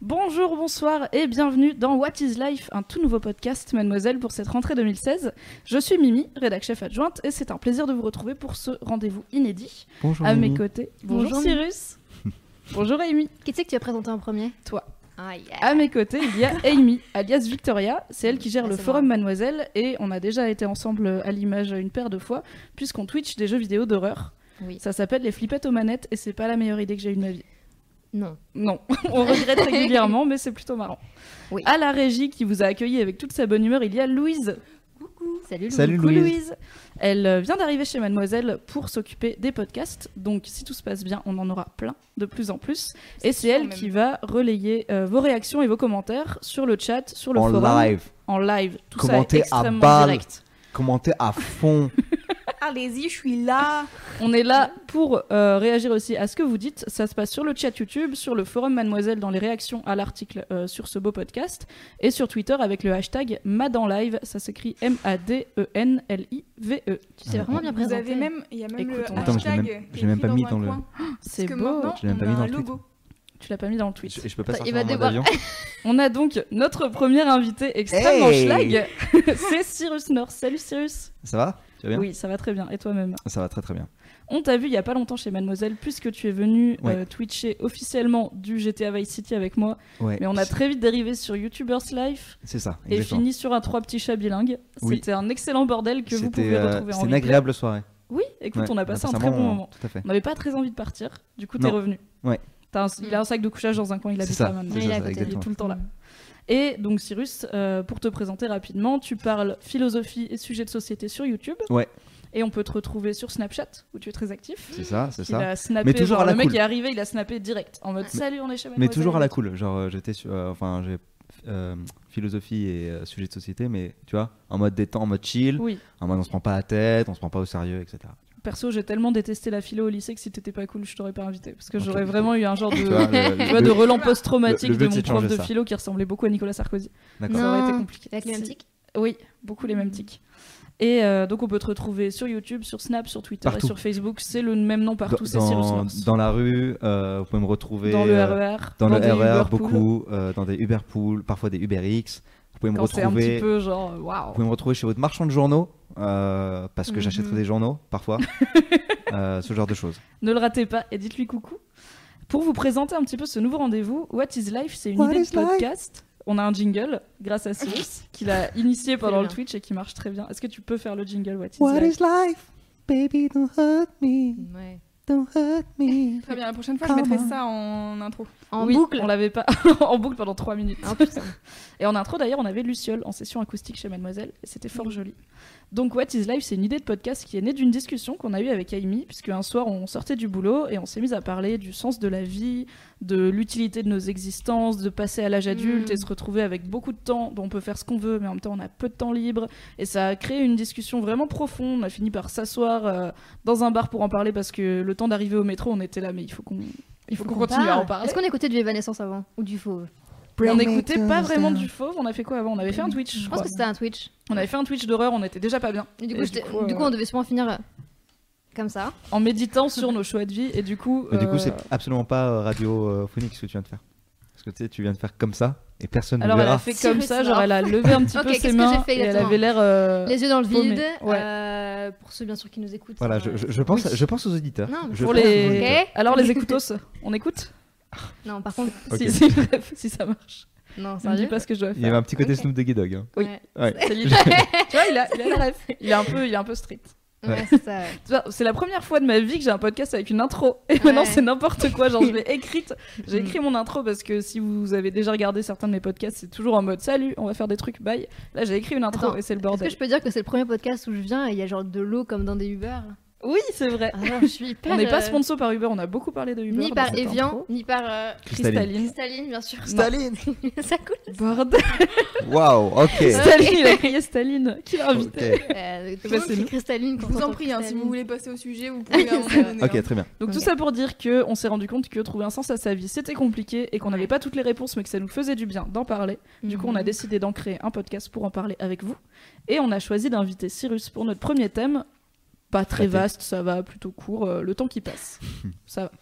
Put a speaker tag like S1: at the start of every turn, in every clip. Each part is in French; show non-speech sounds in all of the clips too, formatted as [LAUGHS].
S1: Bonjour, bonsoir et bienvenue dans What is Life, un tout nouveau podcast Mademoiselle pour cette rentrée 2016. Je suis Mimi, rédac chef adjointe, et c'est un plaisir de vous retrouver pour ce rendez-vous inédit.
S2: Bonjour.
S1: à mes
S2: Mimi.
S1: côtés, bonjour,
S3: Bonjour,
S1: Cyrus. [LAUGHS] bonjour Amy.
S3: Qui c'est que tu as présenté en premier
S1: Toi.
S3: Ah, yeah.
S1: À mes côtés, il y a Amy, alias Victoria. C'est elle qui gère
S3: Ah,
S1: le
S3: c'est
S1: forum Mademoiselle et on a déjà été ensemble euh, à l'image une paire de fois puisqu'on Twitch des jeux vidéo d'horreur.
S3: Oui.
S1: Ça s'appelle les flippettes aux manettes et c'est pas la meilleure idée que j'ai eue de ma vie.
S3: Non.
S1: Non, [LAUGHS] on regrette régulièrement, mais c'est plutôt marrant.
S3: Oui.
S1: À la régie qui vous a accueilli avec toute sa bonne humeur, il y a Louise.
S3: Salut, Lou.
S2: Salut
S1: Coucou,
S2: Louise.
S1: Elle euh, vient d'arriver chez Mademoiselle pour s'occuper des podcasts. Donc, si tout se passe bien, on en aura plein de plus en plus. Et c'est
S3: sûr,
S1: elle
S3: même.
S1: qui va relayer euh, vos réactions et vos commentaires sur le chat, sur le
S2: En
S1: forum,
S2: live.
S1: en live. Tout
S2: Commentez à
S1: ça est extrêmement
S2: balle.
S1: direct.
S2: Commentez
S1: [LAUGHS]
S2: à fond.
S3: Allez-y, je suis là.
S1: On est là pour euh, réagir aussi à ce que vous dites. Ça se passe sur le chat YouTube, sur le forum Mademoiselle dans les réactions à l'article euh, sur ce beau podcast et sur Twitter avec le hashtag MadenLive. Ça s'écrit E M-A-D-E-N-L-I-V-E.
S3: Tu t'es vraiment bien
S4: Vous
S3: présenté.
S4: avez même, il y a même
S1: Écoute, on-
S4: le
S1: Attends,
S2: je l'ai
S4: hashtag.
S2: même- je l'ai même pas mis dans le-
S1: C'est
S4: que
S1: beau.
S4: Maintenant,
S2: Je l'ai même
S4: on
S2: pas
S4: a
S2: mis dans
S4: un
S2: le tweet.
S4: logo.
S1: Tu l'as pas mis dans le tweet.
S2: Je, je peux pas
S3: Attends, il
S2: sortir
S3: va
S2: en mode
S3: devoir-
S1: [LAUGHS]
S2: avion.
S1: On a donc notre premier invité extrêmement
S2: Hey
S1: schlag. [LAUGHS] C'est Cyrus North. Salut Cyrus.
S2: Ça va Tu vas bien
S1: Oui, ça va très bien. Et toi-même
S2: Ça va très très bien.
S1: On t'a vu il y a pas longtemps chez Mademoiselle, puisque tu es venu
S2: Ouais.
S1: euh, twitcher officiellement du GTA Vice City avec moi.
S2: Ouais.
S1: Mais on a très vite dérivé sur YouTubers Life
S2: C'est ça.
S1: et
S2: exactement.
S1: fini sur un trois petits chats bilingues.
S2: Oui.
S1: C'était un excellent bordel que vous
S2: C'était,
S1: pouvez
S2: euh,
S1: retrouver en
S2: C'était une
S1: replay.
S2: agréable soirée.
S1: Oui, écoute,
S2: Ouais, Bah,
S1: on a passé un
S2: passé
S1: très bon
S2: moment,
S1: moment.
S2: Tout à fait.
S1: On n'avait pas très envie de partir, du coup t'es
S2: hein. Non.
S1: revenu.
S2: Ouais.
S1: T'as un- il a un sac de couchage dans un coin, il
S2: C'est
S1: habite
S2: ça.
S1: là maintenant.
S2: c'est
S3: Oui, il est à
S2: ça,
S3: côté,
S1: Il
S3: il est
S1: est
S2: exactement.
S1: tout le temps là. Et donc Cyrus, euh, pour te présenter rapidement, tu parles philosophie et sujets de société sur YouTube.
S2: Ouais.
S1: Et on peut te retrouver sur Snapchat, où tu es très actif.
S2: C'est ça, c'est
S1: Il
S2: ça.
S1: a snappé,
S2: Mais toujours
S1: genre,
S2: à la
S1: le mec
S2: cool.
S1: est arrivé, il a snappé direct, en mode salut, on est chez
S2: Mais
S1: Mademoiselle.
S2: toujours à la cool. Genre, euh, j'étais sur. euh, Enfin, j'ai. euh, philosophie et euh, sujet de société, mais tu vois, en mode détente, en mode chill,
S1: Oui.
S2: en mode on se prend pas la tête, on se prend pas au sérieux, etc.
S1: Perso, j'ai tellement détesté la philo au lycée que si t'étais pas cool, je t'aurais pas invité. Parce que
S2: Ok.
S1: j'aurais vraiment eu un genre de,
S2: [LAUGHS] Tu vois, le-
S1: [LAUGHS] tu Euh, vois,
S2: le-
S1: de relent
S2: le-
S1: post-traumatique
S2: le
S1: de
S2: but,
S1: mon
S2: c'est de
S1: prof
S2: changer
S1: de
S2: ça.
S1: philo qui ressemblait beaucoup à Nicolas Sarkozy.
S2: D'accord.
S1: Ça aurait été
S3: Non.
S1: compliqué.
S3: Avec les mêmes
S1: C'est-
S3: tics
S1: Oui, beaucoup les mêmes tics. Et euh, donc on peut te retrouver sur YouTube, sur Snap, sur Twitter et
S2: Partout.
S1: sur Facebook. C'est le même nom partout, c'est Cyrus
S2: dans,
S1: North.
S2: dans la rue, euh, vous pouvez me retrouver
S1: Dans le
S2: euh,
S1: RER,
S2: dans, le
S1: des Uber
S2: RER
S1: pool,
S2: beaucoup, euh, dans des Uber Pool, parfois des Uber X. Vous pouvez me
S1: Quand c'est un
S2: retrouver.
S1: petit peu genre waouh.
S2: Vous pouvez me retrouver chez votre marchand de journaux euh, parce que
S3: Mhm.
S2: j'achèterai des journaux
S1: [LAUGHS]
S2: parfois, Euh, ce genre de choses.
S1: Ne le ratez pas et dites-lui coucou. Pour vous présenter un petit peu ce nouveau rendez-vous, What is Life, c'est une
S2: What
S1: idée
S2: is
S1: de podcast. On a un jingle grâce à Cyrus qu'il a initié pendant le
S3: bien.
S1: Twitch et qui marche très bien. Est-ce que tu peux faire le jingle What is
S5: What
S1: Life
S5: is life? Baby, don't hurt me.
S3: Ouais.
S5: Don't hurt me.
S4: Très bien, la prochaine fois, je
S5: Ah,
S4: mettrai
S5: mince.
S4: ça en intro.
S3: En
S1: Oui,
S3: boucle.
S1: On l'avait pas [LAUGHS] en boucle pendant 3 minutes.
S3: Ah, putain.
S1: Et en intro, d'ailleurs, on avait Luciole en session acoustique chez Mademoiselle. et C'était fort joli. Donc, What is Life, c'est une idée de podcast qui est née d'une discussion qu'on a eue avec Amy, puisque un soir, on sortait du boulot et on s'est mis à parler du sens de la vie, de l'utilité de nos existences, de passer à l'âge adulte
S3: Mm.
S1: et se retrouver avec beaucoup de temps. dont on peut faire ce qu'on veut, mais en même temps, on a peu de temps libre. Et ça a créé une discussion vraiment profonde. On a fini par s'asseoir euh, dans un bar pour en parler parce que le temps d'arriver au métro, on était là, mais il faut qu'on. Il faut qu'on continue à en
S3: parle.
S1: parler.
S3: Est-ce qu'on écoutait du Evanescence avant Ou du fauve
S1: Mais on
S5: Bring me
S1: n'écoutait
S5: to
S1: pas
S5: the
S1: vraiment
S5: sound.
S1: du fauve, on a fait quoi avant On avait fait un Twitch, je
S3: Je pense
S1: crois.
S3: que c'était un Twitch.
S1: On avait fait un Twitch d'horreur, on était déjà pas bien.
S3: Et du
S1: Et
S3: coup, j'étais-
S1: du coup, euh,
S3: du coup, on devait sûrement finir euh, comme ça.
S1: En méditant sur nos choix de vie, et du coup.
S2: Mais du coup,
S1: euh,
S2: c'est absolument pas euh, radiophonique ce que tu viens de faire. Parce que tu sais, tu viens de faire comme ça et personne ne
S1: Alors elle
S2: verra.
S1: a fait
S3: Si,
S1: comme
S3: mais
S1: ça,
S3: c'est
S1: genre
S3: marrant.
S1: elle a levé un petit
S3: [LAUGHS] Ok,
S1: peu ses
S3: qu'est-ce que
S1: mains,
S3: j'ai fait
S1: et elle
S3: exactement
S1: avait l'air. euh,
S3: Les yeux dans le
S1: paumé.
S3: vide.
S1: Ouais.
S3: euh, pour ceux, bien sûr, qui nous écoutent.
S2: Voilà,
S3: euh,
S2: je, je- je pense, je pense aux auditeurs.
S3: Non, mais
S2: Je
S1: pour
S2: pense aux
S1: les-
S2: auditeurs.
S3: Ok.
S1: Alors les écoutos, on écoute
S3: Non, par contre,
S2: Ok.
S1: si, [LAUGHS] si, bref, si ça marche.
S3: non,
S1: Ça me dit
S3: sérieux.
S1: pas ce que je dois faire.
S2: Il y avait un petit côté
S3: Ok.
S2: Snoop Doggy Dog. hein.
S1: Oui.
S3: Ouais,
S2: Ouais.
S1: C'est
S2: [LAUGHS]
S1: l'idée. tu vois, il a, il a la ref. Il est un peu, il est un peu strict.
S3: ouais, c'est [LAUGHS] ça. ouais.
S1: Tu vois, C'est la première fois de ma vie que j'ai un podcast avec une intro. Et maintenant,
S3: Ouais. Mm.
S1: c'est n'importe quoi. Genre, je
S3: [LAUGHS]
S1: l'ai écrite. J'ai écrit mon intro parce que si vous avez déjà regardé certains de mes podcasts, c'est toujours en mode salut, on va faire des trucs, bye. Là, j'ai écrit une intro
S3: Attends,
S1: et c'est le
S3: Est-ce
S1: bordel.
S3: que je peux dire que c'est le premier podcast où je viens et il y a genre de l'eau comme dans des Uber
S1: Oui, c'est vrai.
S3: Ah non, je suis [LAUGHS] hyper.
S1: on n'est pas
S3: euh,
S1: sponsor par Uber, on a beaucoup parlé de Uber.
S3: Ni
S1: dans
S3: par
S1: cette
S3: Evian,
S1: intro.
S3: ni par euh,
S2: Cristalline.
S1: Cristalline.
S3: [LAUGHS] Staline, bien sûr.
S2: Staline
S3: [LAUGHS] ça coule.
S1: Bordel.
S2: Waouh, ok.
S1: Staline, il a crié Staline. Qui l'a invité
S2: Ok,
S3: Euh, tout
S1: [LAUGHS]
S3: le
S1: Bah,
S3: monde
S1: c'est
S3: crie
S1: nous.
S3: Cristalline.
S4: Je
S3: quand
S4: vous
S3: on
S4: en
S3: entend
S4: prie, hein, si
S3: Cristalline.
S4: vous voulez passer au sujet, vous pouvez. à un moment donné, hein.
S2: Ok, très bien.
S1: Donc tout
S3: Ok.
S1: ça pour dire que on s'est rendu compte que trouver un sens à sa vie, c'était compliqué et qu'on n'avait pas toutes les réponses, mais que ça nous faisait du bien d'en parler. Du coup, on a
S3: Mhm.
S1: décidé d'en créer un podcast pour en parler avec vous. Et on a choisi d'inviter Cyrus pour notre premier thème. Pas très
S2: Raté.
S1: vaste, ça va, plutôt court, euh, le temps qui
S2: [LAUGHS]
S1: passe. ça va.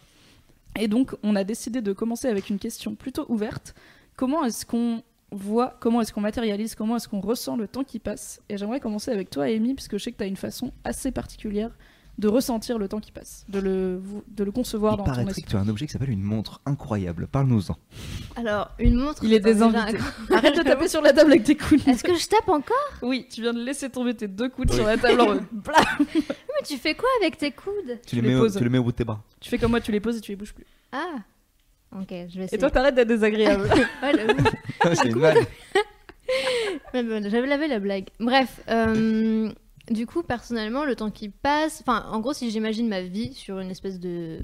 S1: Et donc, on a décidé de commencer avec une question plutôt ouverte. Comment est-ce qu'on voit, comment est-ce qu'on matérialise, comment est-ce qu'on ressent le temps qui passe Et j'aimerais commencer avec toi, Amy, parce que je sais que tu as une façon assez particulière de ressentir le temps qui passe, de le, de le concevoir
S2: Il
S1: dans ton
S2: paraîtrait
S1: esprit.
S2: que tu as un objet qui s'appelle une montre incroyable. Parle-nous-en.
S3: [LAUGHS] Alors, une montre.
S1: Il est
S3: attends, déjà,
S1: désinvité.
S3: un-
S1: [LAUGHS] Arrête de taper sur la table avec tes coudes.
S3: Est-ce que je tape encore
S1: Oui, tu viens de laisser tomber tes deux coudes sur la table [LAUGHS] en mode bla.
S3: Mais tu fais quoi avec tes coudes
S2: Tu
S1: les
S2: les, mets au,
S1: poses.
S2: tu les mets au bout de tes bras.
S1: Tu fais comme moi, tu les poses et tu les bouges plus.
S3: Ah. Ok, je vais
S1: Et
S3: essayer.
S1: toi, t'arrêtes d'être désagréable.
S3: Ouais, le-
S2: C'est une vanne.
S3: Ouais, bah, J'avais lavé la blague. Bref, euh, du coup, personnellement, le temps qui passe. Enfin, en gros, si j'imagine ma vie sur une espèce de.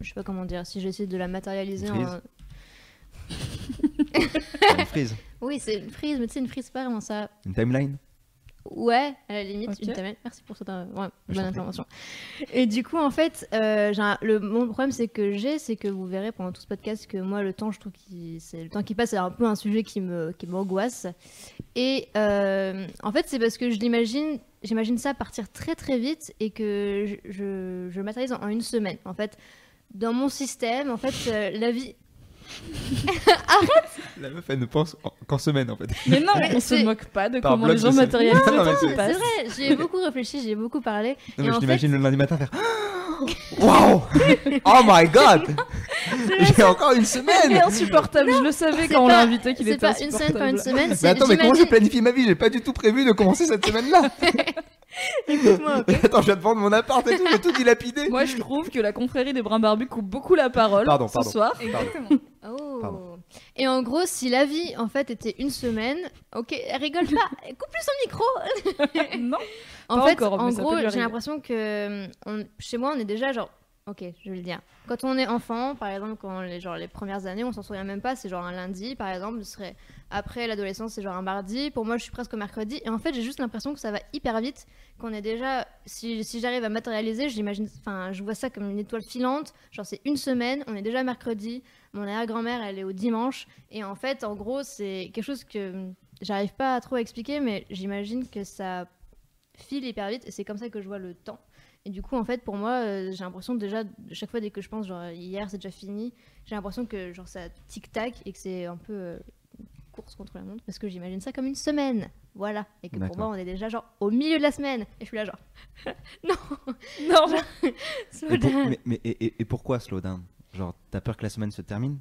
S3: Je sais pas comment dire, si j'essaie de la matérialiser
S2: Une frise.
S3: en.
S2: Une frise.
S3: Oui, c'est une frise, mais tu sais, une frise, c'est pas vraiment ça.
S2: Une timeline.
S3: Ouais, à la limite,
S1: Ok.
S3: une tamelle. Merci pour cette euh, ouais,
S2: Je t'en
S3: bonne
S2: prie.
S3: intervention. Et du coup, en fait, euh, j'ai un- le, mon problème, c'est que j'ai, c'est que vous verrez pendant tout ce podcast que moi, le temps, je trouve que c'est le temps qui passe, c'est un peu un sujet qui me qui m'angoisse. Et euh, en fait, c'est parce que je l'imagine, j'imagine ça partir très très vite et que je, je, je le matérialise en une semaine. En fait, dans mon système, en fait, euh, la
S2: [LAUGHS]
S3: vie.
S2: La meuf, elle ne pense en- qu'en semaine en fait.
S1: [LAUGHS] Mais non,
S3: Mais
S1: on se
S3: c'est-
S1: moque pas de
S2: Par
S1: comment
S2: bloc
S1: les gens
S2: de-
S1: matérialisent
S2: Non, mais
S1: le temps
S2: c'est-
S1: qui
S3: C'est vrai,
S1: passe.
S3: j'y ai beaucoup réfléchi, j'y ai beaucoup parlé.
S2: Non,
S3: Et
S2: mais
S3: en
S2: je
S3: fait-
S2: t'imagine le lundi matin faire Waouh Oh my god J'ai encore une
S1: Il est
S2: semaine
S1: insupportable, je le savais
S3: C'est
S1: quand on l'a
S3: pas-
S1: invité qu'il
S3: c'est
S1: était
S3: pas une
S1: insupportable.
S3: semaine, pas une semaine.
S2: Mais
S3: c'est-
S2: attends, mais comment j'ai
S3: j'imagine-
S2: planifié ma vie J'ai pas du tout prévu de commencer cette semaine-là
S3: Écoute-moi, ok.
S2: Attends, je viens de vendre mon appart et tout, j'ai tout dilapidé
S1: Moi, je trouve que la confrérie des brins barbus coupe beaucoup la parole
S2: Pardon,
S1: ce
S3: [LAUGHS]
S2: pardon.
S1: soir.
S4: Exactement.
S3: Oh.
S2: Pardon.
S3: Et en gros, si la vie en fait était une semaine, ok,
S1: [LAUGHS]
S3: rigole pas, coupe-lui son micro.
S1: non,
S3: En
S1: Pas
S3: fait,
S1: encore,
S3: en
S1: mais ça peut
S3: gros,
S1: lui
S3: j'ai
S1: arriver.
S3: l'impression que euh, on- chez moi, on est déjà genre, ok, je vais le dire. Quand on est enfant, par exemple, quand les genre les premières années, on s'en souvient même pas. C'est genre un lundi, par exemple, ce serait après l'adolescence, c'est genre un mardi. Pour moi, je suis presque au mercredi. Et en fait, j'ai juste l'impression que ça va hyper vite. Qu'on est déjà, si, si j'arrive à matérialiser, j'imagine, enfin, je vois ça comme une étoile filante. Genre, c'est une semaine, on est déjà mercredi. Mon arrière-grand-mère, elle est au dimanche. Et en fait, en gros, c'est quelque chose que hum, j'arrive pas à trop expliquer, mais j'imagine que ça file hyper vite et c'est comme ça que je vois le temps. Et du coup, en fait, pour moi, euh, j'ai l'impression déjà, chaque fois dès que je pense, genre hier c'est déjà fini, j'ai l'impression que genre ça tic-tac et que c'est un peu euh, une course contre la montre parce que j'imagine ça comme une semaine. Voilà. Et que pour
S2: D'accord.
S3: moi, on est déjà genre au milieu de la semaine. Et je suis
S2: [LAUGHS]
S3: là, genre, non,
S1: non,
S3: slow
S2: Et, pour-
S3: down.
S2: mais, mais- et- et- et pourquoi slowdown Genre, t'as peur que la semaine se termine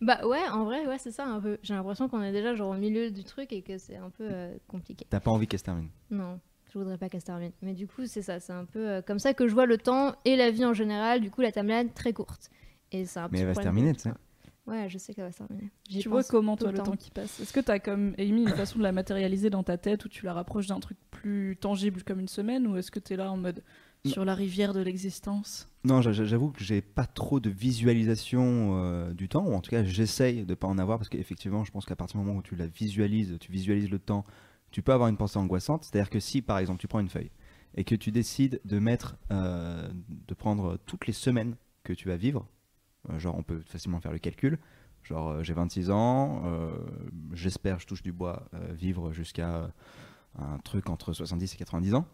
S3: Bah ouais, en vrai, ouais, c'est ça un peu. J'ai l'impression qu'on est déjà genre au milieu du truc et que c'est un peu euh, compliqué.
S2: T'as pas envie qu'elle se termine
S3: Non, je voudrais pas qu'elle se termine. Mais du coup, c'est ça, c'est un peu euh, comme ça que je vois le temps et la vie en général. Du coup, la timeline très courte. Et c'est un
S2: Mais
S3: petit
S2: elle va se
S3: problème.
S2: terminer, tu sais.
S3: Ouais, je sais qu'elle va se terminer. J'y
S1: tu vois
S3: pense
S1: comment
S3: tout
S1: toi
S3: le
S1: le temps
S3: temps.
S1: qui passe Est-ce que t'as comme Amy une façon de la matérialiser dans ta tête où tu la rapproches d'un truc plus tangible comme une semaine ou est-ce que t'es là en mode
S2: Non.
S1: sur la rivière de l'existence
S2: Non, j'a- j'a- j'avoue que j'ai pas trop de visualisation euh, du temps, ou en tout cas j'essaye de pas en avoir, parce qu'effectivement je pense qu'à partir du moment où tu la visualises, tu visualises le temps, tu peux avoir une pensée angoissante. C'est-à-dire que si par exemple tu prends une feuille et que tu décides de mettre, euh, de prendre toutes les semaines que tu vas vivre, euh, genre on peut facilement faire le calcul, genre euh, j'ai 26 ans, euh, j'espère, je touche du bois, euh, vivre jusqu'à euh, un truc entre 70 et 90 ans,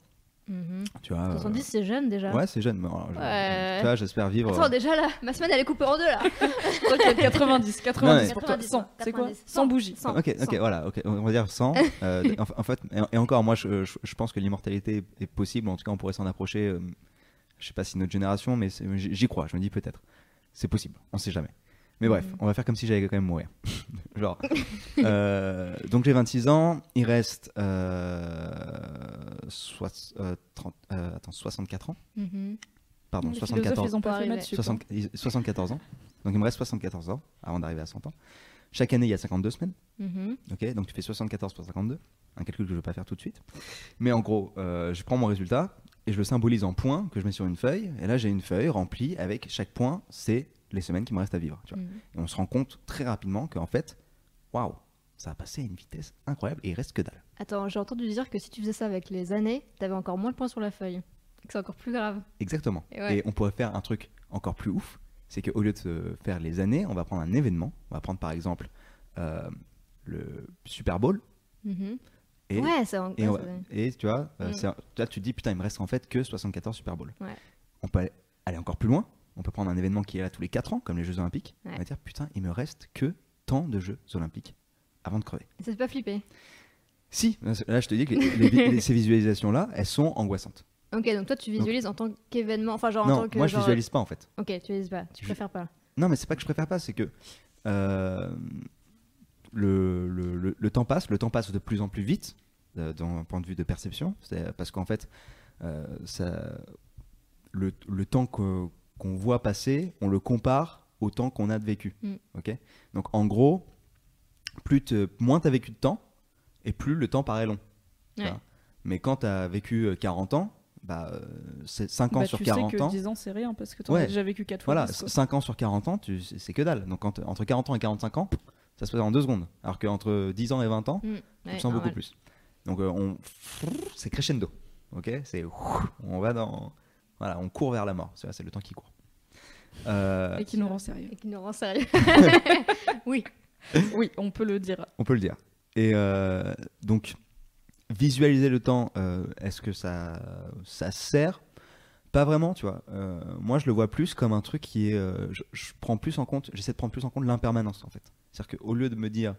S3: Mhm.
S2: tu vois. euh,
S3: 70, c'est jeune déjà.
S2: Ouais, c'est jeune, mais alors, je-
S3: Ouais.
S2: tu vois, j'espère vivre.
S3: Attends, déjà là, ma semaine elle est coupée en deux là.
S1: Toi, [LAUGHS] quel 90, 90
S2: mais-
S1: pour toi,
S3: 90,
S1: 100, c'est quoi
S3: 90,
S1: 100 bougies.
S3: Cent,
S2: ok, ok,
S3: cent.
S2: voilà, ok, on va
S1: [LAUGHS]
S2: dire 100. euh, en, en fait, et, et encore, moi, je, je- je pense que l'immortalité est possible. En tout cas, on pourrait s'en approcher. euh, je sais pas si notre génération, mais c'est- j'y j'y crois. Je me dis peut-être. C'est possible. On sait jamais. Mais bref,
S1: Mm.
S3: Mhm.
S2: on va faire comme si j'allais quand même mourir. [LAUGHS] Genre. euh, donc j'ai 26 ans. Il reste euh, soix- euh, 30, euh, attends, 64 ans.
S3: [LAUGHS] Mhm.
S2: Pardon,
S1: Les philosophes,
S2: 74
S1: ils ont pas fait
S3: Arrivé.
S1: maths sup, hein.
S2: 60 74 ans. Donc il me reste 74 ans avant d'arriver à 100 ans. Chaque année, il y a 52 semaines.
S3: Mhm.
S2: ok donc tu fais 74 pour 52. Un calcul que je ne vais pas faire tout de suite. Mais en gros, euh, je prends mon résultat et je le symbolise en points que je mets sur une feuille. Et là, j'ai une feuille remplie avec chaque point, c'est les semaines qui me restent à vivre. tu vois.
S3: Mhm.
S2: Et on se rend compte très rapidement qu'en fait, waouh, ça a passé à une vitesse incroyable et il reste que dalle.
S3: Attends, j'ai entendu dire que si tu faisais ça avec les années, t'avais encore moins de points sur la feuille. Et que C'est encore plus grave.
S2: Exactement.
S3: Et ouais.
S2: Et on pourrait faire un truc encore plus ouf, c'est qu'au lieu de se faire les années, on va prendre un événement. On va prendre par exemple euh, le Super Bowl.
S3: Mhm.
S2: Et
S3: ouais, c'est en...
S2: Et, on
S3: ouais,
S2: va-
S3: c'est-
S2: et tu vois, euh,
S3: Mm.
S2: c'est un- là tu te dis putain, il me reste en fait que 74 Super Bowl.
S3: Ouais.
S2: On peut aller, aller encore plus loin. On peut prendre un événement qui est là tous les 4 ans, comme les Jeux Olympiques.
S3: Ouais.
S2: On va dire putain, il me reste que tant de Jeux Olympiques avant de crever.
S3: Ça te fait pas flipper.
S2: Si, là je te dis que les-
S3: [LAUGHS]
S2: les vi- les- ces visualisations-là, elles sont angoissantes.
S3: Ok, donc toi tu visualises en tant qu'événement, enfin genre en
S2: non,
S3: tant que.
S2: moi je
S3: genre- euh,
S2: visualise pas en fait.
S3: Ok, tu visualises pas, tu
S2: Je-
S3: préfères pas.
S2: Non, mais c'est pas que je préfère pas, c'est que euh, le, le- le- le temps passe, le temps passe de plus en plus vite euh, d'un point de vue de perception, c'est parce qu'en fait, euh, ça, le, le temps que- qu'on voit passer, on le compare au temps qu'on a de vécu.
S3: Mm.
S2: ok Donc en gros, plus te- moins tu as vécu de temps, et plus le temps paraît long. tu
S3: Ouais.
S2: vois. Mais quand tu as vécu euh, 40 ans, bah, euh, c'est 5 ans
S1: Bah,
S2: sur
S1: tu
S2: 40
S1: sais que
S2: ans.
S1: 10 ans, c'est rien parce que t'en
S2: Ouais.
S1: as déjà vécu 4 fois.
S2: Voilà,
S1: plus, quoi.
S2: 5 ans sur 40 ans, tu, c'est c'est que dalle. Donc entre, entre 40 ans et 45 ans, ça se passe en 2 secondes. Alors qu'entre 10 ans et 20 ans,
S3: Mm,
S2: tu le
S3: ouais,
S2: sens beaucoup
S3: normal.
S2: plus. Donc euh, on, c'est crescendo. Ok, c'est on va dans, voilà, on court vers la mort. C'est c'est le temps qui court. Euh,
S1: Et qui nous rend sérieux.
S3: Et qui nous rend sérieux. oui.
S1: Oui, on peut le dire.
S2: on peut le dire. Et euh, donc visualiser le temps, euh, est-ce que ça, ça sert Pas vraiment, tu vois. Euh, moi, je le vois plus comme un truc qui est, euh, je, je prends plus en compte, j'essaie de prendre plus en compte l'impermanence en fait. C'est-à-dire qu'au lieu de me dire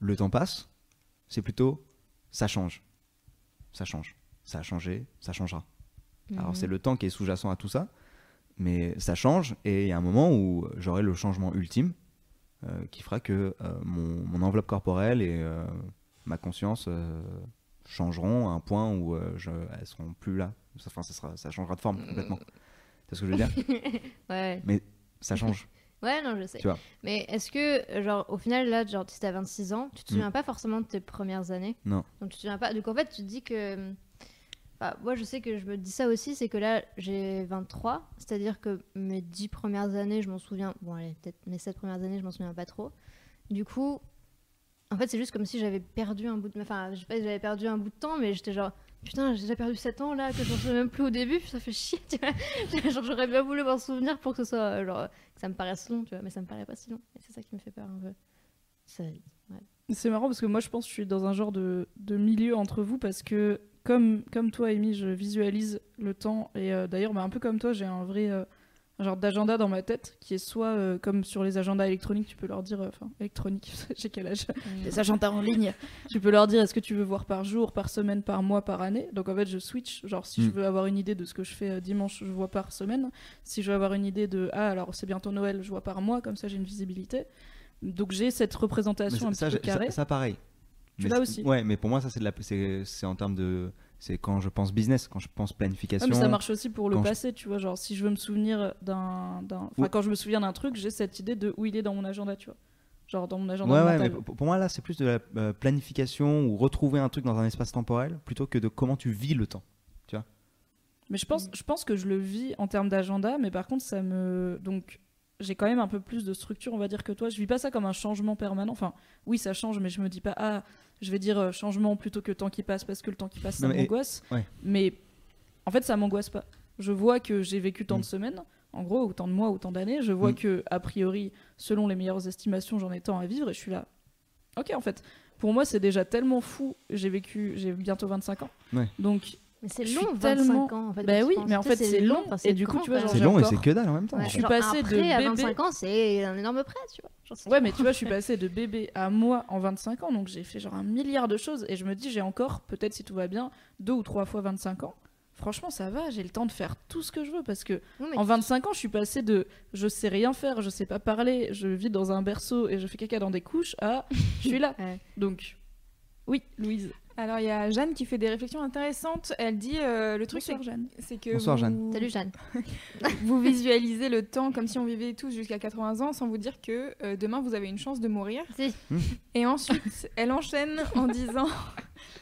S2: le temps passe, c'est plutôt ça change, ça change, ça a changé, ça changera.
S1: Mhm.
S2: Alors c'est le temps qui est sous-jacent à tout ça, mais ça change et il y a un moment où j'aurai le changement ultime euh, qui fera que euh, mon, mon enveloppe corporelle et euh, ma conscience euh, changeront à un point où euh, je, elles seront plus là. Enfin, ça, sera, ça changera de
S1: Euh.
S2: forme complètement. C'est ce que je veux dire
S3: Ouais.
S1: [LAUGHS]
S2: Ça change.
S3: Ouais, non, je sais.
S2: Tu vois.
S3: Mais est-ce que, euh, genre, au final, là, genre, si t'as 26 ans, tu te
S2: Mm.
S3: souviens pas forcément de tes premières années
S2: Non.
S3: Donc, tu te souviens pas. Donc, en fait, tu te dis que. mm, Bah, moi, je sais que je me dis ça aussi, c'est que là, j'ai 23, c'est-à-dire que mes 10 premières années, je m'en souviens. Bon, allez, peut-être mes 7 premières années, je m'en souviens pas trop. Du coup, en fait, c'est juste comme si j'avais perdu un bout de. Enfin, je sais pas si j'avais perdu un bout de temps, mais j'étais genre. Putain, j'ai déjà perdu 7 ans là, que je m'en souviens même plus au début, [LAUGHS] ça fait chier, tu vois. [LAUGHS] Genre, j'aurais bien voulu m'en souvenir pour que ce soit euh, genre que ça me paraisse long, tu vois, mais ça me paraît pas si long. Et c'est ça qui me fait peur un peu. Ça-
S1: C'est marrant parce que moi je pense que je suis dans un genre de, de milieu entre vous parce que comme, comme toi Amy, je visualise le temps et euh, d'ailleurs bah, un peu comme toi j'ai un vrai euh, un genre d'agenda dans ma tête qui est soit euh, comme sur les agendas électroniques tu peux leur dire, euh, enfin électronique, [LAUGHS] j'ai quel âge Les agendas en ligne, tu peux leur dire est-ce que tu veux voir par jour, par semaine, par mois, par année. Donc en fait je switch, genre si je
S2: Mm.
S1: veux avoir une idée de ce que je fais euh, dimanche je vois par semaine, si je veux avoir une idée de ah alors c'est bientôt Noël je vois par mois comme ça j'ai une visibilité. Donc j'ai cette représentation un
S2: Mais ça,
S1: petit peu
S2: j'ai- ça,
S1: carrée.
S2: ça, pareil.
S1: Tu
S2: Mais
S1: l'as
S2: c'est-
S1: aussi.
S2: Ouais, mais pour moi, ça, c'est de la- c'est c'est en termes de. C'est quand je pense business, quand je pense
S1: Ouais,
S2: planification.
S1: Ah, mais ça marche aussi pour le
S2: quand je-
S1: passé, tu vois. Genre, si je veux me souvenir d'un. d'un- Enfin,
S2: Oui.
S1: quand je me souviens d'un truc, j'ai cette idée de où il est dans mon agenda, tu vois. Genre, dans mon agenda
S2: Ouais, ouais,
S1: mental.
S2: mais pour pour moi, là, c'est plus de la euh, planification ou retrouver un truc dans un espace temporel plutôt que de comment tu vis le temps.
S1: Mais je
S2: Mm.
S1: pense, je pense que je le vis en termes d'agenda, mais par contre, ça me. Donc, j'ai quand même un peu plus de structure, on va dire, que toi. Je vis pas ça comme un changement permanent. Enfin, oui, ça change, mais je me dis pas, ah, je vais dire euh, changement plutôt que temps qui passe, parce que le temps qui passe, ça
S2: Non, mais-
S1: m'angoisse.
S2: ouais.
S1: Mais en fait, ça m'angoisse pas. Je vois que j'ai vécu tant
S2: Mm.
S1: de semaines, en gros, autant de mois, autant d'années. Je vois
S2: Mm.
S1: que, a priori, selon les meilleures estimations, j'en ai tant à vivre, et je suis là. Ok, en fait. Pour moi, c'est déjà tellement fou. J'ai vécu, j'ai bientôt 25 ans.
S2: Ouais.
S1: Donc,
S3: Mais c'est
S1: Je
S3: long,
S1: suis
S3: 25
S1: tellement-
S3: ans en fait.
S1: Bah
S3: quand tu
S1: oui,
S3: penses.
S1: mais en
S3: Putain,
S1: fait, c'est long,
S3: enfin,
S1: et du coup,
S3: grand,
S1: tu vois,
S3: quoi.
S1: genre,
S2: C'est
S1: j'ai
S2: long et
S1: encore-
S2: c'est que dalle en même temps.
S3: Ouais,
S1: je suis
S3: genre,
S1: passée
S3: après,
S1: de
S3: à
S1: bébé-
S3: 25 ans, c'est un énorme prêt, tu vois. Genre, c'est
S1: Ouais, mais tu vois, je suis passée de bébé à moi en 25 ans, donc j'ai fait genre un milliard de choses et je me dis, j'ai encore, peut-être si tout va bien, deux ou trois fois 25 ans. Franchement, ça va, j'ai le temps de faire tout ce que je veux parce que
S3: Oui, mais
S1: en
S3: tu-
S1: 25 ans, je suis passée de je sais rien faire, je sais pas parler, je vis
S3: [LAUGHS]
S1: dans un berceau et je fais caca dans des couches à je suis là.
S3: Ouais.
S1: Donc, oui, Louise.
S4: Alors, il y a Jeanne qui fait des réflexions intéressantes. Elle dit euh, le truc, c'est
S1: Bonsoir, Jeanne.
S4: c'est que.
S2: Bonsoir, Jeanne.
S4: vous-
S1: [LAUGHS]
S3: Salut Jeanne.
S4: Vous visualisez le temps comme si on vivait tous jusqu'à 80 ans sans vous dire que euh, demain vous avez une chance de mourir.
S3: Si.
S4: Et ensuite, [LAUGHS] elle enchaîne en disant, [LAUGHS]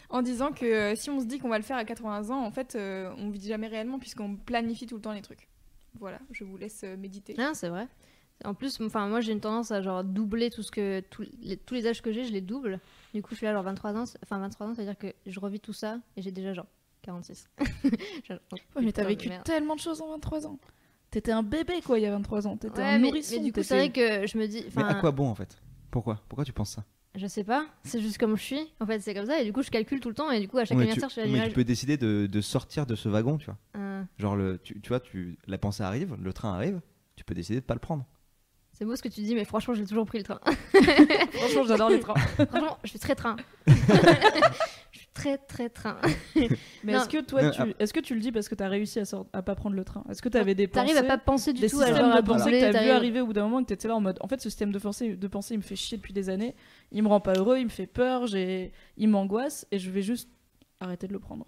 S4: en disant que euh, si on se dit qu'on va le faire à 80 ans, en fait, euh, on vit jamais réellement puisqu'on planifie tout le temps les trucs. Voilà, je vous laisse euh, méditer.
S3: Non, c'est vrai. En plus, enfin, moi j'ai une tendance à genre doubler tout ce que tout- les- tous les âges que j'ai, je les double. Du coup, je suis là genre 23 ans, c'est- enfin 23 ans, ça veut dire que je revis tout ça et j'ai déjà genre 46. [LAUGHS] Genre,
S1: Ouais, mais
S3: oh, putain
S1: t'as
S3: de
S1: vécu
S3: merde.
S1: tellement de choses en 23 ans. T'étais un bébé, quoi, il y a 23 ans. T'étais
S3: Ouais,
S1: un
S3: mais,
S1: nourrisson.
S3: mais du coup,
S1: t'étais-
S3: c'est vrai que je me dis,
S2: Mais à
S3: enfin,
S2: quoi bon en fait Pourquoi Pourquoi tu penses ça
S3: je sais pas, c'est juste comme je suis. En fait, c'est comme ça et du coup, je calcule tout le temps et du coup, à chaque
S2: Ouais, tu,
S3: anniversaire, je suis à
S2: mais tu
S3: l'image.
S2: peux décider de, de sortir de ce wagon, tu vois.
S3: Euh,
S2: Genre, le, tu, tu vois, tu, la pensée arrive, le train arrive, tu peux décider de pas le prendre.
S3: C'est beau ce que tu dis, mais franchement, j'ai toujours pris le
S2: [LAUGHS]
S3: train.
S1: [LAUGHS] Franchement, j'adore
S3: [LAUGHS]
S1: les trains.
S3: franchement, je suis très train. je suis très très train.
S1: Mais
S3: Non.
S1: est-ce que toi,
S2: Non,
S1: tu... est-ce que tu le dis parce que t'as réussi à, sort- à pas prendre le train Est-ce que t'avais des pensées
S3: T'arrives à pas penser du
S1: des
S3: tout à
S1: systèmes
S3: genre,
S1: de pensée
S3: doubler,
S1: que t'as vu
S3: t'arrives-
S1: arriver au bout d'un moment et que t'étais là en mode en fait ce système de pensée de pensée il me fait chier depuis des années il me rend pas heureux il me fait peur j'ai il m'angoisse et je vais juste arrêter de le prendre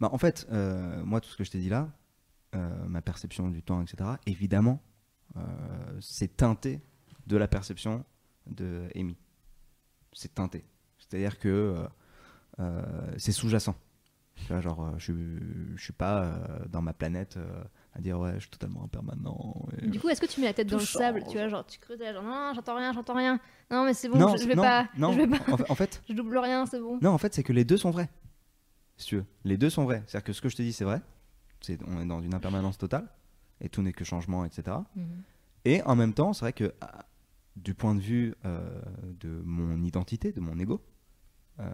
S2: Bah, en fait, euh, moi, tout ce que je t'ai dit là, euh, ma perception du temps, etc., évidemment, euh, c'est teinté de la perception de Amy. C'est teinté. C'est-à-dire que euh, euh, c'est sous-jacent. Tu vois, genre, euh, je suis- je suis pas euh, dans ma planète euh, à dire, ouais, je suis totalement impermanent. et-
S3: [LAUGHS] Du coup, est-ce que tu mets la tête dans
S1: Tout
S3: le sable
S1: change.
S3: Tu vois, genre, tu creuses, t'es là, genre, non, non, j'entends rien, j'entends rien. Non, mais c'est bon, je, je vais
S2: non,
S3: pas,
S2: non,
S3: je vais pas, [LAUGHS]
S2: en fait- en fait,
S3: je double rien, c'est bon.
S2: Non, en fait, c'est que les deux sont vrais. Si tu veux. Les deux sont vrais. C'est-à-dire que ce que je te dis, c'est vrai. C'est, on est dans une impermanence totale. Et tout n'est que changement, etc. Et en même temps, c'est vrai que ah, du point de vue euh, de mon identité, de mon ego, euh,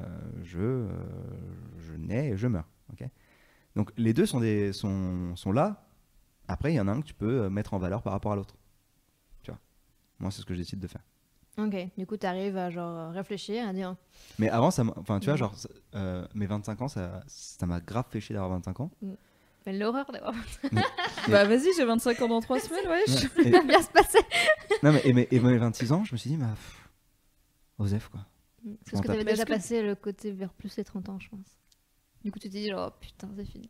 S2: je, euh, je nais et je meurs. ok Donc les deux sont, des, sont, sont là. Après, il y en a un que tu peux euh, mettre en valeur par rapport à l'autre. Tu vois. Moi, c'est ce que je décide de faire.
S3: Ok, du coup, t'arrives à genre euh, réfléchir, à dire,
S2: Mais avant, ça m'a- enfin, tu vois,
S3: Mm.
S2: genre, ça- euh, mes 25 ans, ça ça m'a grave fait chier d'avoir 25 ans.
S3: mais l'horreur d'avoir
S1: bah vas-y j'ai 25 ans dans
S3: [LAUGHS]
S1: 3 semaines wesh
S2: Et-
S3: bien se passer.
S2: non, mais et mes, et mes 26 ans, je me suis dit, bah, pff, Osef, quoi.
S3: Parce que
S2: tape.
S3: t'avais
S1: Mais
S3: déjà
S1: est-ce que-
S3: passé le côté vers plus les 30 ans, je pense. Du coup, tu t'es dit, genre, oh, putain, c'est fini.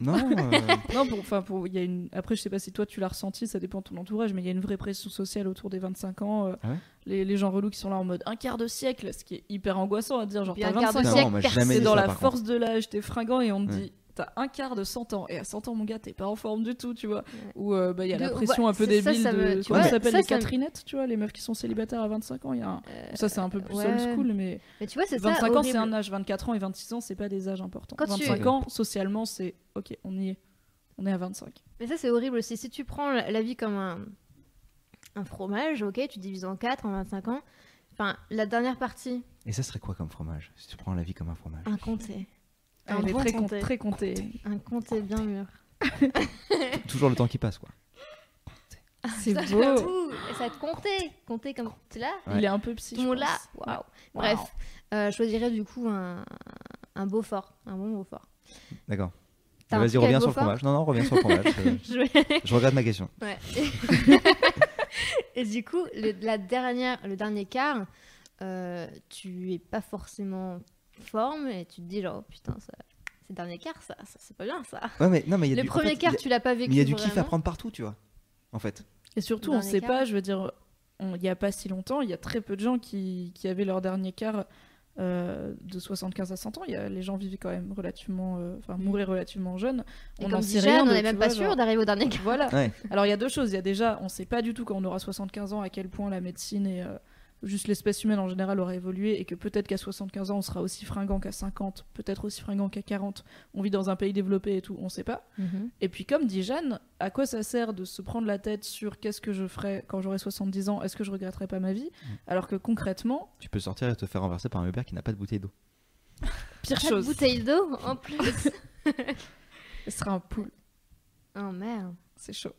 S2: Non, euh,
S1: non pour enfin pour il y a une après je sais pas si toi tu l'as ressenti ça dépend de ton entourage mais il y a une vraie pression sociale autour des 25 ans euh,
S2: Ah ouais
S1: les, les gens relous qui sont là en mode un quart de siècle ce qui est hyper angoissant à dire genre
S3: Puis
S1: t'as
S3: un quart
S1: 25
S3: de
S1: ans
S2: putain,
S3: siècle,
S2: on m'a
S3: personne.
S2: jamais
S1: C'est
S2: dit
S1: dans
S2: ça,
S1: la
S2: par
S1: force de l'âge, t'es fringant et on te
S2: Ouais.
S1: dit t'as un quart de 100 ans et à 100 ans mon gars t'es pas en forme du tout tu vois
S3: Ouais.
S1: ou euh, bah il y a la
S3: De-
S1: pression
S3: ouais,
S1: un peu
S3: c'est ça,
S1: débile
S3: ça me-
S1: de
S3: tu
S1: comment
S3: vois,
S1: ça s'appelle
S3: ça,
S1: les
S3: ça me-
S1: catrinettes tu vois les meufs qui sont célibataires à 25 ans il y a un-
S3: Euh,
S1: ça c'est un peu plus
S3: ouais.
S1: old school mais
S3: Mais tu vois, c'est ça.
S1: 25 ans c'est
S3: horrible.
S1: un âge 24 ans et 26 ans c'est pas des âges importants
S3: Quand tu-
S1: 25 ans socialement c'est ok on y est on est à 25
S3: Mais ça, c'est horrible aussi. Si tu prends la la vie comme un, un fromage, ok, tu divises en 4 en 25 ans. Enfin, la dernière partie,
S2: Et ça serait quoi comme fromage Si tu prends la vie comme un fromage.
S3: un comté. Un
S1: elle est
S3: bon
S1: très,
S3: compté.
S1: comptée très
S3: [LAUGHS]
S1: comptée
S3: Un comté bien mûr.
S2: Toujours le temps qui passe, quoi.
S1: c'est
S3: Ouh,
S1: beau
S3: Et ça comptait, comptait comme tu là,
S2: Ouais.
S1: il est un peu psy
S3: tout
S1: je
S3: le monde là.
S1: pense.
S3: Waouh. Bref, euh, je choisirais du coup un, un Beaufort, un bon Beaufort.
S2: D'accord.
S3: T'as un
S2: Vas-y,
S3: truc
S2: reviens
S3: avec
S2: sur le
S3: Beaufort
S2: fromage. Non, non, reviens sur le fromage. euh,
S3: [LAUGHS] Je vais-
S2: je regrette ma question.
S3: Ouais. [LAUGHS] Et du coup, le, la dernière, le dernier quart, euh, tu es pas forcément forme et tu te dis genre oh, putain ça, c'est le dernier quart ça, ça, c'est pas bien ça.
S2: Ouais, mais non, mais il y a
S3: Le
S2: du, en
S3: premier
S2: fait, il y a-
S3: quart tu l'as pas vécu.
S2: Mais il y a du kiff à
S3: vraiment.
S2: prendre partout, tu vois. En fait.
S1: Et surtout,
S3: Dans
S1: on
S3: les
S1: sait
S3: quarts.
S1: pas, je veux dire, on- il n'y a pas si longtemps, il y a très peu de gens qui, qui avaient leur dernier quart euh, de 75 à 100 ans. Il y a, les gens vivaient quand même relativement, euh, enfin, mouraient relativement jeunes.
S3: Mm. Et
S1: on
S3: comme
S1: n'en
S3: dit
S1: sait
S3: Jeanne,
S1: rien.
S3: on
S1: de-
S3: n'est
S1: tu
S3: même
S1: vois,
S3: pas sûr
S1: genre-
S3: d'arriver au dernier quart.
S1: Voilà.
S2: Ouais.
S1: Alors, il y a deux choses. Il y a déjà, on sait pas du tout quand on aura 75 ans à quel point la médecine et euh, juste l'espèce humaine en général aura évolué et que peut-être qu'à 75 ans, on sera aussi fringant qu'à 50, peut-être aussi fringant qu'à 40. On vit dans un pays développé et tout, on sait pas.
S3: Mhm.
S1: Et puis, comme dit Jeanne, à quoi ça sert de se prendre la tête sur qu'est-ce que je ferai quand j'aurai 70 ans Est-ce que je regretterai pas ma vie
S2: Mm.
S1: Alors que concrètement,
S2: Tu peux sortir et te faire renverser par un Uber qui n'a pas de bouteille d'eau.
S1: pire
S3: Pas de
S1: chose,
S3: bouteille d'eau en
S2: [LAUGHS]
S3: plus.
S1: ce sera un poule.
S3: oh merde.
S1: C'est chaud.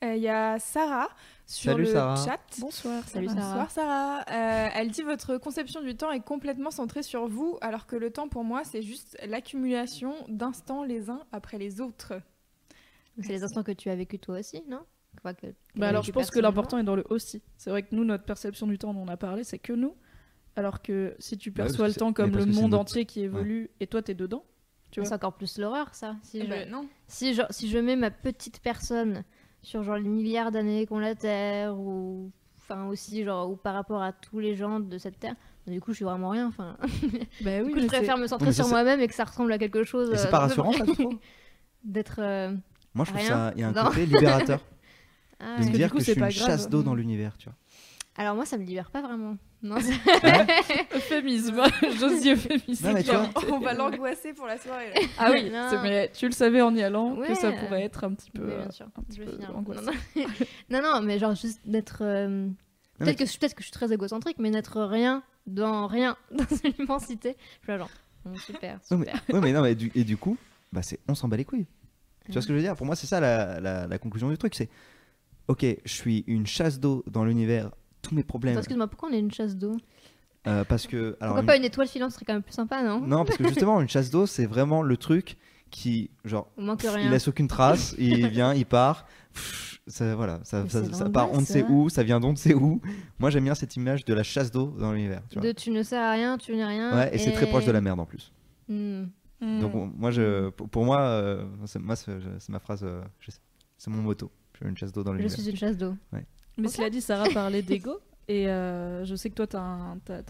S4: Euh, Il y a Sarah sur
S2: Salut,
S4: le
S2: Sarah.
S4: chat.
S1: Bonsoir.
S3: Salut,
S1: va
S4: Bonsoir Sarah. Euh, elle dit votre conception du temps est complètement centrée sur vous, alors que le temps pour moi c'est juste l'accumulation d'instants les uns après les autres.
S3: C'est les instants que tu as vécu toi aussi, non Enfin, que- que
S1: Bah
S3: t'as
S1: alors, je
S3: vécu
S1: pense que
S3: personnellement.
S1: l'important est dans le aussi. C'est vrai que nous, notre perception du temps dont on a parlé, c'est que nous. alors que si tu
S2: Bah oui,
S1: perçois
S2: parce
S1: le
S2: que
S1: temps
S2: c'est-
S1: comme
S2: mais
S1: le
S2: parce que c'est
S1: monde
S2: notre-
S1: entier qui évolue et toi t'es dedans, tu vois.
S3: C'est encore plus l'horreur, ça. Si,
S4: Eh
S3: je...
S4: ben, non.
S3: Si, genre, si je mets ma petite personne sur genre les milliards d'années qu'on la Terre ou enfin aussi genre ou par rapport à tous les gens de cette Terre, bah, du coup je suis vraiment rien. Enfin,
S1: Bah
S3: du
S1: oui,
S3: coup, je
S1: mais c'est-
S3: préfère me
S2: Non,
S3: centrer
S2: mais ça,
S3: sur
S2: c'est-
S3: moi-même et que ça ressemble à quelque chose.
S2: Et c'est
S3: euh, [LAUGHS]
S2: pas rassurant, ça, tu trouves
S3: D'être. euh,
S2: Moi, je trouve
S3: Rien.
S2: ça. Il y a un
S3: Non. [LAUGHS]
S2: côté libérateur.
S3: ah
S2: de
S3: ouais.
S2: me dire
S1: du coup,
S2: que je
S1: c'est
S2: suis une
S1: pas grave.
S2: chasse d'eau dans l'univers, tu vois.
S3: Alors moi ça me libère pas vraiment.
S2: Ah
S3: Non, c'est- [LAUGHS]
S1: euphémisme, j'ose dire euphémisme.
S2: Non, mais tu vois,
S4: [LAUGHS] On va l'angoisser pour la soirée. là.
S1: Ah oui,
S3: Non.
S1: [LAUGHS] c'est- mais tu le savais en y allant que ça
S3: Ouais.
S1: pourrait être un petit peu.
S3: Mais
S1: euh,
S3: bien sûr.
S1: un petit
S3: Je vais
S1: peu
S3: finir.
S1: angoissant.
S3: Non, non.
S2: [LAUGHS]
S3: non, non, mais genre juste d'être. euh,
S2: mais
S3: Peut-être que, je- peut-être que je suis très égocentrique, mais n'être rien dans rien [LAUGHS] dans une immensité. Je suis là, genre, bon, super,
S2: Non, mais-
S3: super.
S2: Ouais, mais non, mais du- et du coup, bah, c'est on s'en bat les couilles. Tu vois ce que je veux dire Pour moi, c'est ça la, la- la conclusion du truc. C'est ok, je suis une chasse d'eau dans l'univers. Tous mes problèmes.
S3: Attends, excuse-moi, pourquoi on est une chasse d'eau
S2: euh, parce que alors,
S3: Pourquoi
S2: une- [LAUGHS]
S3: pas une étoile filante ce serait quand même plus sympa, non
S2: non, parce que
S3: [LAUGHS]
S2: justement, une chasse d'eau, c'est vraiment le truc qui, genre,
S3: On manque
S2: pff,
S3: rien.
S2: il laisse
S3: [LAUGHS]
S2: aucune trace. il vient, il part. pff, Ça, voilà, ça,
S3: Mais
S2: ça-
S3: c'est
S2: ça part on ne
S3: l'angoisse,
S2: sait
S3: ça.
S2: où, ça vient d'on ne sait où. Moi, j'aime bien cette image de la chasse d'eau dans l'univers. tu vois.
S3: De tu ne sers à rien, tu n'es rien.
S2: Ouais, et, c'est très proche de la merde en plus.
S3: Hmm.
S1: Hmm.
S2: Donc on- moi, je, pour pour moi, euh, c'est, moi, c'est, je- c'est ma phrase, euh, je sais- c'est mon moto. Je veux une chasse d'eau dans
S3: Je
S2: l'univers.
S3: suis une chasse d'eau.
S1: Mais cela dit, Sarah parlait d'ego. Et euh, je sais que toi, tu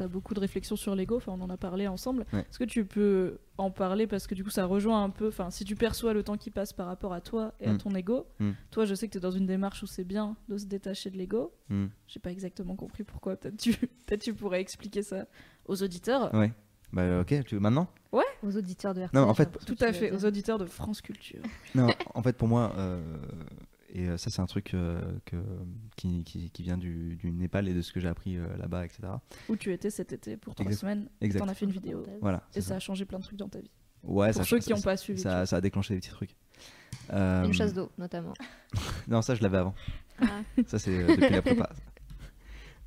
S1: as, beaucoup de réflexions sur l'ego. Enfin, on en a parlé ensemble.
S2: Ouais.
S1: Est-ce que tu peux en parler Parce que du coup, ça rejoint un peu. Enfin, si tu perçois le temps qui passe par rapport à toi et à
S2: Mm.
S1: ton ego,
S2: Mm.
S1: toi, je sais que tu es dans une démarche où c'est bien de se détacher de l'ego.
S2: Mm.
S1: J'ai pas exactement compris pourquoi. Peut-être tu, [LAUGHS] peut-être tu pourrais expliquer ça aux auditeurs.
S2: Ouais. Bah euh, ok, tu veux maintenant
S3: Aux auditeurs de RTL.
S2: Non, en fait-
S3: j'ai l'impression
S1: Tout
S3: hein, que
S1: à
S3: tu
S1: fait,
S3: vas
S1: aux
S3: dire.
S1: auditeurs de France Culture.
S3: [LAUGHS]
S2: Non, en fait pour moi, euh, et euh, ça c'est un truc euh, que, qui, qui- qui vient du, du Népal et de ce que j'ai appris euh, là-bas, etc.
S1: Où tu étais cet été pour trois
S2: Exact-
S1: semaines.
S2: Exact.
S1: T'en as fait une vidéo.
S2: Voilà.
S1: Et
S2: c'est
S1: ça a changé plein de trucs dans ta vie.
S2: Ouais,
S1: pour
S2: ça,
S1: ceux
S2: ça-
S1: qui n'ont
S2: ça-
S1: pas suivi.
S2: ça, ça a déclenché des petits trucs. Euh,
S3: Une chasse d'eau, notamment.
S2: [LAUGHS] Non, ça je l'avais avant.
S3: Ah.
S2: Ça c'est euh, depuis la prépa.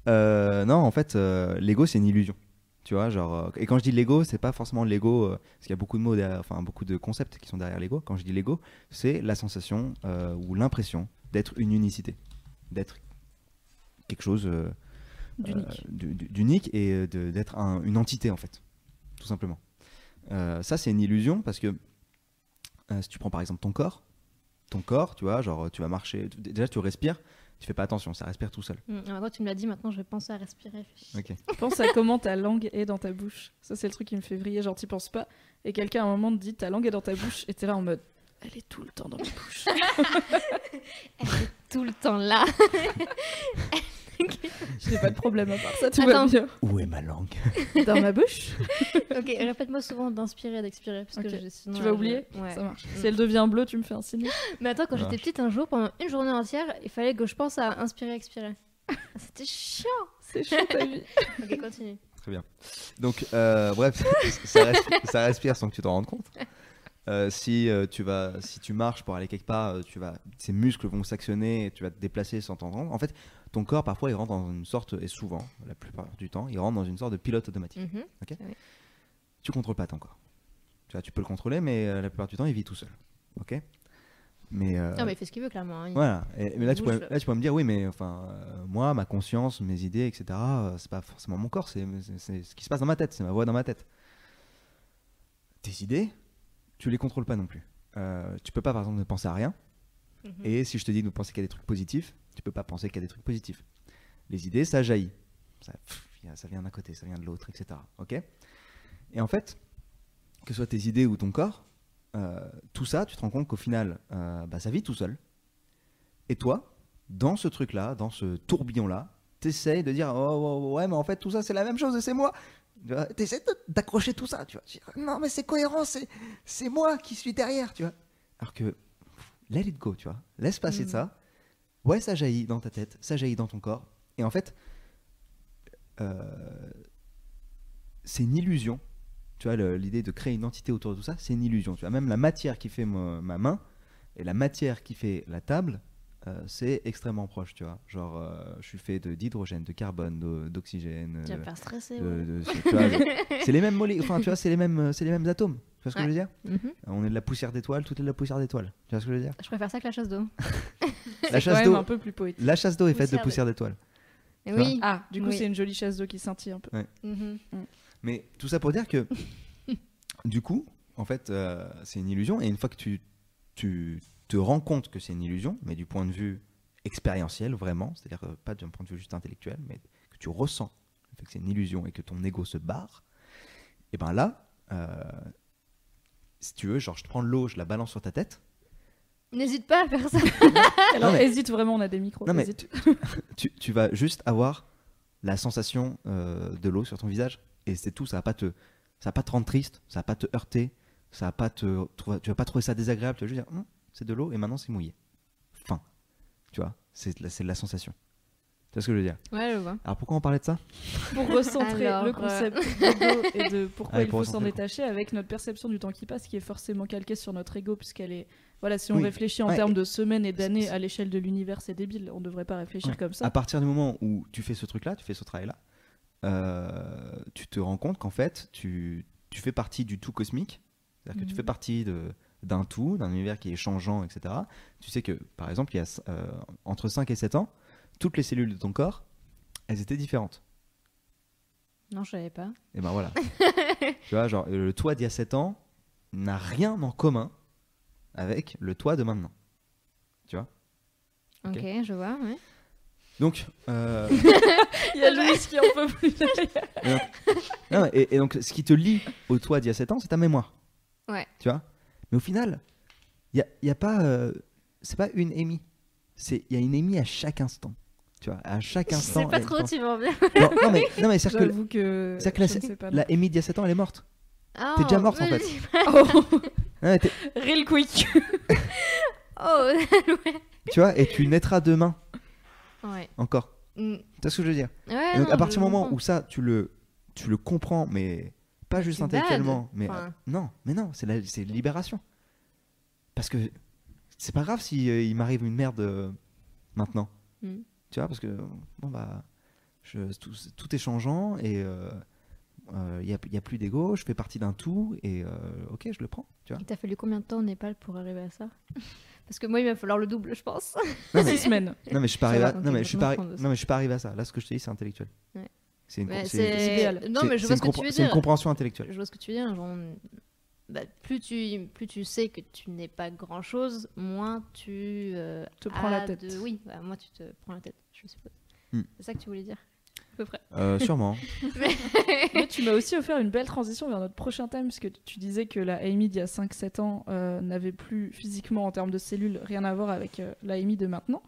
S2: Euh, non, en fait, euh, l'ego c'est une illusion. Tu vois, genre, euh, et quand je dis l'ego, c'est pas forcément l'ego, euh, parce qu'il y a beaucoup de mots, derrière, enfin beaucoup de concepts qui sont derrière l'ego. Quand je dis l'ego, c'est la sensation euh, ou l'impression d'être une unicité, d'être quelque chose euh,
S1: D'unique.
S2: euh, du- du- d'unique et euh, de- d'être un- une entité en fait, tout simplement. Euh, ça, c'est une illusion parce que euh, si tu prends par exemple ton corps, ton corps, tu vois, genre tu vas marcher, tu- déjà tu respires, tu fais pas attention, ça respire tout seul.
S3: Hmm, en même temps, tu me l'as dit, maintenant je vais penser à respirer.
S2: Ok.
S1: Pense à comment ta langue est dans ta bouche. Ça, c'est le truc qui me fait vriller, genre t'y penses pas. Et quelqu'un à un moment te dit ta langue est dans ta bouche, et t'es là en mode elle est tout le temps dans ma
S3: [LAUGHS]
S1: bouche.
S3: Tout le temps là.
S1: Je n'ai pas de problème à part ça, tout va
S3: Attends.
S1: bien.
S2: Où est ma langue
S1: Dans ma bouche
S3: ok, répète-moi souvent d'inspirer et d'expirer. Parce que
S1: Ok.
S3: je- sinon,
S1: Tu
S3: là,
S1: vas
S3: je-
S1: oublier
S3: Ouais. Mm.
S1: Ça marche. Si elle devient bleue, tu me fais un signe.
S3: Mais attends, quand
S2: Ça
S3: j'étais petite, un jour, pendant une journée entière, il fallait que je pense à inspirer, expirer. Ah, C'était chiant.
S1: C'est chaud ta vie.
S3: Ok, continue.
S2: Très bien. Donc, euh, bref, [LAUGHS] ça, respire, ça respire sans que tu t'en rendes compte. Euh, si, euh, tu vas, si tu marches pour aller quelque part, euh, tu vas, ces muscles vont s'actionner, et tu vas te déplacer sans t'en rendre. compte. En fait, ton corps, parfois, il rentre dans une sorte, et souvent, la plupart du temps, il rentre dans une sorte de pilote automatique.
S3: Mhm.
S2: tu contrôles pas ton corps. Tu vois, tu peux le contrôler, mais euh, la plupart du temps, il vit tout seul. Ok Mais euh,
S3: Non, mais il fait ce qu'il veut, clairement. hein. Il-
S2: voilà. Et- mais là, tu
S3: bouge,
S2: pourrais,
S3: là.
S2: là, tu pourrais me dire, oui, mais enfin, euh, moi, ma conscience, mes idées, etc. euh, c'est pas forcément mon corps, c'est c'est- c'est ce qui se passe dans ma tête, c'est ma voix dans ma tête. Tes idées, tu les contrôles pas non plus. Euh, tu peux pas, par exemple, ne penser à rien.
S3: Mhm.
S2: Et si je te dis de penser qu'il y a des trucs positifs, tu peux pas penser qu'il y a des trucs positifs. Les idées, ça jaillit. Ça, pff, y a- ça vient d'un côté, ça vient de l'autre, etc. Ok Et en fait, que ce soit tes idées ou ton corps, euh, tout ça, tu te rends compte qu'au final, euh, bah, ça vit tout seul. Et toi, dans ce truc-là, dans ce tourbillon-là, t'essayes de dire oh, ouais, ouais, mais en fait, tout ça, c'est la même chose et c'est moi. Tu vois, T'essayes de- d'accrocher tout ça, tu vois. Tu dis, non, mais c'est cohérent, c'est c'est moi qui suis derrière, tu vois. Alors que let it go, tu vois. Laisse
S3: Mm.
S2: passer de ça. Ouais, ça jaillit dans ta tête, ça jaillit dans ton corps. Et en fait, euh, c'est une illusion. Tu vois, le- l'idée de créer une entité autour de tout ça, c'est une illusion. Tu vois, même la matière qui fait mo- ma main et la matière qui fait la table, euh, c'est extrêmement proche, tu vois. Genre, euh, je suis fait de- d'hydrogène, de carbone, de- d'oxygène.
S3: Tu vas
S2: euh,
S3: me faire stresser.
S2: de-
S3: ouais.
S2: de- c'est- tu vois,
S3: [LAUGHS]
S2: je- c'est les mêmes molé- enfin, tu vois, c'est les mêmes, euh, c'est les mêmes atomes. Tu vois ce que
S3: Ouais.
S2: je veux dire
S3: Mhm.
S2: On est de la poussière d'étoiles, tout est de la poussière d'étoiles. Tu vois ce que je veux dire
S3: Je préfère ça que la chasse d'eau.
S2: La
S1: C'est quand
S2: chasse
S1: même
S2: d'eau,
S1: un peu plus poétique.
S2: la chasse d'eau est faite de
S3: Poussière
S2: poussière d'étoiles.
S3: Et
S2: Ah.
S3: oui.
S1: Ah, du coup,
S3: Oui.
S1: c'est une jolie chasse d'eau qui scintille un
S3: [LAUGHS]
S1: peu.
S3: Mhm.
S2: Mais tout ça pour dire que, [LAUGHS] du coup, en fait, euh, c'est une illusion. Et une fois que tu, tu te rends compte que c'est une illusion, mais du point de vue expérientiel, vraiment, c'est-à-dire euh, pas d'un point de vue juste intellectuel, mais que tu ressens le fait que c'est une illusion et que ton ego se barre, et ben là, euh, si tu veux, genre, je te prends de l'eau, je la balance sur ta tête.
S3: N'hésite pas à
S1: [LAUGHS]
S3: faire ça.
S1: Alors,
S2: Non, mais-
S1: hésite vraiment, on a des micros.
S2: Non, mais
S1: hésite.
S2: Tu, [LAUGHS] tu vas juste avoir la sensation euh, de l'eau sur ton visage. Et c'est tout, ça va pas te, ça va pas te rendre triste, ça va pas te heurter, ça va pas te, tu vas- tu vas pas trouver ça désagréable, tu vas juste dire, Hum, c'est de l'eau et maintenant c'est mouillé. Fin. Tu vois, c'est de la- c'est de la sensation. Tu vois ce que je veux dire
S3: ouais, je vois.
S2: Alors pourquoi on parlait de ça
S1: Pour recentrer
S3: Alors,
S1: le [LAUGHS]
S3: euh,
S1: concept d'ego et de pourquoi
S2: Ouais,
S1: il
S2: Ah,
S1: faut
S2: pour recentrer
S1: s'en
S2: le
S1: détacher avec notre perception du temps qui passe, qui est forcément calquée sur notre ego, puisqu'elle est. Voilà, si on
S2: Oui.
S1: réfléchit en
S2: Ouais.
S1: termes de semaines et d'années
S2: C'est-
S1: à l'échelle de l'univers, c'est débile. On devrait pas réfléchir
S2: Ouais.
S1: comme ça.
S2: À partir du moment où tu fais ce truc-là, tu fais ce travail-là, euh, tu te rends compte qu'en fait, tu, tu fais partie du tout cosmique. C'est-à-dire que tu
S1: Mhm.
S2: fais partie de- d'un tout, d'un univers qui est changeant, etc. Tu sais que, par exemple, il y a, euh, entre 5 et 7 ans, toutes les cellules de ton corps, elles étaient différentes.
S3: Non, je savais pas.
S2: Et
S1: [LAUGHS]
S2: ben voilà. tu vois, genre, le toi d'il y a 7 ans n'a rien en commun avec le toi de maintenant.
S3: Ok, je vois. Ouais.
S2: Donc, euh,
S1: Il y a Louis qui en peut
S3: [LAUGHS]
S1: plus. [LAUGHS]
S2: Non, et, et donc, ce qui te lie au toi d'il y a 7 ans, c'est ta mémoire.
S3: Ouais.
S2: Tu vois Mais au final, il n'y a, y a pas. euh, c'est pas une émie. Il y a une émie à chaque instant. Tu vois, à chaque
S3: Je
S2: instant.
S3: sais pas
S2: y a une
S3: trop où
S2: pensée.
S3: tu veux en venir.
S2: Non, non, mais, non, mais
S3: [LAUGHS]
S2: c'est-à-dire que,
S1: J'avoue que.
S2: c'est-à-dire que la,
S1: je ne sais pas, non.
S2: la émie d'il y a 7 ans, elle est morte.
S3: Ah,
S2: T'es déjà morte, en
S3: oui,
S2: fait.
S3: oui.
S1: Oh,
S2: [LAUGHS] Non, mais t'es-
S1: real quick.
S3: [LAUGHS] Oh,
S2: tu vois, et tu naîtras demain
S3: ouais.
S2: encore.
S3: Mm.
S2: Tu vois ce que je veux dire
S3: Ouais,
S2: Et donc,
S3: non,
S2: à partir
S3: je
S2: du moment
S3: comprends.
S2: où ça, tu le, tu le comprends, mais pas juste
S3: Tu
S2: intellectuellement, mais
S3: enfin.
S2: euh, non, mais non, c'est la- c'est libération. Parce que c'est pas grave si euh, il m'arrive une merde euh, maintenant.
S3: Mm.
S2: Tu vois, parce que bon bah, je- tout, tout est changeant et il n'y a, y a plus d'ego, je fais partie d'un tout et euh, ok, je le prends. Tu vois.
S3: Il t'a fallu combien de temps au Népal pour arriver à ça [LAUGHS] Parce que moi, il va falloir le double, je pense.
S2: Non mais,
S1: Six semaines.
S2: non, mais je suis pas
S3: [LAUGHS] Ça
S2: arrivé
S3: va,
S2: à,
S3: ok,
S2: non, mais je suis pas,
S3: maintenant, je prends de
S2: non mais je suis pas arrivé à ça. Là, ce que je te dis, c'est intellectuel.
S3: Ouais.
S2: C'est une,
S3: Ouais,
S2: c'est-
S1: c'est idéal.
S3: Non,
S2: c'est-
S3: mais je
S2: c'est
S3: vois
S2: une
S3: ce que
S2: compre-
S3: tu veux
S2: C'est une
S3: dire.
S2: compréhension intellectuelle.
S3: Je vois ce que tu veux dire. Genre, on- bah, plus, tu, plus tu sais que tu n'es pas grand chose, moins tu. euh,
S1: Te prends la
S3: as
S1: tête.
S3: de- Oui, bah, moi, tu te prends la tête, je suppose.
S2: Hmm.
S3: C'est ça que tu voulais dire À peu près.
S2: Euh, sûrement.
S1: Mais tu m'as aussi offert une belle transition vers notre prochain thème, parce que tu disais que la Amy d'il y a 5-7 ans euh, n'avait plus physiquement, en termes de cellules, rien à voir avec euh, la Amy de maintenant.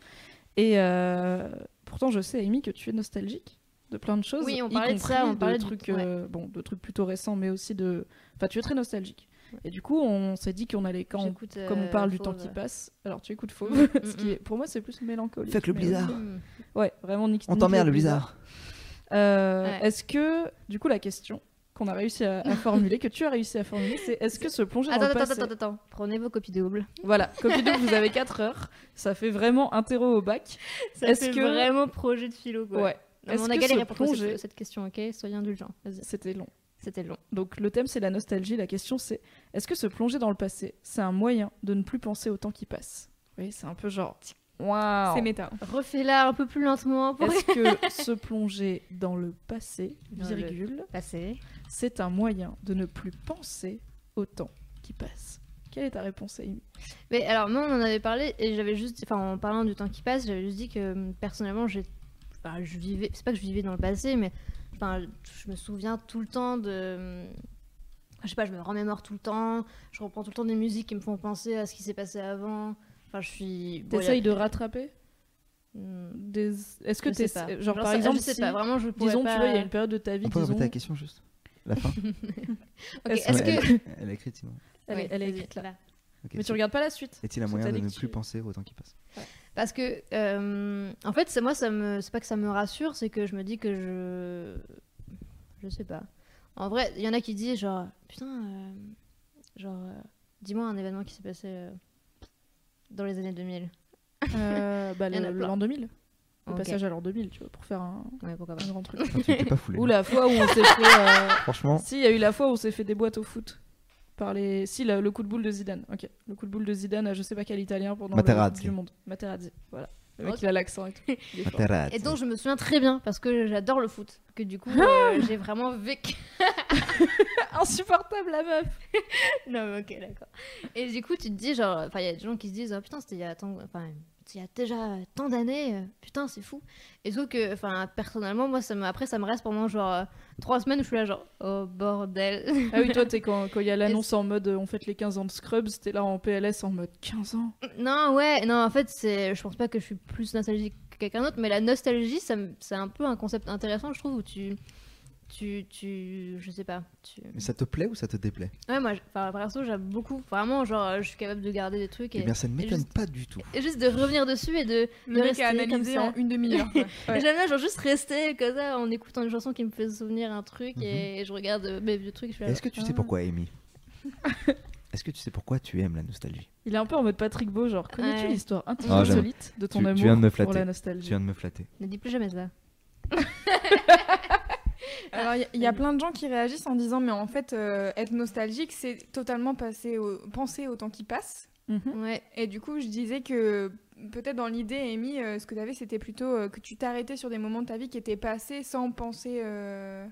S1: Et euh, pourtant, je sais, Amy, que tu es nostalgique de plein de choses.
S3: Oui, on
S1: y
S3: parlait de
S1: compris
S3: ça, on parlait du-
S1: trucs, euh, bon, de trucs plutôt récents, mais aussi de. Enfin, tu es très nostalgique.
S3: Ouais.
S1: Et du coup, on s'est dit qu'on allait, quand
S3: J'écoute,
S1: comme on
S3: euh,
S1: parle du
S3: Fauve.
S1: temps qui passe, alors tu écoutes Fauve,
S3: Mm,
S1: [LAUGHS] ce
S3: mm,
S1: qui
S3: mm.
S1: est, pour moi, c'est plus mélancolique.
S2: Fuck le
S1: mais-
S2: blizzard.
S3: Hmm.
S1: Ouais, vraiment, nique,
S2: On
S1: nique
S2: t'emmerde le blizzard.
S1: euh,
S3: Ouais.
S1: Est-ce que, du coup, la question qu'on a réussi à, à formuler, que tu as réussi à formuler, c'est est-ce que se plonger dans
S3: Attends,
S1: le
S3: attends,
S1: passé...
S3: attends, attends, attends. Prenez vos copies doubles.
S1: Voilà, copie double, vous avez 4 heures, ça fait vraiment interro au bac.
S3: [LAUGHS] Ça
S1: Est-ce
S3: fait
S1: que-
S3: vraiment projet de philo, quoi.
S1: Ouais,
S3: Non, mais
S1: Est-ce
S3: on a
S1: que
S3: galéré
S1: se
S3: à propos de
S1: plonger-
S3: cette, cette question, ok Soyez indulgents. Vas-y.
S1: c'était long.
S3: C'était long.
S1: Donc le thème, c'est la nostalgie, la question c'est est-ce que se plonger dans le passé, c'est un moyen de ne plus penser au temps qui passe Oui, c'est un peu genre... Waouh
S4: C'est [LAUGHS] méta.
S3: Refais-la un peu plus lentement pour [LAUGHS]
S1: Est-ce que se plonger dans le passé,
S3: Dans le-
S1: virgule,
S3: passer.
S1: c'est un moyen de ne plus penser au temps qui passe Quelle est ta réponse, Amy
S3: Mais alors, moi, on en avait parlé et j'avais juste, enfin, en parlant du temps qui passe, j'avais juste dit que euh, personnellement, j'ai, enfin, je vivais, c'est pas que je vivais dans le passé, mais enfin, je me souviens tout le temps de, hum, je sais pas, je me remémore tout le temps, je reprends tout le temps des musiques qui me font penser à ce qui s'est passé avant. Enfin, je suis. bon,
S1: T'essayes
S3: il y
S1: de
S3: a-
S1: rattraper
S3: Hmm,
S1: des... Est-ce que
S3: je sais
S1: t'es
S3: pas.
S1: genre, par
S3: ça-
S1: exemple
S3: je sais
S1: si-
S3: pas, vraiment, je pourrais
S1: disons
S3: pas.
S1: tu vois il y a une période de ta vie
S2: On peut
S1: disons
S2: répéter la question juste La fin
S3: Ok,
S1: est-ce
S3: est-ce
S2: Ouais,
S3: que
S2: elle, elle est écrite, sinon.
S1: elle,
S3: Ouais,
S1: est- elle est
S3: vas-y,
S1: écrite là.
S3: là.
S2: Ok,
S1: Mais
S2: c'est-
S1: tu regardes pas la suite.
S2: Est-il un
S1: parce que
S2: moyen
S1: t'as
S2: de
S1: dit
S2: ne
S1: que
S2: plus
S1: tu-
S2: penser au temps
S1: [LAUGHS]
S2: qui passe
S3: Parce que, euh, en fait, c'est- moi, ça me, c'est pas que ça me rassure, c'est que je me dis que je, je sais pas. En vrai, il y en a qui disent genre, putain, euh, genre, euh, dis-moi un événement qui s'est passé euh, dans les années 2000.
S1: Euh, bah,
S3: [LAUGHS] Il y en a
S1: le-
S3: plein.
S1: l'an 2000. Le
S3: Ok.
S1: passage à l'an 2000, tu vois, pour faire un,
S3: Ouais, pourquoi pas.
S1: un grand
S2: [LAUGHS]
S1: truc.
S2: Putain, Tu t'es pas foulé.
S1: Ou la fois où on s'est fait.
S2: [LAUGHS]
S1: euh,
S2: Franchement,
S1: Si, il y a eu la fois où on s'est fait des boîtes au foot. Par les... Si, la- le coup de boule de Zidane. Ok, le coup de boule de Zidane à je sais pas quel italien pendant
S2: Materazzi.
S1: le Coupe du monde. Materazzi, voilà. Le mec,
S3: Ok.
S1: il a l'accent et
S3: [LAUGHS]
S1: tout. Il est fort.
S3: Et donc je me souviens très bien parce que j'adore le foot.
S1: [LAUGHS]
S3: Que du coup euh, j'ai vraiment vécu.
S1: Insupportable, la meuf
S3: [LAUGHS] non mais ok d'accord. Et du coup tu te dis genre, enfin il y a des gens qui se disent oh, putain c'était il y a tant, enfin il y a déjà tant d'années, euh, putain c'est fou. Et sauf que enfin personnellement moi ça me, après ça me reste pendant genre euh, trois semaines où je suis là genre oh bordel. [LAUGHS]
S1: Ah oui, toi, t'es quand quand il y a l'annonce en mode euh, on fête les 15 ans de Scrubs, t'es là en PLS en mode 15 ans.
S3: non ouais non en fait c'est, je pense pas que je suis plus nostalgique que quelqu'un d'autre, mais la nostalgie ça me- c'est un peu un concept intéressant je trouve où tu tu, tu, je sais pas, tu...
S2: Mais ça te plaît ou ça te déplaît
S3: Ouais, moi, j'- enfin, perso, j'aime beaucoup. Vraiment, genre, euh, je suis capable de garder des trucs
S2: Eh
S3: et,
S2: bien, ça ne m'étonne
S3: juste-
S2: pas du tout.
S3: et juste de revenir dessus et de.
S4: Le mec a
S3: rester comme
S4: analysé
S3: ça.
S4: en une demi-heure.
S3: [LAUGHS]
S4: quoi. Ouais.
S3: et J'aime bien, genre, juste rester comme ça en écoutant une chanson qui me fait souvenir un truc
S1: Mhm.
S3: et je regarde euh, mes vieux trucs. je suis là,
S2: Est-ce que tu sais
S3: ah.
S2: pourquoi, Amy
S1: [LAUGHS]
S2: Est-ce que tu sais pourquoi tu aimes la nostalgie
S1: Il est un peu en mode Patrick Beau, genre connais-tu
S3: Ouais.
S1: l'histoire intime
S2: Ah, j'aime.
S1: insolite de ton
S2: Tu- tu
S1: amour
S2: viens de me
S1: pour
S2: flatter.
S1: la
S2: Tu
S1: nostalgie
S2: viens de me flatter.
S3: Ne dis plus jamais
S1: Hein
S3: ça.
S4: Alors, il y a- il y, a plein de gens qui réagissent en disant, mais en fait, euh, être nostalgique, c'est totalement passer au, penser au temps qui passe.
S1: Mhm.
S3: Ouais,
S4: Et du coup, je disais que peut-être dans l'idée, Amy, euh, ce que tu avais, c'était plutôt euh, que tu t'arrêtais sur des moments de ta vie qui étaient passés sans penser. euh,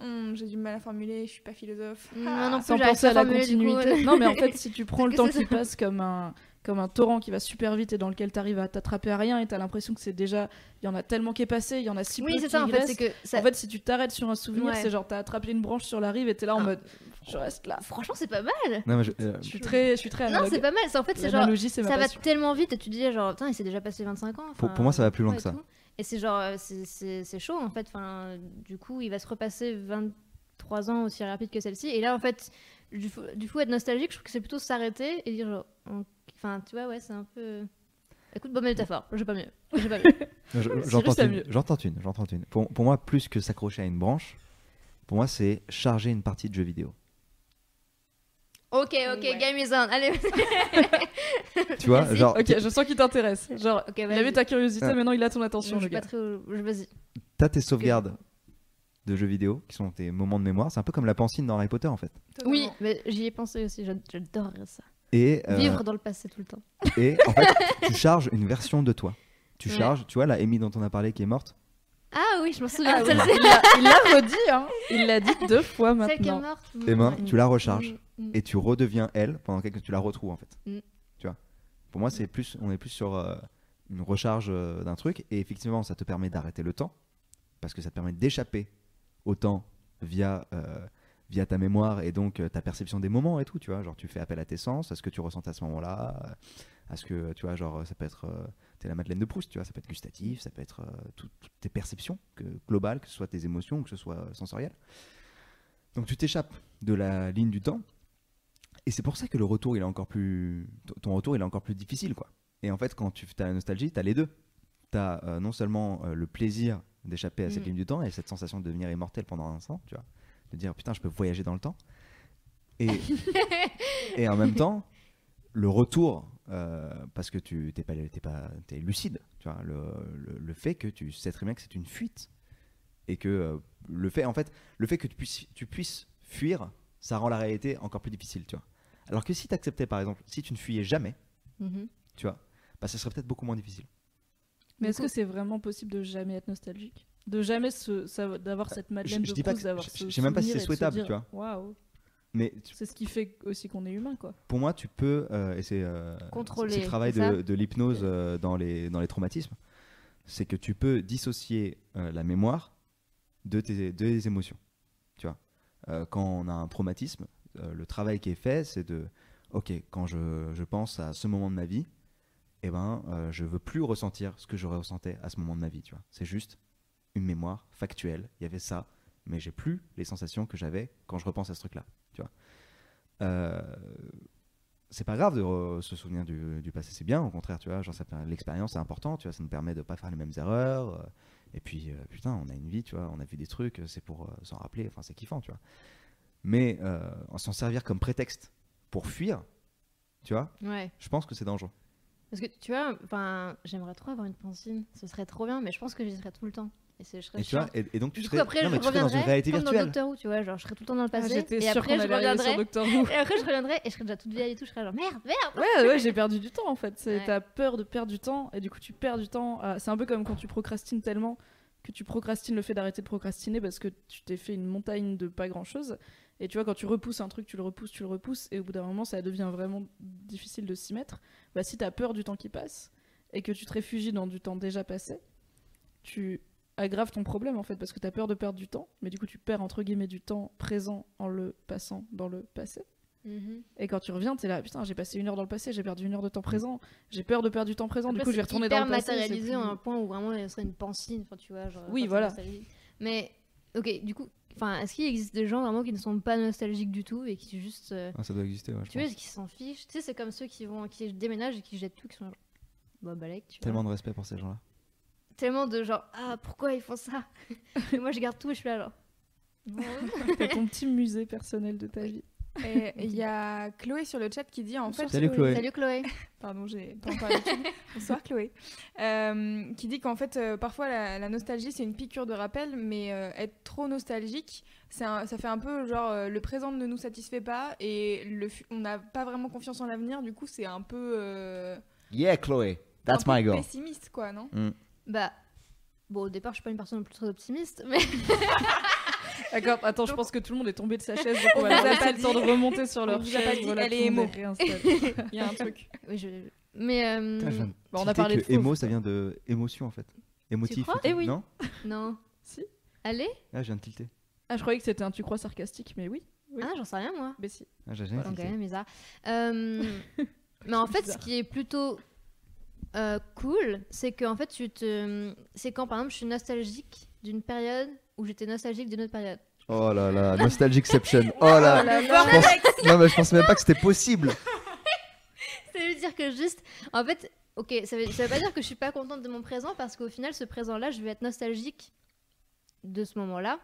S4: Hum, J'ai du mal à formuler, je suis pas philosophe.
S3: Non,
S4: Ah,
S3: non.
S1: Sans
S3: J'arrive
S1: penser
S3: pas
S1: à la
S3: formuler, du coup,
S1: continuité.
S3: ouais.
S1: Non, mais en fait, si
S3: [LAUGHS]
S1: tu prends le
S3: que
S1: temps
S3: c'est
S1: qui passe comme un, comme un torrent qui va super vite et dans lequel t'arrives à t'attraper à rien et t'as l'impression que c'est déjà. Il y en a tellement qui est passé, il y en a
S3: [LAUGHS]
S1: si
S3: oui,
S1: peu
S3: c'est
S1: qui
S3: ça en
S1: y
S3: fait.
S1: restent.
S3: C'est que ça...
S1: En fait, si tu t'arrêtes sur un souvenir,
S3: Ouais.
S1: c'est genre t'as attrapé une branche sur la rive et t'es là en
S3: Ah.
S1: mode je reste là.
S3: franchement, c'est pas mal.
S2: Non, mais je- euh,
S1: Je suis très, je suis très
S3: Non,
S1: analogue.
S3: c'est pas mal. C'est en fait, c'est genre.
S1: L'analogie, c'est ma
S3: Ça va
S1: passion.
S3: tellement vite et tu te dis, genre, putain, il s'est déjà passé 25 ans.
S2: Pour-
S3: enfin,
S2: pour moi, ça va plus loin
S3: ouais,
S2: que ça.
S3: tout. Et c'est genre, euh, c'est- c'est c'est chaud en fait. Enfin, du coup, il va se repasser 23 ans aussi rapide que celle-ci. Et là, en fait, du, fo- du coup, être nostalgique, je trouve que c'est plutôt s'arrêter et dire, genre, on- enfin, tu vois, ouais, c'est un peu. Écoute, bonne métaphore, j'ai pas mieux. J'ai pas mieux. [LAUGHS]
S2: je-
S1: [LAUGHS] C'est
S2: j'entends
S1: juste la
S2: une,
S1: mieux.
S2: j'entends une, j'entends une. Pour, pour moi, plus que s'accrocher à une branche, pour moi, c'est charger une partie de
S1: [LAUGHS]
S2: jeu vidéo.
S3: ok, ok,
S4: Ouais.
S3: game is on. Allez, vas-y.
S2: Tu vois,
S3: Vas-y.
S2: genre,
S1: Ok, je sens qu'il t'intéresse. Genre,
S3: Ok,
S1: il
S3: vas-y.
S1: avait ta curiosité,
S2: Ah.
S1: maintenant il a ton
S3: Je
S1: attention,
S3: suis
S1: le
S3: pas
S1: gars.
S3: très. je- Vas-y.
S2: t'as tes sauvegardes de jeux vidéo qui sont tes moments de mémoire. C'est un peu comme la pensine dans Harry Potter, en fait.
S4: totalement.
S3: Oui, mais j'y ai pensé aussi, j'ad- j'adorerais ça.
S2: Et euh,
S3: Vivre dans le passé tout le temps.
S2: Et en fait, tu charges une version de toi. Tu
S3: Ouais.
S2: charges, tu vois, la Amy dont on a parlé qui est morte.
S3: Ah oui, je me souviens.
S1: Ah oui,
S3: celle-ci.
S1: Il l'a- il l'a redit,
S2: [LAUGHS]
S1: hein. il l'a dit deux fois
S3: Celle qui est
S1: maintenant.
S3: morte.
S2: Eh ben,
S3: Mm.
S2: tu la recharges
S3: Mm.
S2: et tu redeviens elle pendant que tu la retrouves en fait.
S3: Mm.
S2: Tu vois. Pour moi, c'est plus, on est plus sur euh, une recharge euh, d'un truc. Et effectivement, ça te permet d'arrêter le temps parce que ça te permet d'échapper au temps via euh, via ta mémoire et donc euh, ta perception des moments et tout. Tu vois, genre tu fais appel à tes sens, à ce que tu ressentais à ce moment-là, euh, à ce que tu vois, genre ça peut être euh, T'es la Madeleine de Proust, tu vois, ça peut être gustatif, ça peut être euh, tout- toutes tes perceptions que, globales, que ce soit tes émotions, que ce soit euh, sensoriel. Donc tu t'échappes de la ligne du temps, et c'est pour ça que le retour, il est encore plus, ton- ton retour, il est encore plus difficile, quoi. Et en fait, quand tu as la nostalgie, tu as les deux. Tu as non seulement euh, le plaisir d'échapper à cette
S3: Mm.
S2: ligne du temps et cette sensation de devenir immortel pendant un instant, tu vois, de dire putain, je peux voyager dans le temps. Et, et en même temps, le retour, euh, parce que tu t'es pas, t'es pas, t'es lucide, tu vois, le, le- le fait que tu sais très bien que c'est une fuite et que euh, le fait, en fait, le fait que tu puisses, tu puisses fuir, ça rend la réalité encore plus difficile, tu vois. Alors que si tu acceptais, par exemple, si tu ne fuyais jamais,
S3: Mhm.
S2: tu vois, bah, ça serait peut-être beaucoup moins difficile.
S1: Mais est-ce que c'est vraiment possible de jamais être nostalgique De jamais se- savoir- d'avoir cette Madeleine
S2: Bah, je
S1: de
S2: dis pas
S1: Proust,
S2: que-
S1: d'avoir
S2: je-
S1: ce
S2: je sais même pas si
S1: souvenir
S2: c'est
S1: et de se
S2: souhaitable,
S1: dire,
S2: tu vois. Bah,
S1: Waouh,
S2: Mais tu-
S1: c'est ce qui fait aussi qu'on est humain, quoi.
S2: pour moi, tu peux, euh, et c'est euh,
S3: Contrôler,
S2: c'est le travail
S3: c'est ça
S2: de, de l'hypnose euh, dans, les, dans les traumatismes, c'est que tu peux dissocier euh, la mémoire de tes, de tes émotions. Tu vois, Euh, quand on a un traumatisme, euh, le travail qui est fait, c'est de, ok, quand je, je pense à ce moment de ma vie, eh ben, euh, je veux plus ressentir ce que je ressentais à ce moment de ma vie. Tu vois, c'est juste une mémoire factuelle. Il y avait ça, mais j'ai plus les sensations que j'avais quand je repense à ce truc-là. Tu vois. Euh, c'est pas grave de re- se souvenir du, du passé, c'est bien, au contraire, tu vois, genre ça per- l'expérience c'est important, tu vois, ça nous permet de pas faire les mêmes erreurs. euh, et puis euh, putain, on a une vie, tu vois, on a vu des trucs, euh, c'est pour euh, s'en rappeler, enfin c'est kiffant, tu vois. Mais euh, en s'en servir comme prétexte pour fuir, tu vois,
S3: Ouais.
S2: je pense que c'est dangereux.
S3: Bah, Parce que tu vois, enfin, j'aimerais trop avoir une pancine, ce serait trop bien, mais je pense que j'y serais tout le temps. Et c'est- je serais
S2: Et, tu vois,
S3: chiante.
S2: et, et donc tu
S3: Du
S2: serais,
S3: coup, après,
S2: non, mais
S3: je
S2: tu serais dans une
S3: reviendrais
S2: réalité
S3: comme dans
S2: virtuelle.
S3: Doctor Who, tu vois, genre je serais tout le temps dans le
S1: Ah,
S3: passé,
S1: J'étais
S3: et
S1: sûre
S3: après
S1: qu'on
S3: je
S1: allait aller sur
S3: reviendrais,
S1: Doctor Who.
S3: [LAUGHS] et après je reviendrais, et je serais déjà toute vieille et tout, je serais genre merde, merde
S1: Ouais, ouais, j'ai perdu du temps en fait. C'est-
S3: Ouais.
S1: T'as peur de perdre du temps et du coup tu perds du temps. à- C'est un peu comme quand tu procrastines tellement que tu procrastines le fait d'arrêter de procrastiner parce que tu t'es fait une montagne de pas grand chose. Et tu vois, quand tu repousses un truc, tu le repousses, tu le repousses, et au bout d'un moment, ça devient vraiment difficile de s'y mettre. Bah, si t'as peur du temps qui passe et que tu te réfugies dans du temps déjà passé, tu aggraves ton problème en fait parce que t'as peur de perdre du temps, mais du coup, tu perds entre guillemets du temps présent en le passant dans le passé.
S3: Mhm.
S1: Et quand tu reviens, t'es là, putain, j'ai passé une heure dans le passé, j'ai perdu une heure de
S4: Mm.
S1: temps présent, j'ai peur de perdre du temps
S4: Ah
S1: présent, du
S4: bah
S1: coup
S3: Après,
S1: je vais
S3: c'est
S1: retourner dans
S3: hyper
S1: le passé. c'est
S3: matérialisé
S1: plus-
S3: à un point où vraiment il serait une pancine, enfin, tu vois, genre,
S1: Oui,
S3: quand on
S1: voilà.
S3: nostalgie. Mais ok, du coup, enfin, est-ce qu'il existe des gens vraiment qui ne sont pas nostalgiques du tout et qui juste, euh,
S2: Ah, ça doit exister, ouais, je
S3: tu
S2: pense.
S3: vois, qui s'en fichent Tu sais, c'est comme ceux qui vont, qui déménagent et qui jettent tout, qui sont genre, bah balèque, tu vois.
S2: Tellement de respect pour ces gens-là.
S3: Tellement de genre, ah pourquoi ils font ça [LAUGHS] Et moi je garde tout et je suis là genre. [LAUGHS]
S4: hein.
S1: T'as [LAUGHS] ton petit musée personnel de ta
S3: Oui.
S1: vie.
S4: Et Il y a Chloé sur le chat qui dit en fait. euh,
S2: Salut Chloé.
S3: Salut Chloé.
S4: Pardon, j'ai pas encore l'habitude. [LAUGHS] Bonsoir Chloé. Euh, qui dit qu'en fait, euh, parfois la, la nostalgie, c'est une piqûre de rappel, mais euh, être trop nostalgique, c'est un- ça fait un peu genre euh, le présent ne nous satisfait pas et le, fu- on n'a pas vraiment confiance en l'avenir, du coup, c'est un peu. euh,
S2: Yeah, Chloé, that's
S4: un peu
S2: my girl.
S4: pessimiste, quoi, non
S3: Bah, bon, au départ, je suis pas une personne non plus très optimiste, mais [LAUGHS]
S1: D'accord, Ah, attends, je pense que tout le monde est tombé de sa chaise,
S4: [LAUGHS]
S1: donc on
S4: vous
S1: va leur
S4: a pas
S1: laisser le temps de
S4: dit-
S1: remonter sur
S4: on
S1: leur
S4: vous a pas
S1: chaise.
S4: dit,
S1: voilà,
S4: elle
S1: tout
S4: est
S1: le monde
S4: émo.
S1: réinstallé.
S4: [LAUGHS] Il y a un truc.
S3: oui, je- mais euh,
S2: Putain, je viens de
S1: Bah, on a
S2: tilter
S1: parlé
S2: que
S1: de
S2: émo,
S1: faux,
S2: ça vient de émotion en fait. Émotif.
S3: crois
S2: tout.
S1: Eh oui.
S2: Non
S3: non.
S1: Si.
S3: Allez
S2: Ah, je viens de tilter.
S1: Ah, je croyais que c'était un tu crois sarcastique, mais oui. Oui.
S3: Ah, j'en sais rien moi.
S1: Mais si.
S2: Ah, j'ai jamais
S3: Ok,
S2: tilté. [LAUGHS]
S3: bizarre. Euh, mais en
S1: C'est
S3: fait, ce
S1: bizarre.
S3: qui est plutôt euh, cool, c'est que en fait, tu te, c'est quand par exemple, je suis nostalgique d'une période où j'étais nostalgique d'une autre période.
S2: Oh là là, Nostalgicception. Oh là je pense... Non, mais je pensais même pas que c'était possible.
S3: [LAUGHS] Ça veut dire que juste, en fait, ok, ça veut, ça veut pas dire que je suis pas contente de mon présent parce qu'au final, ce présent-là, je vais être nostalgique de ce moment-là.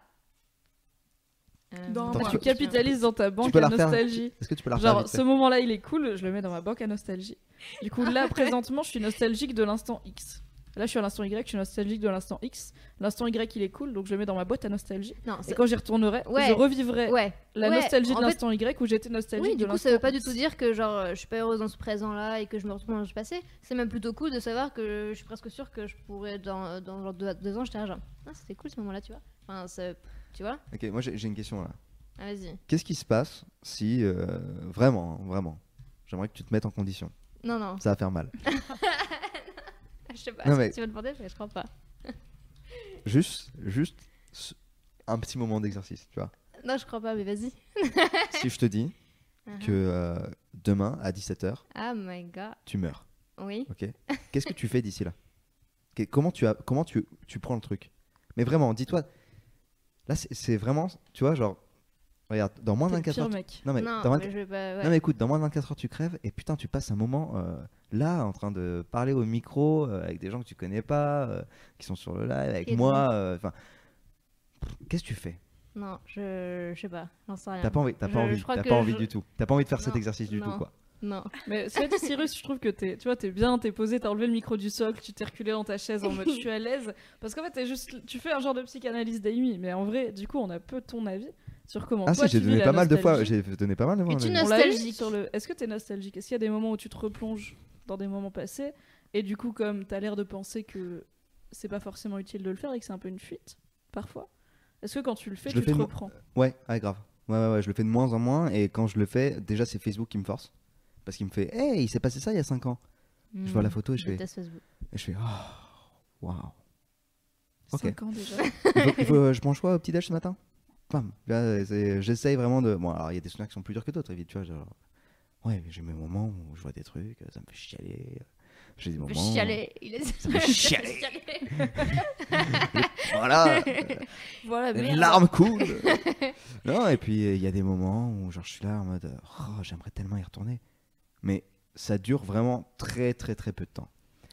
S3: Euh,
S4: Dans un
S3: voilà.
S1: Tu
S4: mois.
S1: capitalises dans ta banque
S2: peux
S1: à
S2: la refaire
S1: nostalgie.
S2: Est-ce que tu peux la refaire
S1: Genre,
S2: vite
S1: ce
S2: fait
S1: moment-là, il est cool, je le mets dans ma banque à nostalgie. Du coup,
S3: [LAUGHS]
S1: là, présentement, je suis nostalgique de l'instant X. Là, je suis à l'instant Y, je suis nostalgique de l'instant X. L'instant Y, il est cool, donc je le mets dans ma boîte à nostalgie.
S3: Non,
S1: Et
S3: c'est
S1: quand j'y retournerai,
S3: Ouais.
S1: je revivrai
S3: ouais.
S1: la
S3: ouais,
S1: nostalgie de
S3: en fait-
S1: l'instant Y où j'étais nostalgique
S3: Oui,
S1: de
S3: du coup,
S1: l'instant
S3: ça veut pas
S1: X.
S3: du tout dire que genre euh, je suis pas heureuse dans ce présent-là et que je me retrouve dans le passé. C'est même plutôt cool de savoir que je suis presque sûre que je pourrais dans, euh, dans genre deux, deux ans, j'étais là, genre ah, c'était cool ce moment-là, tu vois. Enfin, ça- tu vois.
S2: Ok, moi j'ai j'ai une question là.
S3: Ah, Vas-y.
S2: Qu'est-ce qui se passe si euh, vraiment, vraiment, j'aimerais que tu te mettes en condition.
S3: Non, non.
S2: Ça va faire mal.
S3: Ah, Je sais pas.
S2: Non,
S3: ce que
S2: mais-
S3: Tu vas demander, mais je crois pas.
S2: Juste, juste ce- un petit moment d'exercice, tu vois.
S3: Non, je crois pas, mais vas-y.
S2: si je te dis que euh, demain à 17h,
S3: Ah my god.
S2: tu meurs,
S3: Oui.
S2: ok Qu'est-ce que tu fais d'ici là Que- Comment, tu, as, comment tu, tu prends le truc Mais vraiment, dis-toi, là c'est- c'est vraiment, tu vois, genre, regarde, dans moins de
S1: T'es le
S2: 24 heures.
S1: pire mec.
S2: Non mais,
S3: non,
S2: dans vingt-
S3: mais je vais pas. ouais.
S2: non mais écoute, dans moins de 24 heures tu crèves et putain tu passes un moment euh, là en train de parler au micro euh, avec des gens que tu connais pas, euh, qui sont sur le live, avec
S3: Et
S2: moi. euh, Enfin, pff, qu'est-ce que tu fais
S3: Non, je, je sais pas. J'en sais rien.
S2: T'as pas envie, t'as
S3: Ah, Je-
S2: pas
S3: je
S2: envie,
S3: crois
S2: t'as
S3: que
S2: pas envie
S3: je-
S2: du tout. T'as pas envie de faire cet
S3: Non,
S2: exercice du
S3: non.
S2: tout quoi.
S3: Non.
S1: Mais cela dit, Cyrus, je trouve que t'es, tu vois, t'es bien, t'es posé, t'as enlevé le micro du socle, tu t'es reculé dans ta chaise en mode je suis à l'aise. Parce qu'en fait, t'es juste, tu fais un genre de psychanalyse d'Amy, mais en vrai, du coup, on a peu ton avis sur comment
S2: Ah
S1: toi
S2: si, j'ai
S1: tu vis
S2: donné
S1: la
S2: pas mal de fois,
S1: nostalgie.
S2: j'ai donné pas mal de fois.
S3: Et
S2: mon
S3: tu
S2: avis.
S3: ne-
S1: On l'a eu
S3: Nostalgique.
S1: sur le. Est-ce que t'es nostalgique Est-ce qu'il y a des moments où tu te replonges dans des moments passés et du coup, comme t'as l'air de penser que c'est pas forcément utile de le faire et que c'est un peu une fuite parfois, est-ce que quand tu le fais,
S2: Je
S1: tu
S2: le fais
S1: te
S2: mo-
S1: reprends
S2: Ouais, ouais, grave. Ouais, ouais, ouais, je le fais de moins en moins et quand je le fais, déjà c'est Facebook qui me force parce qu'il me fait, hey, il s'est passé ça il y a 5 ans.
S1: Hmm.
S2: Je vois la photo et je
S3: Je
S2: fais,
S3: déteste Facebook.
S2: et je fais, oh, waouh. Ok.
S1: Cinq ans déjà.
S2: Il faut- il faut, euh, je mange quoi au petit déj ce matin Bam. Là, euh, c'est- J'essaye vraiment de. Bon, alors il y a des souvenirs qui sont plus durs que d'autres, évidemment. Tu vois, genre, ouais, mais j'ai mes moments où je vois des trucs, euh, ça me fait chialer. euh, J'ai des
S3: Je
S2: moments.
S3: chialais. Il est.
S1: [LAUGHS]
S2: Ça me fait chialer. voilà.
S3: [LAUGHS] Voilà.
S2: Une
S3: merde.
S2: larme coule. non, et puis euh, il y a des moments où genre je suis là en mode euh, oh, j'aimerais tellement y retourner. Mais ça dure vraiment très très très peu de temps.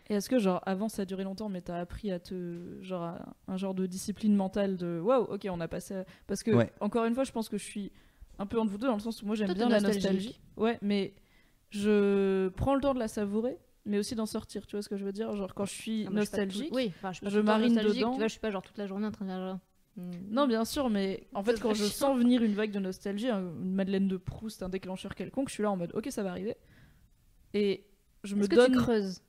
S1: Et est-ce que, genre, avant ça a duré longtemps, mais t'as appris à te. genre, à un genre de discipline mentale de waouh, ok, on a passé. à- Parce que,
S2: Ouais.
S1: encore une fois, je pense que je suis un peu entre vous deux dans le sens où moi j'aime
S3: Toi, t'es
S1: bien la
S3: nostalgique.
S1: nostalgie. Ouais, mais je prends le temps de la savourer, mais aussi d'en sortir. Tu vois ce que je veux dire Genre quand je suis
S3: Ah, moi, je suis pas tout-
S1: nostalgique.
S3: Oui, enfin, je, suis pas
S1: je
S3: tout le temps
S1: marine
S3: nostalgique,
S1: dedans.
S3: Tu vois, je suis pas genre hmm. toute la journée en train de dire.
S1: Non, bien sûr, mais en fait,
S3: C'est
S1: quand
S3: pas
S1: je
S3: chiant.
S1: sens venir une vague de nostalgie, un- une Madeleine de Proust, un déclencheur quelconque, je suis là en mode ok, ça va arriver. Et je me
S3: Est-ce que
S1: donne.
S3: tu creuses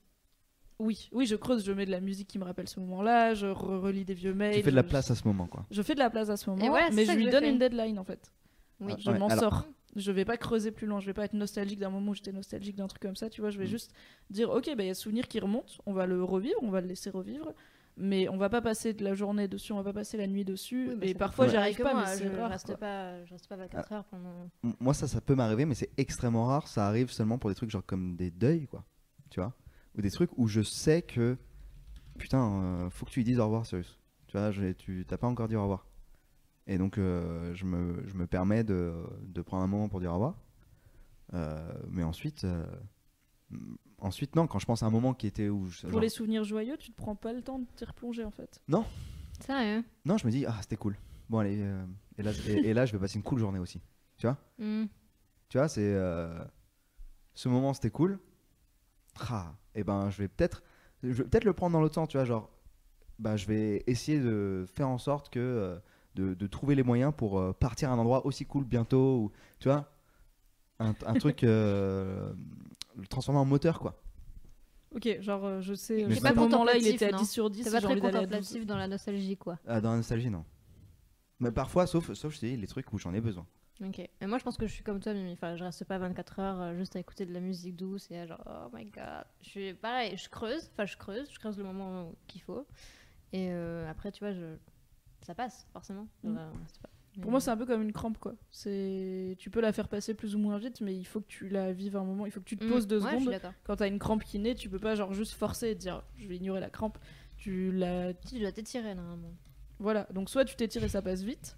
S1: oui, oui, je creuse, je mets de la musique qui me rappelle ce moment-là, je re- relis des vieux mails.
S2: Tu fais de la
S1: je-
S2: place à ce moment, quoi.
S1: Je fais de la place à ce moment,
S3: voilà, c'est
S1: mais
S3: ça
S1: je
S3: que
S1: lui
S3: je
S1: donne
S3: fais.
S1: une deadline en fait.
S3: Oui.
S1: Je
S2: Ouais,
S1: m'en
S2: alors-
S1: sors. Je vais pas creuser plus loin. Je vais pas être nostalgique d'un moment où j'étais nostalgique d'un truc comme ça. Tu vois, je vais
S2: Mm.
S1: juste dire ok, bah, il y a ce souvenir qui remonte. On va le revivre, on va le laisser revivre, mais on va pas passer de la journée dessus, on va pas passer la nuit dessus.
S3: Oui, bah,
S1: et
S3: ça
S1: parfois,
S3: dépend.
S1: j'y arrive
S3: Pareil que
S1: pas,
S3: moi,
S1: mais c'est
S3: je
S1: rare.
S3: reste
S1: quoi.
S3: pas, je reste pas
S2: Ah.
S3: 24 heures pendant.
S2: M- Moi, ça, ça peut m'arriver, mais c'est extrêmement rare. Ça arrive seulement pour des trucs genre comme des deuils, quoi. Tu vois Ou des trucs où je sais que. Putain, euh, faut que tu lui dises au revoir, Cyrus. Tu vois, j'ai- tu t'as pas encore dit au revoir. Et donc, euh, je, me, je me permets de, de prendre un moment pour dire au revoir. Euh, mais ensuite. euh, m- ensuite, non, quand je pense à un moment qui était où. je-
S1: Pour
S2: genre-
S1: les souvenirs joyeux, tu te prends pas le temps de t'y replonger en fait.
S3: Sérieux
S2: Non, je me dis, ah, c'était cool. Bon, allez, euh, et, là, et- et là, je vais passer une cool journée aussi.
S3: Mm.
S2: Tu vois, c'est. euh, ce moment, c'était cool. Ah, et ben, je vais peut-être. Je vais peut-être le prendre dans l'autre sens, tu vois. Genre, bah, je vais essayer de faire en sorte que. euh, de, de trouver les moyens pour euh, partir à un endroit aussi cool bientôt. Ou, tu vois, un, un truc. euh, le transformer en moteur, quoi.
S1: Ok, genre euh, je sais.
S2: Mais
S1: euh,
S2: c'est
S1: ce
S2: pas
S1: moment-là, il
S3: contemplatif,
S1: était à
S3: non
S1: 10 sur 10.
S3: T'es pas
S1: j'ai
S3: très
S1: envie d'aller à 12.
S3: contemplatif dans la nostalgie, quoi.
S2: Ah, dans la nostalgie, non. Mais parfois, sauf, sauf je te dis, les trucs où j'en ai besoin.
S3: Ok. Et moi, je pense que je suis comme toi, mais enfin, je reste pas 24 heures euh, juste à écouter de la musique douce et à genre, oh my god. Je suis pareil, je creuse, enfin, je creuse, je creuse le moment qu'il faut. Et euh, après, tu vois, je... ça passe, forcément.
S1: Mm.
S3: Bah, on reste pas. Mais-
S1: Pour moi, c'est un peu comme une crampe, quoi. C'est, tu peux la faire passer plus ou moins vite, mais il faut que tu la vives un moment. Il faut que tu te
S3: Mm.
S1: poses deux
S3: Ouais, je suis
S1: secondes.
S3: d'accord.
S1: Quand t'as une crampe qui naît, tu peux pas genre juste forcer et te dire, je vais ignorer la crampe. Tu la,
S3: Si, tu dois t'étirer, normalement.
S1: voilà. Donc soit tu t'étires et ça passe vite,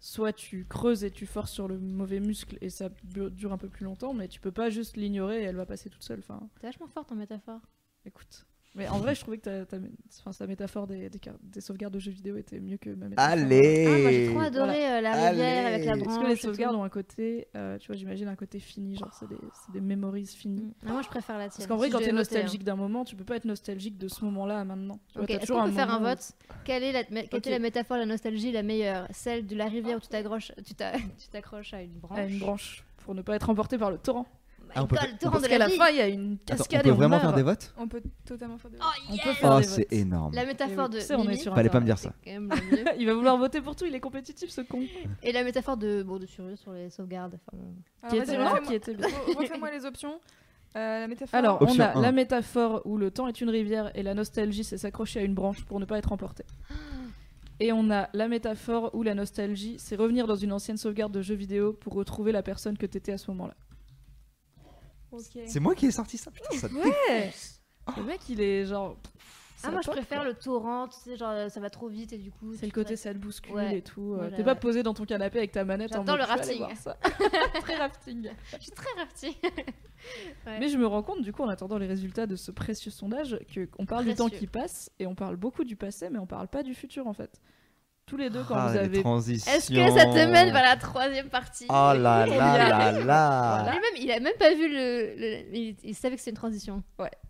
S1: soit tu creuses et tu forces sur le mauvais muscle et ça bu- dure un peu plus longtemps, mais tu peux pas juste l'ignorer et elle va passer toute seule. Enfin,
S3: T'es vachement forte en métaphore.
S1: écoute. Mais en vrai, je trouvais que ta, ta- enfin, sa métaphore des, des, car- des sauvegardes de jeux vidéo était mieux que ma métaphore.
S3: Ah, moi, j'ai trop adoré euh, la
S2: Allez.
S3: rivière avec la
S2: Est-ce
S3: branche.
S2: que
S1: Parce que les
S3: et tout.
S1: sauvegardes ont un côté, euh, tu vois, j'imagine un côté fini, genre c'est des, c'est des memories finies.
S3: Mm. Ah, moi, je hein. préfère la tienne.
S1: Parce qu'en vrai, quand t'es nostalgique d'un moment, tu peux pas être nostalgique de ce moment-là à maintenant. Tu vois,
S3: Ok,
S1: t'as
S3: est-ce
S1: toujours
S3: qu'on peut faire un
S1: moment où-
S3: vote Quelle est la, mais-
S1: Ok.
S3: quelle était la métaphore de la nostalgie la meilleure Celle de la rivière où tu t'accroches, tu t'a- [LAUGHS] tu t'accroches à une branche.
S1: à une branche pour ne pas être emporté par le torrent.
S3: My
S2: Ah, on peut
S3: God,
S2: faire-
S3: le torrent
S1: Parce
S3: de
S1: qu'à
S3: la,
S1: la
S3: vie.
S1: fin, il y a une
S2: Attends,
S1: cascade
S2: on peut
S1: et on
S2: vraiment
S1: meurt.
S2: faire des votes
S4: On peut totalement faire des.
S3: Oh,
S1: On
S3: yeah
S1: peut faire
S2: Oh,
S1: des
S2: c'est
S1: votes.
S2: énorme.
S3: La métaphore
S1: oui,
S3: de
S1: tu sais, on est
S3: Mimi,
S1: sur
S2: Fallait pas me dire ça.
S3: c'est quand même le mieux.
S1: Il va vouloir voter pour tout, il est compétitif ce con.
S3: Et la métaphore de bon de Surieux sur les sauvegardes. Enfin, bon.
S4: Alors,
S1: Qui
S4: vas-y,
S1: était
S4: refais-moi-
S1: qui était bien.
S4: re- Refais-moi les options. Euh, la métaphore.
S1: Alors, on
S2: Option
S1: a
S2: un.
S1: la métaphore où le temps est une rivière et la nostalgie, c'est s'accrocher à une branche pour ne pas être emporté. Et on a la métaphore où la nostalgie, c'est revenir dans une ancienne sauvegarde de jeu vidéo pour retrouver la personne que t'étais à ce moment-là.
S4: Ok.
S2: C'est moi qui ai sorti ça, putain, ça dé-
S1: Le mec, il est genre.
S3: Ah, moi je préfère le torrent, tu sais, genre euh, ça va trop vite et du coup.
S1: C'est le
S3: tu
S1: côté
S3: restes-
S1: ça te bouscule
S3: Ouais.
S1: et tout. euh,
S3: Voilà.
S1: T'es pas posé dans ton canapé avec ta manette. en
S3: J'adore
S1: mode,
S3: le
S1: je vais aller
S3: rafting.
S1: voir
S3: [LAUGHS]
S1: ça. Très rafting.
S3: Je suis très
S1: [LAUGHS]
S3: rafting.
S1: Mais je me rends compte, du coup, en attendant les résultats de ce précieux sondage, que- qu'on parle du temps
S3: Précieux.
S1: qui passe et on parle beaucoup du passé, mais on parle pas du futur en fait. Tous les deux, quand
S2: Ah,
S1: vous
S2: les
S1: avez.
S2: transitions.
S3: Est-ce que ça te mène vers la troisième partie
S2: Oh là
S3: [LAUGHS]
S2: là là là
S3: Lui-même, il a même pas vu le. le- il, il savait que c'était une transition.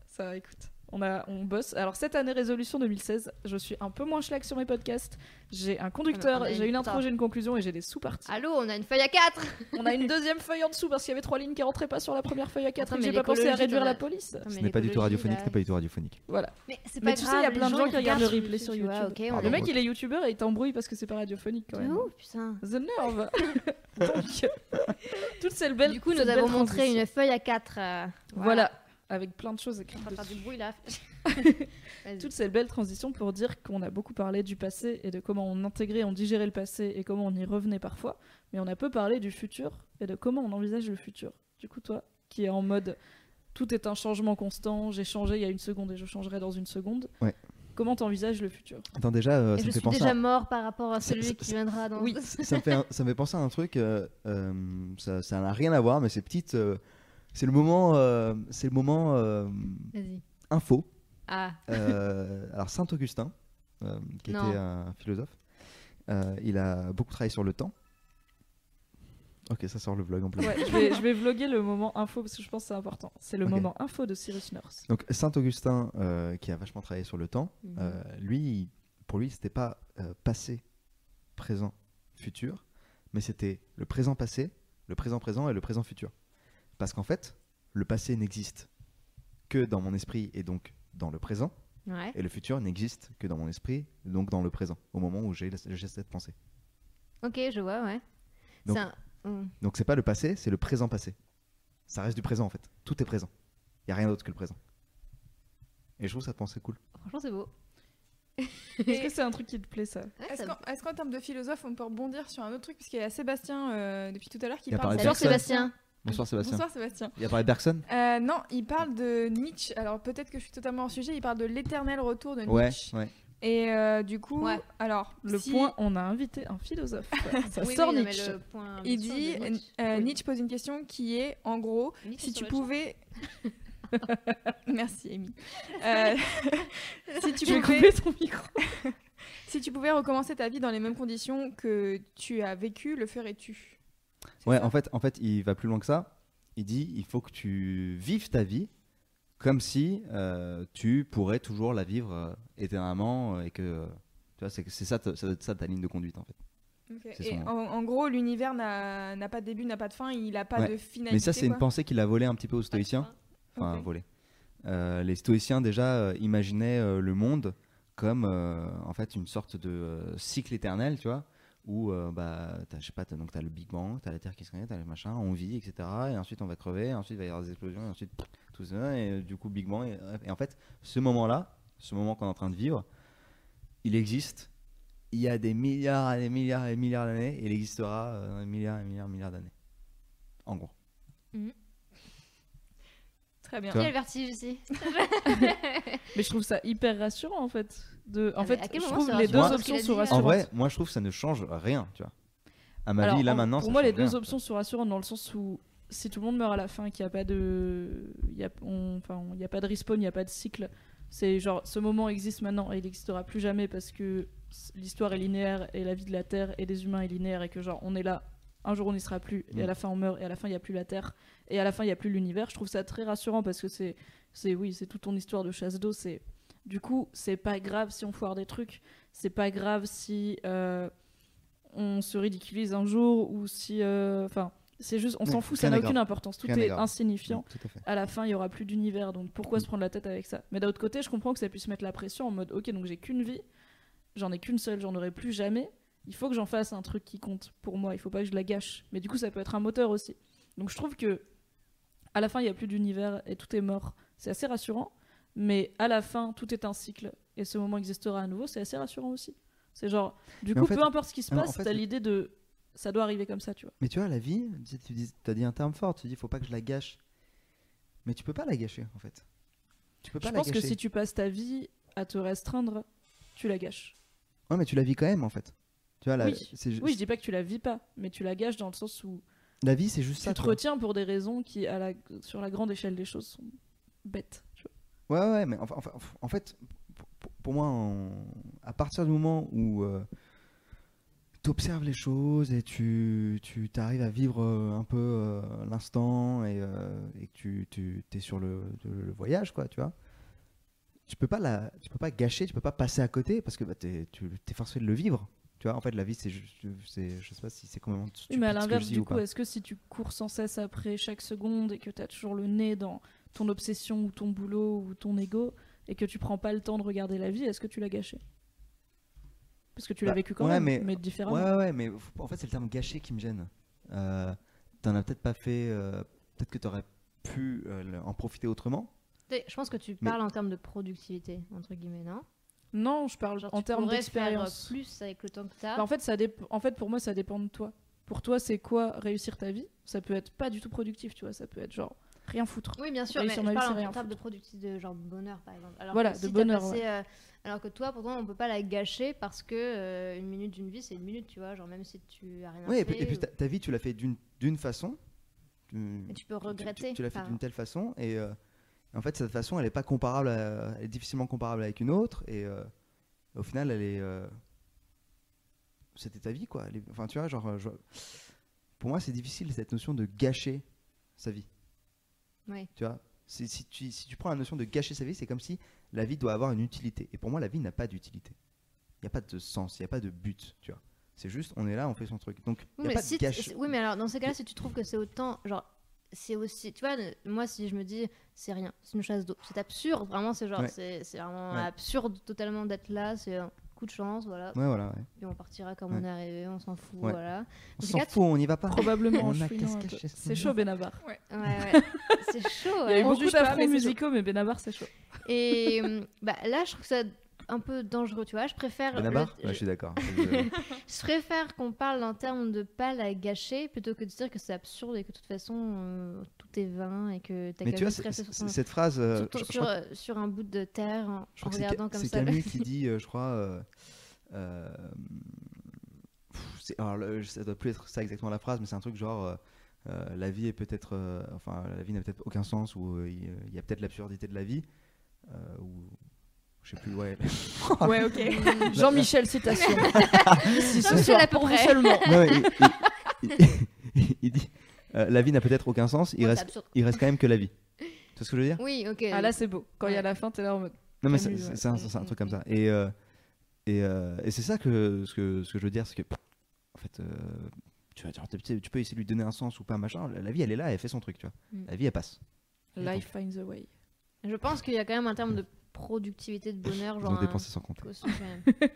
S1: Ça, écoute. On, a, on bosse. Alors, cette année résolution 2016, je suis un peu moins schlag sur mes podcasts. J'ai un
S3: Ah,
S1: conducteur,
S3: mais on a
S1: j'ai
S3: une
S1: une intro,
S3: trappe.
S1: j'ai une conclusion et j'ai des sous-parties.
S3: Allô, on a une feuille à 4
S1: On a une deuxième feuille en dessous parce qu'il y avait trois lignes qui rentraient pas sur la première feuille à quatre et
S3: Attends,
S1: que
S3: mais
S1: j'ai pas pensé à
S3: l'écologie,
S1: réduire
S3: t'en as-
S1: la police.
S2: Ce n'est pas du tout radiophonique, ce n'est pas du tout radiophonique.
S1: Voilà.
S3: Mais c'est
S1: Mais
S3: pas
S1: tu
S3: grave,
S1: sais, il y a plein de gens qui regardent le
S3: ils
S1: replay sur
S3: tu vois,
S1: YouTube.
S3: ok, on
S2: Ah,
S1: Le
S3: a-
S2: bon,
S1: mec,
S2: ok.
S1: il est youtubeur et il t'embrouille parce que c'est pas radiophonique quand
S3: De
S1: même.
S3: ouf, putain.
S1: The nerve [LAUGHS] Donc, [LAUGHS] toutes ces belles.
S3: Du coup, nous
S1: cette
S3: avons
S1: belle
S3: montré
S1: transition.
S3: une feuille à 4.
S1: Voilà, avec plein de choses
S3: On
S1: écrites.
S3: va faire
S1: dessus.
S3: du bruit [LAUGHS] là. Vas-y.
S1: Toutes ces belles transitions pour dire qu'on a beaucoup parlé du passé et de comment on intégrait, on digérait le passé et comment on y revenait parfois, mais on a peu parlé du futur et de comment on envisage le futur. Du coup, toi, qui est en mode tout est un changement constant, j'ai changé il y a une seconde et je changerai dans une seconde,
S2: Ouais.
S1: comment t'envisages le futur
S2: Attends, déjà, euh,
S3: Et
S2: ça
S3: je
S2: me fait
S3: suis
S2: penser
S3: déjà
S2: à...
S3: mort par rapport à
S2: Ça-
S3: celui
S2: ça-
S3: qui
S2: ça-
S3: viendra dans.
S1: Oui.
S2: ça, me fait un- ça me fait penser à un truc, euh, euh, ça ça n'a rien à voir, mais c'est petite. euh, c'est le moment, euh, c'est le moment euh,
S3: Vas-y.
S2: info.
S3: Ah, [LAUGHS]
S2: Euh, alors Saint Augustin, euh, qui
S3: Non.
S2: était un philosophe, euh, il a beaucoup travaillé sur le temps. Ok, ça sort le vlog en plus.
S1: Ouais, je, vais, je vais vloguer le moment info parce que je pense que c'est important. C'est le
S2: Ok.
S1: moment info de Cyrus North.
S2: Donc Saint-Augustin, euh, qui a vachement travaillé sur le temps, euh, lui, pour lui, c'était pas euh, passé, présent, futur, mais c'était le présent passé, le présent présent et le présent futur. Parce qu'en fait, le passé n'existe que dans mon esprit et donc dans le présent,
S3: Ouais.
S2: et le futur n'existe que dans mon esprit, donc dans le présent, au moment où j'ai j'ai cette pensée.
S3: Ok, je vois, ouais.
S2: Donc-
S3: C'est un- Mm.
S2: Donc c'est pas le passé, c'est le présent passé. Ça reste du présent en fait. Tout est présent. Il y a rien d'autre que le présent. Et je trouve cette pensée cool.
S3: Franchement, c'est beau.
S1: Est-ce que c'est un truc qui te plaît ça
S3: Ouais,
S4: Est-ce
S3: Ah, ça-
S4: qu'en est-ce qu'en termes de philosophe, on peut rebondir sur un autre truc Parce qu'il y a Sébastien euh, depuis tout à l'heure qui
S2: Il a
S4: parle.
S2: parlé
S3: Bonjour
S2: Jackson.
S3: Sébastien.
S2: Bonsoir Sébastien.
S4: Bonsoir Sébastien.
S2: Il a parlé de Bergson
S4: Euh, non, il parle de Nietzsche. Alors peut-être que je suis totalement hors sujet. Il parle de l'éternel retour de
S2: Ouais,
S4: Nietzsche.
S2: ouais.
S4: Et euh, du coup,
S3: Ouais.
S4: alors
S1: Le
S4: si-
S1: point, on a invité un
S3: [LAUGHS]
S1: philosophe. ça
S3: Oui,
S1: sort
S3: oui, non, mais
S1: Nietzsche.
S3: le point-
S4: Il
S3: bien sûr,
S4: dit,
S3: de
S4: euh,
S3: Oui.
S4: Nietzsche pose une question qui est, en gros,
S3: Nietzsche
S4: si
S3: sur
S4: tu
S3: le [LAUGHS]
S4: pouvais... Merci, Amy. Euh, [LAUGHS] si, tu
S1: Je vais
S4: pouvais,
S1: couper ton micro.
S4: si tu pouvais recommencer ta vie dans les mêmes conditions que tu as vécu, le ferais-tu C'est
S2: Ouais,
S4: ça
S2: en fait, en fait, il va plus loin que ça. Il dit il faut que tu vives ta vie comme si euh, tu pourrais toujours la vivre euh, éternellement euh, et que euh, tu vois, c'est c'est ça, ta- ça doit être ça ta ligne de conduite en fait.
S4: Ok.
S2: c'est
S4: Et
S2: son-
S4: en, en gros, l'univers n'a n'a pas de début, n'a pas de fin, il n'a pas
S2: Ouais.
S4: de finalité.
S2: Mais ça, c'est une
S4: quoi.
S2: pensée qu'il a volée un petit peu aux stoïciens. enfin
S4: Ok.
S2: volé. Euh, les stoïciens déjà euh, imaginaient euh, le monde comme euh, en fait une sorte de euh, cycle éternel, tu vois, où euh, bah t'as- je sais pas, t'as- donc t'as le Big Bang, t'as la Terre qui se crée, t'as le machin, on vit, etc. Et ensuite on va crever, ensuite il va y avoir des explosions, et ensuite tout ça, et euh, du coup Big Bang. Et, et en fait, ce moment-là, ce moment qu'on est en train de vivre, il existe. Il y a des milliards et des milliards et des milliards d'années, et il existera euh, dans des milliards et des milliards et des milliards d'années. En gros.
S4: Très
S2: [LAUGHS]
S4: bien.
S2: Tu
S3: Il y
S2: vois.
S3: a le vertige ici.
S1: Mais je trouve ça hyper rassurant en fait. De... En
S3: Ah, mais à
S1: fait,
S3: quel
S1: je
S3: moment
S1: trouve
S3: c'est
S1: les deux
S2: rassurant
S3: Parce
S1: options
S3: qu'il a
S1: sont
S3: dit, euh,
S1: rassurantes.
S2: En vrai, moi je trouve que ça ne change rien, tu vois. À ma
S1: Alors,
S2: vie, là
S1: en-
S2: maintenant.
S1: Pour
S2: ça
S1: moi, les
S2: change rien.
S1: deux options sont rassurantes dans le sens où si tout le monde meurt à la fin et qu'il n'y a pas de, il y a, on- enfin, on- il y a pas de respawn, il n'y a pas de cycle. C'est genre ce moment existe maintenant et il n'existera plus jamais parce que s- l'histoire est linéaire et la vie de la Terre et des humains est linéaire et que genre on est là. Un jour on n'y sera plus et à
S2: Mm.
S1: la fin on meurt et à la fin il n'y a plus la Terre et à la fin il n'y a plus l'univers. Je trouve ça très rassurant parce que c'est, c'est oui, c'est toute ton histoire de chasse d'eau. C'est du coup c'est pas grave si on foire des trucs, c'est pas grave si euh, on se ridiculise un jour ou si. euh, Enfin, c'est juste, on
S2: Ouais,
S1: s'en fout, ça
S2: rien
S1: n'a
S2: n'est
S1: aucune
S2: grave.
S1: importance. Tout
S2: Rien n'est
S1: est
S2: grave.
S1: insignifiant.
S2: Mm, Tout à fait.
S1: À la fin, il n'y aura plus d'univers, donc pourquoi
S2: Mm.
S1: se prendre la tête avec ça Mais d'un autre côté, je comprends que ça puisse mettre la pression en mode, ok, donc j'ai qu'une vie, j'en ai qu'une seule, j'en aurai plus jamais. Il faut que j'en fasse un truc qui compte pour moi, il faut pas que je la gâche. Mais du coup, ça peut être un moteur aussi. Donc je trouve que à la fin, il n'y a plus d'univers et tout est mort. C'est assez rassurant, mais à la fin, tout est un cycle et ce moment existera à nouveau, c'est assez rassurant aussi. C'est genre, du
S2: Mais en
S1: coup,
S2: fait-
S1: peu importe ce qui se
S2: Ah non, en
S1: passe,
S2: fait,
S1: t'as
S2: le-
S1: l'idée de ça doit arriver comme ça, tu vois.
S2: Mais tu vois, la vie, tu- tu dis- t'as dit un terme fort, tu dis faut pas que je la gâche. Mais tu peux pas la gâcher en fait. Tu peux pas
S1: Je
S2: la
S1: pense que
S2: gâcher.
S1: si tu passes ta vie à te restreindre, tu la gâches.
S2: Ouais, mais tu la vis quand même en fait. Tu vois, la,
S1: Oui.
S2: c'est ju-
S1: Oui, je dis pas que tu la vis pas, mais tu la gâches dans le sens où
S2: la vie, c'est juste ça.
S1: tu te
S2: quoi.
S1: retiens pour des raisons qui, à la, sur la grande échelle des choses, sont bêtes. tu vois.
S2: Ouais, ouais, mais enfin, enfin, en fait, pour- pour- pour moi, en- à partir du moment où tu observes les choses et tu, tu arrives à vivre euh, un peu euh, l'instant et, euh, et que tu, tu es sur le, le- le voyage, quoi, tu vois, tu peux pas la, tu peux pas gâcher, tu peux pas passer à côté parce que bah, t'es- tu es forcé de le vivre. Tu vois, en fait, la vie, c'est juste, c'est- je sais pas si c'est complètement
S1: Oui, mais à
S2: stupide ce que je
S1: l'inverse,
S2: dis
S1: du
S2: ou
S1: coup,
S2: pas.
S1: est-ce que si tu cours sans cesse après chaque seconde et que tu as toujours le nez dans ton obsession ou ton boulot ou ton ego et que tu prends pas le temps de regarder la vie, est-ce que tu l'as gâchée Parce que tu l'as
S2: Bah,
S1: vécu quand
S2: ouais,
S1: même, mais,
S2: mais-
S1: différemment.
S2: Ouais, ouais, ouais, mais f- en fait, c'est le terme gâché qui me gêne. Euh, T'en as peut-être pas fait. euh, peut-être que t'aurais pu euh, le- en profiter autrement.
S3: T'es- Je pense que tu
S2: Mais-
S3: parles en termes de productivité, entre guillemets, non
S1: Non, je parle
S3: Genre,
S1: en
S3: tu
S1: termes
S3: pourrais faire euh,
S1: d'expérience.
S3: plus avec le temps que t'as.
S1: Bah, en, fait, ça dép- en fait, pour moi, ça dépend de toi. Pour toi, c'est quoi réussir ta vie Ça peut être pas du tout productif, tu vois. Ça peut être genre rien foutre.
S3: Oui, bien sûr,
S1: Oui,
S3: mais
S1: sur
S3: je
S1: ma vie,
S3: parle
S1: c'est
S3: en
S1: rien
S3: termes de productivité, de genre bonheur, par exemple. Alors
S1: Voilà,
S3: que
S1: de
S3: si t'as
S1: bonheur,
S3: passé, euh, alors que toi, pourtant, on peut pas la gâcher parce que euh, une minute d'une vie, c'est une minute, tu vois. Genre, même si tu as rien
S2: Ouais,
S3: à
S2: et puis,
S3: fait,
S2: et puis
S3: ou-
S2: ta, ta vie, tu l'as fait d'une d'une façon. Tu,
S3: mais tu peux
S2: tu- tu-
S3: regretter.
S2: tu l'as fait
S3: par-
S2: d'une telle façon. Et euh, en fait, cette façon, elle est pas comparable. à- elle est difficilement comparable avec une autre. Et euh, au final, elle est. euh, C'était ta vie, quoi. Elle est- Enfin, tu vois, genre. euh, je- pour moi, c'est difficile cette notion de gâcher sa vie.
S3: Ouais.
S2: Tu vois si, si tu, si tu prends la notion de gâcher sa vie, c'est comme si la vie doit avoir une utilité. Et pour moi, la vie n'a pas d'utilité. Il n'y a pas de sens, il n'y a pas de but, tu vois. C'est juste, on est là, on fait son truc. Donc, il
S3: Oui,
S2: n'y a
S3: mais
S2: pas
S3: si
S2: de gâche.
S3: t- oui, mais alors dans ces cas-là, si tu trouves que c'est autant, genre, c'est aussi, tu vois, euh, moi si je me dis c'est rien, c'est une chasse d'eau, c'est absurde, vraiment, c'est genre,
S2: Ouais.
S3: c'est c'est vraiment
S2: Ouais.
S3: absurde totalement d'être là, c'est un coup de chance, voilà,
S2: Ouais, voilà. ouais.
S3: puis on partira comme on
S2: Ouais.
S3: est arrivé, on s'en fout,
S2: Ouais.
S3: voilà.
S2: On
S3: Dans ces
S2: s'en
S3: cas, tu-
S2: fout, on n'y va pas.
S1: Probablement en
S2: On a
S1: chouinant un
S2: qu'à se
S1: peu.
S2: cacher ce
S1: C'est chaud,
S2: monde.
S1: Benabar.
S3: Ouais,
S1: [LAUGHS]
S3: ouais. c'est chaud.
S1: Il y a eu
S3: ouais.
S4: On
S1: beaucoup
S4: juge pas, mais c'est
S1: d'afro
S4: chaud.
S1: musicaux, mais Benabar, c'est chaud.
S3: Et euh, bah, là, je trouve ça un peu dangereux, tu vois. Je préfère,
S2: Et là-bas
S3: le-
S2: Ouais, Je
S3: je,
S2: suis d'accord.
S3: [LAUGHS]
S2: Je-
S3: je préfère qu'on parle en termes de pal à gâcher plutôt que de dire que c'est absurde et que de toute façon euh, tout est vain et que t'as
S2: Mais
S3: qu'à
S2: tu vois,
S3: juste
S2: c'est-
S3: rester sur,
S2: c'est-
S3: ton-
S2: cette phrase, euh,
S3: sur, ton-
S2: je- je
S3: sur,
S2: crois-
S3: euh, sur un bout de terre en,
S2: Je
S3: en
S2: crois que c'est
S3: regardant
S2: Ca-
S3: comme
S2: c'est
S3: ça. le- [LAUGHS]
S2: Camus qui dit, euh, je crois. euh, euh, pff, c'est- alors, le- ça doit plus être ça exactement la phrase, mais c'est un truc genre euh, euh, la vie est peut-être, euh, enfin la vie n'a peut-être aucun sens ou euh, il il y a peut-être l'absurdité de la vie euh, ou je sais plus. Ouais.
S4: Ouais, ok.
S2: [LAUGHS]
S1: Jean-Michel, citation. si ce
S3: Jean-Michel
S1: soir,
S3: à peu
S1: pour vous
S3: près.
S1: seulement.
S2: Non, mais il, il- il- [LAUGHS] il dit euh, la vie n'a peut-être aucun sens. Il
S3: Ouais, c'est
S2: reste,
S3: absurde.
S2: il reste quand même que la vie. Tu vois ce que je veux dire
S3: Oui, ok.
S1: Ah là, c'est beau. Quand il y a la fin, t'es là en mode.
S2: Non mais
S1: Camus,
S2: c'est
S1: ouais.
S2: c'est- c'est un, c'est un truc comme ça. Et, euh, et, euh, et c'est ça que ce, que ce que je veux dire, c'est que en fait, euh, tu, vas dire, tu sais, tu peux essayer de lui donner un sens ou pas machin. La, la vie elle est là, elle fait son truc, tu vois.
S3: Mm.
S2: La vie elle passe.
S1: Life finds a way.
S3: Je pense qu'il y a quand même un terme de productivité de bonheur, genre.
S2: Donc
S3: un
S2: dépenser sans compter.
S3: caution, quand même.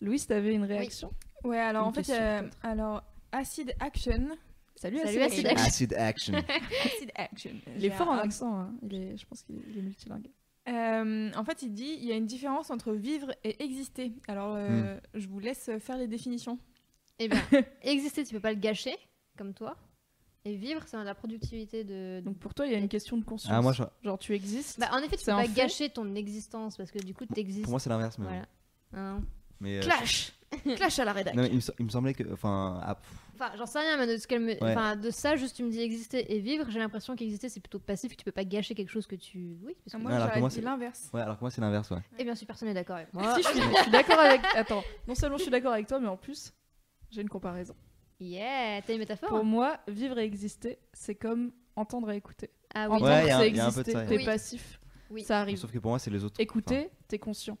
S1: Louise, t'avais une réaction
S4: Ouais, alors
S1: Une
S4: en fait,
S1: question,
S4: euh,
S1: peut-être.
S4: alors Acid Action.
S1: Salut,
S3: Salut,
S1: Acid
S3: Acid
S1: Action.
S3: Action.
S2: Acid action.
S4: Acid Action.
S1: Il est
S4: J'ai
S1: fort en
S4: un-
S1: accent, hein. il est, je pense qu'il est, il est multilingue.
S4: Euh, en fait, il dit il y a une différence entre vivre et exister. Alors,
S2: Hmm.
S4: euh, je vous laisse faire les définitions.
S3: Eh
S1: [LAUGHS]
S3: bien, exister, tu peux pas le gâcher, comme toi. Et vivre, c'est la productivité de.
S1: Donc pour toi, il y a une question de conscience.
S2: Ah, moi, je-
S1: Genre, tu existes.
S3: Bah, en effet, tu
S1: C'est
S3: peux
S1: un
S3: pas
S1: fait.
S3: gâcher ton existence parce que du coup, tu existes.
S2: Pour moi c'est l'inverse mais,
S3: voilà. Hein.
S2: mais, euh,
S1: Clash
S3: [LAUGHS]
S1: Clash à la rédac.
S2: non, mais il, me, se- il me semblait que enfin ah, pff,
S3: Enfin, j'en sais rien, mais de, ce qu'elle me...
S2: Ouais.
S3: enfin, de ça, juste tu me dis exister et vivre, j'ai l'impression qu'exister c'est plutôt passif, que tu peux pas gâcher quelque chose que tu. Oui, parce
S4: Ah,
S3: que.
S4: Moi,
S2: Alors que
S4: j'aurais
S2: moi,
S4: dit
S2: c'est-
S4: l'inverse.
S2: ouais alors que moi c'est l'inverse ouais.
S3: Eh bien, si personne n'est d'accord avec moi.
S1: Ah, Si, je suis, je suis d'accord avec. Attends, non seulement je suis d'accord avec toi, mais en plus, j'ai une comparaison.
S3: Yeah, t'as une métaphore
S1: Pour moi, vivre et exister, c'est comme entendre et écouter.
S3: Ah oui,
S1: Entendre,
S2: Ouais, il y a un-
S1: c'est
S2: il y a un peu de
S1: exister.
S2: ça, il y
S1: T'es
S2: a-
S3: Oui.
S1: passif.
S3: Oui.
S1: Ça arrive.
S2: Sauf que pour moi c'est les autres.
S1: Écouter, t'es conscient.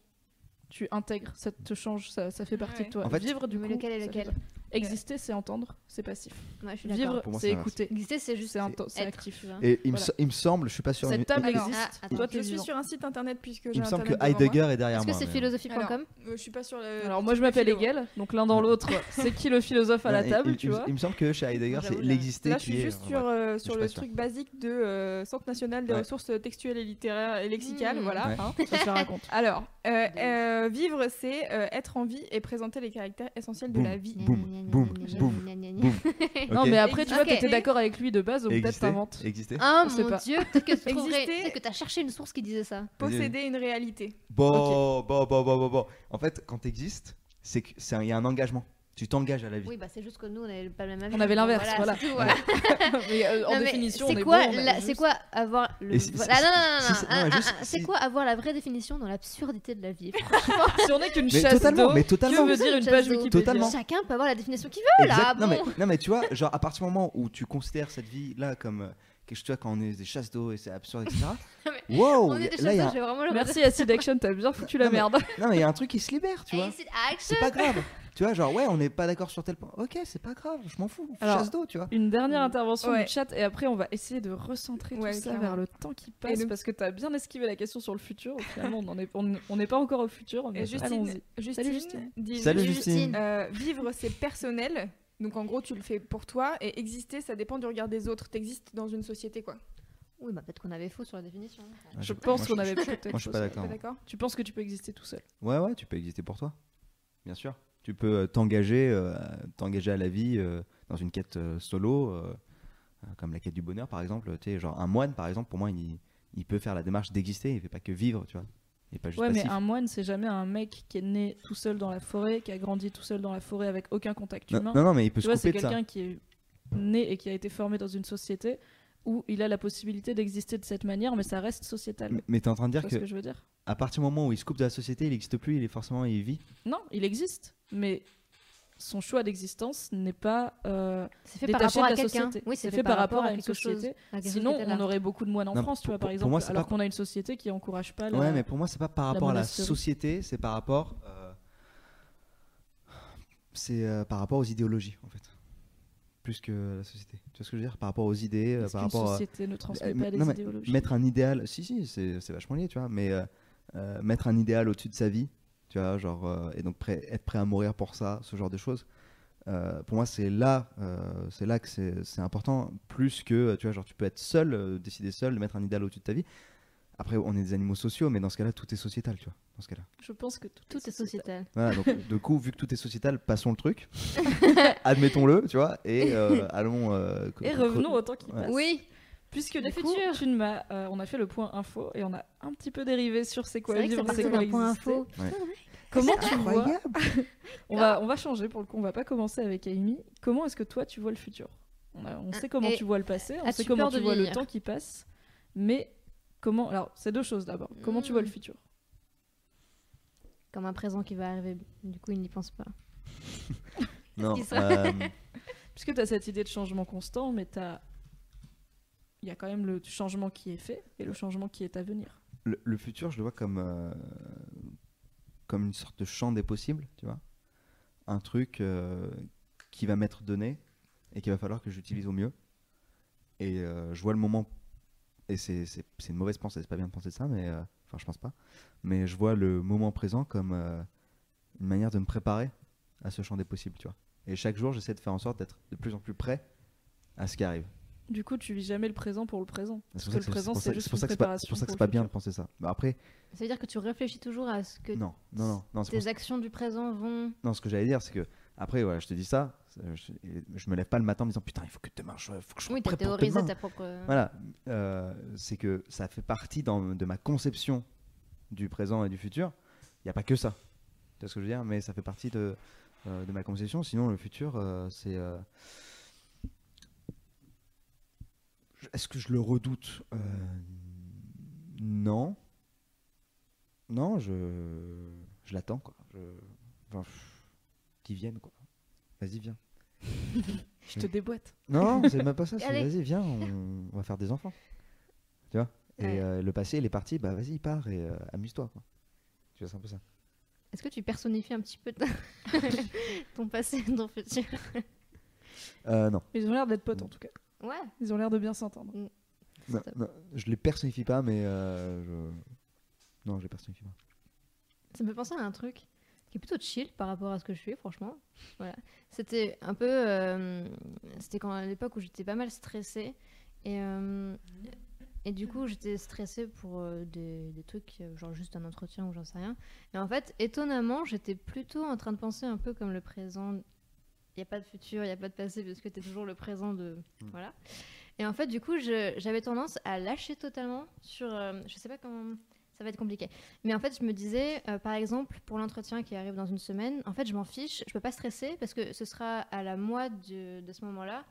S1: Tu intègres, ça te change, ça, ça fait partie
S4: Ouais.
S1: de toi.
S2: En fait-
S1: Vivre, du
S3: Mais
S1: coup.
S3: lequel est
S1: ça fait
S3: lequel
S1: partie. Exister, c'est entendre, c'est passif.
S3: moi, je suis d'accord.
S1: Vivre,
S2: Pour moi,
S1: c'est
S2: c'est l'inverse.
S1: écouter.
S3: Exister, c'est juste
S1: C'est inten- c'est
S3: être,
S1: actif.
S3: tu vois.
S2: Enfin. Et il, me,
S1: Voilà.
S2: se- il me semble, je suis pas sûr. mais-
S1: Cette table
S4: Alors,
S1: existe.
S3: ah,
S1: Toi,
S3: attends.
S1: t'es
S4: Je suis
S1: vivant.
S4: sur un site internet puisque j'ai
S2: il me semble que
S4: Internet devant moi.
S2: Heidegger est derrière
S3: Est-ce que
S2: moi.
S3: c'est
S2: mais-
S4: Alors,
S3: philosophie.com
S4: euh, je suis pas sur le.
S1: Alors moi je m'appelle Hegel, donc l'un dans l'autre, c'est qui le philosophe à la
S2: Non, il-
S1: table,
S2: il-
S1: tu
S2: il me-
S1: vois
S2: Il me semble que chez Heidegger
S3: J'avoue,
S2: c'est
S3: là-
S2: l'exister
S4: Là, je
S2: qui
S4: suis
S2: est.
S4: juste
S2: ouais.
S4: sur, euh, sur
S2: suis
S4: le
S2: pas sûr.
S4: truc basique de euh, Centre national des
S2: Ouais.
S4: ressources textuelles et littéraires et lexicales,
S3: Mmh.
S4: voilà.
S2: Ouais.
S4: hein.
S1: Ça je te raconte.
S4: Alors, euh,
S1: Mmh.
S3: De ouf.
S4: euh, vivre, c'est euh, être en vie et présenter les caractères essentiels de
S2: Boum. Mmh.
S4: la vie.
S2: Boum, boum, boum,
S3: [LAUGHS]
S2: boum.
S1: Non
S2: Ok.
S1: mais après tu vois
S3: Ok.
S1: t'étais d'accord avec lui de base, donc peut-être
S2: Exister,
S1: t'inventes.
S2: Exister.
S3: Ah
S1: On sait
S3: mon
S1: pas.
S3: dieu,
S1: [LAUGHS]
S3: peut-être que tu trouverais,
S4: Exister-
S3: peut-être que t'as cherché une source qui disait ça.
S4: Posséder une réalité.
S2: Bon, bon, bon, bon, bon, bon. En fait, quand t'existes, c'est que c'est un- il y a un engagement. Tu t'engages à la vie.
S3: Oui, bah c'est juste que nous on avait pas le même avis.
S1: On avait
S3: Bon,
S1: l'inverse, voilà.
S3: c'est tout,
S1: [LAUGHS] mais euh, en
S3: Non, mais
S1: définition, on
S3: c'est
S1: est
S3: quoi,
S1: bon, on a
S3: la-
S1: juste-
S3: c'est quoi avoir le
S2: Et si-
S3: voilà,
S2: si-
S3: non, non, non,
S2: si-
S3: non,
S2: si-
S3: un-
S2: non,
S3: un-
S2: juste
S3: un- c'est
S2: si-
S3: quoi avoir la vraie définition dans l'absurdité de la vie
S1: [LAUGHS] Si on est qu'une
S2: Mais
S1: chasse
S2: totalement,
S1: d'eau,
S2: mais
S1: que
S2: totalement.
S1: veut dire une page Wikipédia
S2: Totalement.
S3: Chacun peut avoir la définition qu'il veut là.
S2: Exact- non, mais,
S3: bon.
S2: non, mais tu vois, genre à partir du moment où tu considères cette vie-là comme euh, quelque chose, tu vois, quand on est des chasses d'eau et c'est absurde, etc.
S3: Non,
S2: wow,
S3: On est des
S2: oh, là il y a,
S3: chasseurs, j'ai vraiment le
S1: Merci Acid Action, t'as bien foutu la
S2: Non, mais-
S1: merde.
S2: non, mais il y a un truc qui se libère, tu
S3: Et
S2: vois.
S3: c'est action.
S2: C'est pas grave. tu vois, genre ouais, on n'est pas d'accord sur tel point. Ok, c'est pas grave, je m'en fous.
S1: Alors-
S2: chasse d'eau, tu vois.
S1: Une dernière intervention
S4: Ouais.
S1: du chat et après on va essayer de recentrer
S4: Ouais,
S1: tout ça
S4: clairement.
S1: vers le temps qui passe
S4: donc-
S1: parce que t'as bien esquivé la question sur le futur. Finalement on en est- on- on n'est pas encore au futur,
S4: Et
S1: mais
S4: Justine,
S1: Oh, bah, allons-y.
S4: Justine,
S1: Salut, Justine.
S4: dit-
S2: Salut
S3: Justine.
S2: Justine.
S4: Euh, vivre, c'est personnel. Donc en gros, tu le fais pour toi. Et exister, ça dépend du regard des autres. T'existes dans une société, quoi.
S3: Oui, bah peut-être qu'on avait faux sur la définition.
S1: Je pense
S2: moi,
S1: qu'on
S2: je-
S1: avait peut-être.
S2: Moi je
S1: faussé.
S2: suis
S4: T'es
S2: pas d'accord.
S4: d'accord
S1: Tu penses que tu peux exister tout seul
S2: Ouais, ouais, tu peux exister pour toi. Bien sûr. Tu peux euh, t'engager, euh, t'engager à la vie euh, dans une quête euh, solo, euh, euh, comme la quête du bonheur, par exemple. Tu sais, genre un moine, par exemple, pour moi, il, il peut faire la démarche d'exister. Il fait pas que vivre, tu vois. Il est pas juste
S1: Ouais, mais
S2: passif.
S1: un moine, c'est jamais un mec qui est né tout seul dans la forêt, qui a grandi tout seul dans la forêt avec aucun contact
S2: Non,
S1: humain.
S2: non, non, mais il peut
S1: tu
S2: se
S1: vois, c'est
S2: couper de ça.
S1: quelqu'un qui est né et qui a été formé dans une société où il a la possibilité d'exister de cette manière, mais ça reste sociétal.
S2: Mais- Mais t'es en train
S1: Tu
S2: de dire
S1: vois
S2: que,
S1: ce que je veux dire
S2: à partir du moment où il se coupe de la société, il n'existe plus, il est forcément, il vit.
S1: Non, il existe, mais son choix d'existence n'est pas euh,
S3: C'est fait par
S1: détaché
S3: rapport
S1: de
S3: à
S1: la
S3: quelqu'un.
S1: société.
S3: Oui,
S1: c'est fait, par rapport à une
S3: quelque chose.
S1: société.
S3: à quelque chose
S1: Sinon,
S3: qui était là.
S1: on aurait beaucoup de moines en
S2: Non,
S1: France, tu vois,
S2: pour-
S1: par
S2: pour
S1: exemple.
S2: moi, c'est
S1: alors
S2: pas-
S1: qu'on a une société qui encourage pas.
S2: Ouais,
S1: la-
S2: mais pour moi, c'est pas par
S1: la
S2: rapport à la
S1: monasterie.
S2: société, c'est par rapport. euh, c'est euh, par rapport aux idéologies, en fait. Plus que la société. Tu vois ce que je veux dire Par rapport aux idées, euh,
S1: Parce
S2: par
S1: qu'une
S2: rapport à.
S1: société ne transmet
S2: euh,
S1: pas
S2: non,
S1: les
S2: mais
S1: idéologies.
S2: Mettre un idéal. Si, si, c'est c'est vachement lié, tu vois. Mais euh, euh, mettre un idéal au-dessus de sa vie, tu vois, genre. euh, et donc, prêt- être prêt à mourir pour ça, ce genre de choses. Euh, pour moi, c'est là, euh, c'est là que c'est c'est important, plus que tu vois, genre tu peux être seul, euh, décider seul, de mettre un idéal au-dessus de ta vie. Après, on est des animaux sociaux, mais dans ce cas-là, tout est sociétal, tu vois. Dans ce cas-là.
S1: Je pense que tout,
S3: Tout est sociétal.
S2: Voilà, donc de coup, vu que tout est sociétal, passons le truc, admettons-le, tu vois, et euh, allons. euh, co-
S1: Et
S2: co-
S1: revenons au temps qui
S2: Ouais.
S1: passe.
S3: Oui,
S1: Puisque
S3: Le
S1: du coup,
S3: futur.
S1: tu ne m'as- euh, on a fait le point info et on a un petit peu dérivé sur c'est quoi
S3: c'est vrai que ça
S1: vivre, c'est
S3: partait
S1: quoi
S3: d'un point
S1: exister.
S3: info.
S1: Comment tu vois
S5: Incroyable.
S1: On va,
S3: Ah.
S1: on va changer pour le coup, on va pas commencer avec Amy. Comment est-ce que toi tu vois le futur on, a- on sait comment
S3: Et
S1: tu vois le passé, on
S3: as-tu
S1: sait comment
S3: peur
S1: tu
S3: de
S1: vois le
S3: vieillir
S1: temps qui passe, mais comment. Alors, c'est deux choses d'abord. Comment tu vois le
S3: Mm.
S1: futur
S3: Comme un présent qui va arriver. Du coup, il n'y pense pas.
S2: Non,
S3: Qui sera-
S2: euh,
S1: Puisque tu as cette idée de changement constant, mais t'as- Il y a quand même le changement qui est fait et le changement qui est à venir.
S2: le, le futur, je le vois comme, euh, comme une sorte de champ des possibles, tu vois. Un truc euh, qui va m'être donné et qu'il va falloir que j'utilise au mieux. Et euh, je vois le moment, et c'est c'est- c'est une mauvaise pensée, c'est pas bien de penser ça, mais euh, enfin, je pense pas. Mais je vois le moment présent comme euh, une manière de me préparer à ce champ des possibles, tu vois. Et chaque jour, j'essaie de faire en sorte d'être de plus en plus prêt à ce qui arrive.
S1: Du coup, tu vis jamais le présent pour le présent.
S2: C'est
S1: Parce que
S2: pour ça
S1: le
S2: que c'est- c'est
S1: présent,
S2: pour ça-
S1: c'est
S2: c'est
S1: juste
S2: pour
S1: une
S2: ça que c'est pas- c'est
S1: préparation
S2: pour ça que c'est
S1: pour
S2: pas
S1: le
S2: bien de
S1: futur.
S2: penser ça. Bah, après,
S3: Ça veut dire que tu réfléchis toujours à ce que
S2: non, non, non, non, c'est pour
S3: tes actions du présent vont.
S2: Non, ce que j'allais dire, c'est que après, voilà, je te dis ça, euh, je, et je me lève pas le matin en me disant putain, il faut que demain, je, faut que je sois
S3: Oui,
S2: prêt
S3: t'as
S2: pour
S3: théorisé
S2: demain.
S3: ta propre.
S2: Voilà, euh, c'est que ça fait partie dans- de ma conception du présent et du futur. Il n'y a pas que ça. Tu vois ce que je veux dire Mais ça fait partie de, euh, de ma conception. Sinon, le futur, euh, c'est. euh, je- Est-ce que je le redoute Euh, Non. Non, je, je l'attends, quoi. Je... Enfin, pff, qu'il vienne, quoi. Vas-y, viens.
S1: Je te déboîte.
S2: Non, c'est même
S3: [LAUGHS]
S2: pas ça. c'est
S3: Allez.
S2: Vas-y, viens, on, on va faire des enfants. Tu vois Et
S3: Ouais.
S2: euh, le passé, il est parti, bah vas-y, pars et euh, amuse-toi. quoi. Tu vois, c'est un peu ça.
S3: Est-ce que tu personnifies un petit peu [LAUGHS] ta- ton passé, ton futur
S2: Euh, non.
S1: Ils ont l'air d'être potes en tout cas.
S3: Ouais.
S1: Ils ont l'air de bien s'entendre.
S2: Non,
S3: Stop.
S2: non, je les personnifie pas, mais. euh, je... Non, je les personnifie
S3: Mm.
S2: pas.
S3: Ça me fait penser à un truc qui est plutôt chill par rapport à ce que je suis, franchement. Voilà. C'était un peu. euh, C'était quand à l'époque où j'étais pas mal stressée. Et, euh, et du coup, j'étais stressée pour euh, des, des trucs, euh, genre juste un entretien ou j'en sais rien. Et en fait, étonnamment, j'étais plutôt en train de penser un peu comme le présent. Il n'y a pas de futur, il n'y a pas de passé, parce que tu es toujours le présent de. Voilà. Et en fait, du coup, je- j'avais tendance à lâcher totalement sur. euh, je sais pas comment. Ça va être compliqué. Mais en fait, je me disais, euh, par exemple, pour l'entretien qui arrive dans une semaine, en fait, je m'en fiche, je peux pas stresser parce que ce sera à la moi de, de ce moment-là,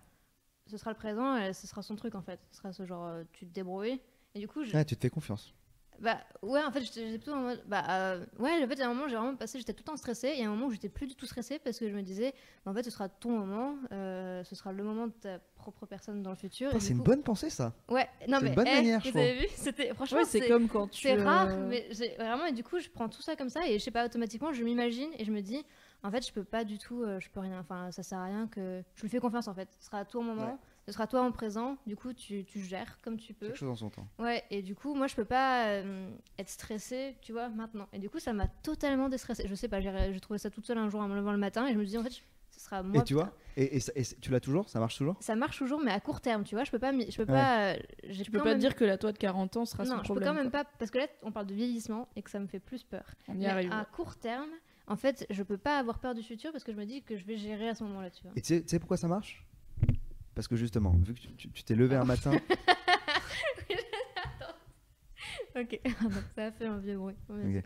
S3: ce sera le présent, et ce sera son truc en fait. Ce sera ce genre, euh, tu te débrouilles. Et du coup, je,
S2: Ah, tu te fais confiance.
S3: bah ouais, en fait, j'étais j'étais plutôt en mode. Bah euh, ouais, en fait, à un moment, j'ai vraiment passé, j'étais tout le temps stressée, et à un moment où j'étais plus du tout stressée parce que je me disais, bah, en fait, ce sera ton moment, euh, ce sera le moment de ta propre personne dans le futur. et
S2: Putain,
S3: du
S2: C'est une
S3: coup-
S2: bonne pensée, ça.
S3: Ouais, non,
S2: c'est une
S3: mais.
S2: bonne
S3: eh,
S2: manière, je
S3: vous avez vu C'était- Franchement,
S1: Ouais, c'est comme quand tu.
S3: c'est
S1: euh,
S3: rare, mais j'ai- vraiment, et du coup, je prends tout ça comme ça, et je sais pas, automatiquement, je m'imagine et je me dis, en fait, je peux pas du tout, euh, je peux rien, enfin, ça sert à rien que. Je lui fais confiance, en fait. Ce sera à ton moment,
S2: Ouais.
S3: ce sera toi en présent, du coup, tu, tu gères comme tu peux.
S2: Quelque chose en son temps.
S3: Ouais, et du coup, moi, je peux pas euh, être stressée, tu vois, maintenant. Et du coup, ça m'a totalement déstressée. Je sais pas, j'ai j'ai trouvé ça toute seule un jour en me levant le matin, et je me dis, en fait, je- ce sera à moi.
S2: et tu
S3: putain.
S2: vois et, et ça- et c'est- tu l'as toujours Ça marche toujours
S3: Ça marche toujours, mais à court terme, tu vois, je peux pas. m'y- Je peux pas. euh, j'ai
S1: Tu peux
S3: quand
S1: pas
S3: même-
S1: te dire que la toi de 40 ans sera
S3: Non,
S1: son
S3: je
S1: problème.
S3: peux quand même
S1: quoi.
S3: pas, parce que là, on parle de vieillissement et que ça me fait plus peur.
S1: On y
S3: Mais
S1: arrive.
S3: à court terme, en fait, je peux pas avoir peur du futur parce que je me dis que je vais gérer à ce moment-là,
S1: [LAUGHS]
S3: tu vois.
S2: Et tu sais- tu sais pourquoi ça marche Parce que justement, vu que tu- tu tu t'es levé un matin.
S3: [LAUGHS] Ok, Ah, ça a fait un vieux bruit.
S2: vas-y, Ok.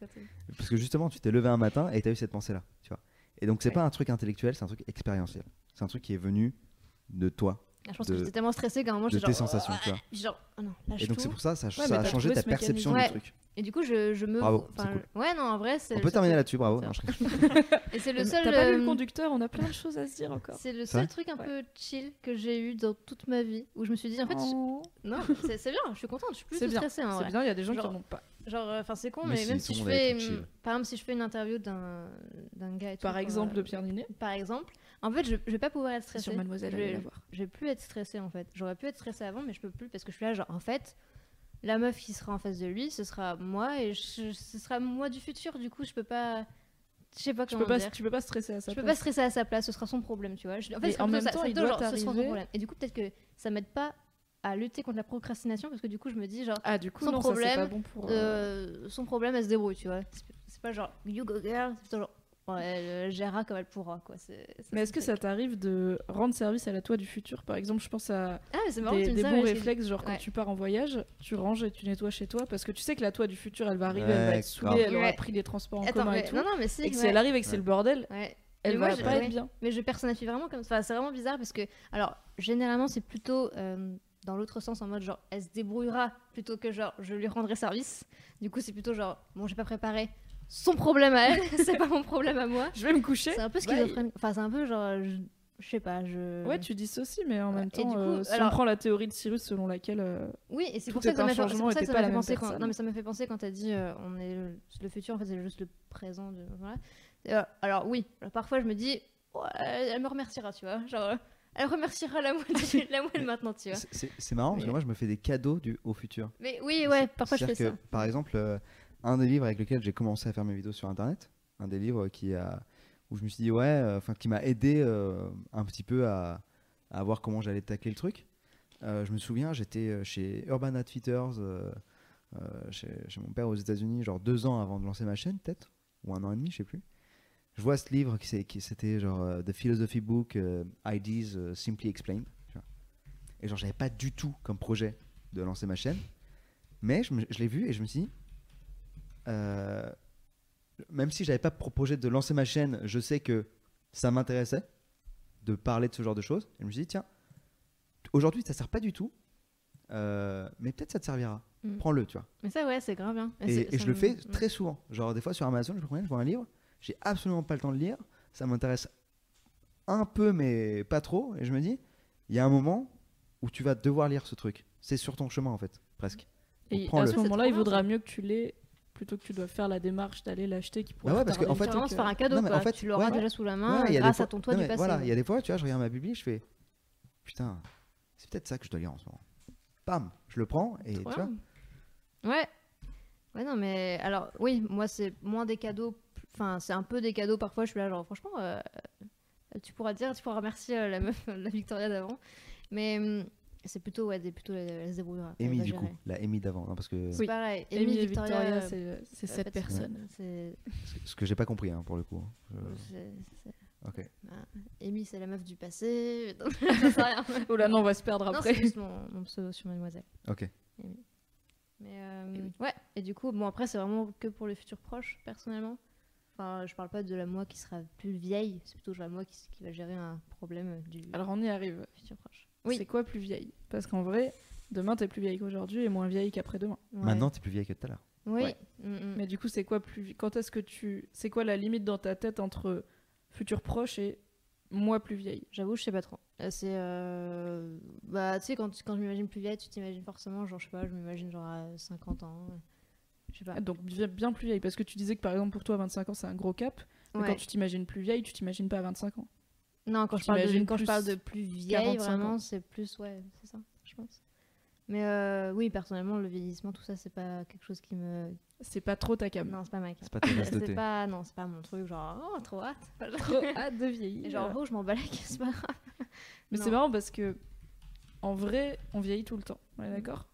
S2: Parce que justement, tu t'es levé un matin et tu as eu cette pensée-là, tu vois. Et donc, c'est pas un truc intellectuel, c'est un truc expérientiel. C'est un truc qui est venu de toi.
S3: Ah, Je pense
S2: de-
S3: que j'étais tellement stressée qu'à un moment,
S2: de
S3: j'étais
S2: tes
S3: genre,
S2: sensations,
S3: Ah,
S1: euh,
S2: tu vois.
S3: genre, ah non, lâche
S2: Et donc
S3: tout.
S2: c'est pour ça, ça,
S1: mais
S2: ça a
S1: t'as
S2: changé
S1: trouvé
S2: ta
S1: ce
S2: perception du
S3: mécanisme.
S2: truc.
S3: Et du coup, je, je me.
S2: Bravo, c'est
S3: enfin,
S2: cool.
S3: Ouais, non, en vrai, c'est.
S2: On peut terminer là-dessus, bravo.
S3: ça
S2: Non, je-
S3: Et c'est le
S1: T'as
S3: seul.
S1: pas lu
S3: euh,
S1: le conducteur, on a plein de choses à se dire encore.
S3: C'est le
S2: C'est vrai
S3: seul truc un
S1: Ouais.
S3: peu chill que j'ai eu dans toute ma vie où je me suis dit en fait je-
S1: Oh,
S3: non c'est c'est bien je suis contente je suis plus
S1: C'est bien,
S3: stressée en
S1: c'est
S3: vrai.
S1: bien, il y a des gens qui
S3: Genre-
S1: en ont pas.
S3: Genre euh, enfin c'est con
S2: Mais
S3: mais,
S2: si,
S3: même
S2: tout
S3: si
S2: le
S3: je
S2: monde a des
S3: fais
S2: trucs
S3: hum,
S2: chill.
S3: par exemple si je fais une interview d'un d'un gars et tout,
S1: Par
S3: euh,
S1: exemple, de Pierre Ninet,
S3: par exemple en fait je, je vais pas pouvoir être
S1: c'est sur
S3: stressée
S1: Mademoiselle,
S3: je
S1: allez
S3: vais,
S1: la voir.
S3: je vais plus être stressée en fait j'aurais pu être stressée avant mais je peux plus parce que je suis là genre en fait la meuf qui sera en face de lui ce sera moi et je- ce sera moi du futur du coup je peux pas je sais pas
S1: Tu
S3: comment
S1: peux, pas,
S3: dire.
S1: tu peux pas stresser à ça.
S3: Je peux pas stresser à sa place, ce sera son problème, tu vois. Je- En fait,
S1: Mais
S3: c'est
S1: en
S3: plutôt
S1: même
S3: ça,
S1: temps,
S3: c'est
S1: il
S3: plutôt
S1: doit
S3: genre, ce sera son
S1: t'arriver-
S3: problème. Et du coup, peut-être que ça m'aide pas à lutter contre la procrastination parce que du coup, je me dis genre,
S1: Ah, du coup,
S3: Sans
S1: non, ça, c'est pas
S3: problème,
S1: bon pour. euh,
S3: euh, son problème, elle se débrouille, tu vois. C'est- C'est pas genre, you go girl, c'est plutôt genre, ouais, elle gérera comme elle pourra, quoi. C'est- c'est
S1: Mais
S3: son
S1: est-ce que ça
S3: truc.
S1: t'arrive de rendre service à la toi du futur Par exemple, je pense à
S3: Ah, mais c'est marrant,
S1: des,
S3: tu me
S1: des
S3: dis ça,
S1: bons
S3: parce que-
S1: réflexes, genre quand
S3: ouais.
S1: tu pars en voyage, tu ranges et tu nettoies chez toi parce que tu sais que la toi du futur, elle va arriver,
S2: Ouais,
S1: elle va être
S2: grave.
S1: saoulée, elle aura
S3: Ouais.
S1: pris les transports en
S3: Attends,
S1: commun
S3: mais...
S1: et tout.
S3: non, non, mais si,
S1: et que si
S3: ouais.
S1: elle arrive et que c'est le bordel,
S3: Ouais.
S1: elle
S3: Mais moi,
S1: va
S3: je-
S1: pas
S3: ouais.
S1: être bien.
S3: Mais je personnifie vraiment comme ça. Enfin, c'est vraiment bizarre parce que, alors, généralement, c'est plutôt euh, dans l'autre sens, en mode genre, elle se débrouillera plutôt que genre, je lui rendrai service. Du coup, c'est plutôt genre, bon, j'ai pas préparé son problème à elle, [LAUGHS] c'est pas mon problème à moi.
S1: Je vais me coucher.
S3: C'est un peu schizophrène. Enfin, c'est un peu genre, euh, je, je sais pas, je.
S1: Ouais, tu dis ça aussi, mais en
S3: Ouais,
S1: même
S3: et
S1: temps,
S3: du coup,
S1: euh, si on
S3: alors-
S1: prend la théorie de Cyrus selon laquelle. euh,
S3: Oui, et c'est
S1: Tout
S3: pour ça
S1: est
S3: que ça
S1: un
S3: m'a fait, c'est
S1: changement
S3: pour
S1: et
S3: ça
S1: t'es
S3: que ça
S1: pas
S3: m'a
S1: la
S3: fait
S1: même
S3: penser quand.
S1: personne.
S3: Non, mais ça m'a fait penser quand t'as dit euh, on est le, le futur, en fait, c'est juste le présent. De, voilà. Et, euh, alors, oui, alors, parfois je me dis, Ouais, elle me remerciera, tu vois. Genre, euh, elle remerciera la
S2: [LAUGHS]
S3: moelle, la moelle maintenant, tu vois.
S2: C'est- C'est c'est marrant parce que
S3: Mais-
S2: moi je me fais des cadeaux du, au futur.
S3: Mais oui, ouais, parfois je fais
S2: C'est-à-dire
S3: ça.
S2: que, Par exemple, euh, un des livres avec lequel j'ai commencé à faire mes vidéos sur internet, un des livres qui a, où je me suis dit, ouais, euh, enfin, qui m'a aidé euh, un petit peu à, à voir comment j'allais tacler le truc. Euh, je me souviens, j'étais euh, chez Urban Outfitters, euh, euh, chez, chez mon père aux États-Unis, genre deux ans avant de lancer ma chaîne, peut-être, ou un an et demi, je sais plus. Je vois ce livre qui, c'est- qui c'était genre euh, The Philosophy Book euh, Ideas euh, Simply Explained. tu vois. Et genre, j'avais pas du tout comme projet de lancer ma chaîne. Mais je, me- je l'ai vu et je me suis dit, euh, même si j'avais pas proposé de lancer ma chaîne, je sais que ça m'intéressait de parler de ce genre de choses. Et je me suis dit, tiens, aujourd'hui ça sert pas du tout, euh, mais peut-être ça te servira.
S3: Mm.
S2: Prends-le, tu vois.
S3: Mais ça, ouais, c'est mm. grave bien.
S2: Et, et je le fais très souvent. Genre, des fois sur Amazon, je me promène, je vois un livre, j'ai absolument pas le temps de lire, ça m'intéresse un peu, mais pas trop. Et je me dis, il y a un moment où tu vas devoir lire ce truc. C'est sur ton chemin, en fait, presque. Donc,
S1: Et à
S2: prends-le.
S1: ce
S3: Ouais, c'est
S1: moment-là,
S3: trop
S1: il
S3: bien,
S1: vaudra
S3: ça.
S1: mieux que tu l'aies plutôt que tu dois faire la démarche d'aller l'acheter qui pourrait.
S2: Bah ouais, parce
S1: retarder
S2: qu'en fait-
S1: le
S3: Vraiment,
S1: truc,
S3: se faire
S1: euh,
S3: un cadeau,
S2: Non, mais en
S3: quoi.
S2: fait,
S3: tu l'auras
S2: ouais.
S3: déjà sous la
S2: Ouais,
S3: main
S2: il y a des
S3: Ah, grâce
S2: fois-
S3: à ton toit
S2: non,
S3: du
S2: mais
S3: passé.
S2: Voilà, il y a des fois, tu vois, je regarde ma publi, je fais putain, c'est peut-être ça que je dois lire en ce moment. Pam, je le prends et tu
S1: Trop
S2: vois.
S1: bien.
S3: Ouais. Ouais, non, mais alors, oui, moi, c'est moins des cadeaux. plus- Enfin, c'est un peu des cadeaux parfois. Je suis là, genre, franchement, euh, tu pourras dire, tu pourras remercier euh, la meuf, [LAUGHS] la Victoria d'avant. Mais hum, c'est plutôt, ouais, des, plutôt, elle, elle se débrouillera. elle
S2: Amy
S3: va
S2: du
S3: hein, gérer.
S2: coup, la Amy d'avant, non, parce que
S3: C'est
S1: Oui.
S3: pareil.
S1: Amy et Victoria,
S3: euh,
S1: c'est c'est
S3: euh,
S1: cette
S3: pas de soucis.
S1: personne.
S3: C'est.
S2: ce que j'ai pas compris hein, pour le coup. Je-
S3: c'est- c'est-
S2: Ok.
S3: bah, Amy, c'est la meuf du passé. [LAUGHS] Non, j'en
S2: [LAUGHS]
S3: sais rien.
S1: Oh là, non, on va se perdre
S3: Non, c'est
S1: après.
S3: juste mon, mon pseudo sur Mademoiselle.
S2: Ok.
S3: Mais euh, ouais, et du coup, bon, après, c'est vraiment que pour le futur proche, personnellement. Enfin, je parle pas de la moi qui sera plus vieille, c'est plutôt la moi qui, qui va gérer un problème euh, du
S1: Alors on y arrive.
S3: futur proche. Oui.
S1: C'est quoi plus vieille Parce qu'en vrai, demain t'es plus vieille qu'aujourd'hui et moins vieille qu'après-demain.
S3: Ouais.
S2: Maintenant, t'es plus vieille que tout à l'heure.
S3: Oui.
S1: Ouais.
S3: Mm, mm.
S1: Mais du coup, c'est quoi plus vi- Quand est-ce que tu C'est quoi la limite dans ta tête entre futur proche et moi plus vieille
S3: J'avoue, je sais pas trop. Euh, C'est. euh, Bah, tu sais, quand, tu- quand je m'imagine plus vieille, tu t'imagines forcément, genre, je sais pas, je m'imagine genre à 50 ans. euh, Je sais pas.
S1: Ah, Donc bien, bien plus vieille parce que tu disais que par exemple pour toi 25 ans c'est un gros cap, mais
S3: Ouais.
S1: quand tu t'imagines plus vieille, tu t'imagines pas à 25 ans.
S3: Non, quand,
S1: Tu
S3: je parle, de,
S1: t'imagines
S3: quand je
S1: plus
S3: parle de plus vieille,
S1: 45 ans.
S3: vraiment, c'est plus, ouais, c'est ça, je pense. Mais euh, oui, personnellement, le vieillissement, tout ça, c'est pas quelque chose qui me.
S1: C'est pas trop ta cam.
S3: Non, c'est pas ma cam.
S2: C'est pas ta tasse de
S3: C'est
S2: thé.
S3: pas, non, c'est pas mon truc, [LAUGHS] genre, oh, trop hâte.
S1: Trop hâte de vieillir.
S3: Et genre, oh, je m'en bats la gueule, c'est pas grave.
S1: mais c'est
S3: non.
S1: marrant parce que en vrai, on vieillit tout le temps. On est d'accord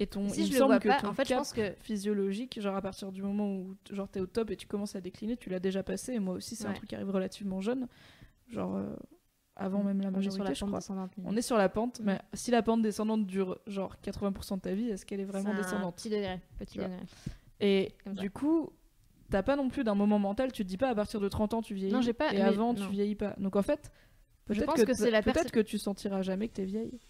S1: Et ton
S3: Mm. Si
S1: il
S3: je
S1: me
S3: le
S1: semble
S3: vois
S1: que
S3: pas,
S1: ton
S3: en fait, je
S1: cap
S3: pense que.
S1: physiologique, genre à partir du moment où t- genre t'es au top et tu commences à décliner, tu l'as déjà passé. Et moi aussi, c'est un
S3: Ouais.
S1: truc qui arrive relativement jeune, genre euh, avant même la
S3: Mm. on est sur
S1: majorité,
S3: la
S1: je
S3: pente
S1: crois.
S3: descendante. mais
S1: On est sur la pente,
S3: Mm.
S1: mais si la pente descendante dure genre 80% de ta vie, est-ce qu'elle est vraiment
S3: c'est un
S1: descendante
S3: Petit degré, petit
S1: Tu vois.
S3: degré.
S1: Et
S3: Comme ça.
S1: du coup, t'as pas non plus d'un moment mental, tu te dis pas à partir de 30 ans tu vieillis,
S3: Non, j'ai pas-
S1: et
S3: mais
S1: avant tu
S3: non.
S1: vieillis pas. Donc en fait, Peut-être
S3: pense que c'est la
S1: peut-être
S3: perce-
S1: que tu sentiras jamais que t'es vieille.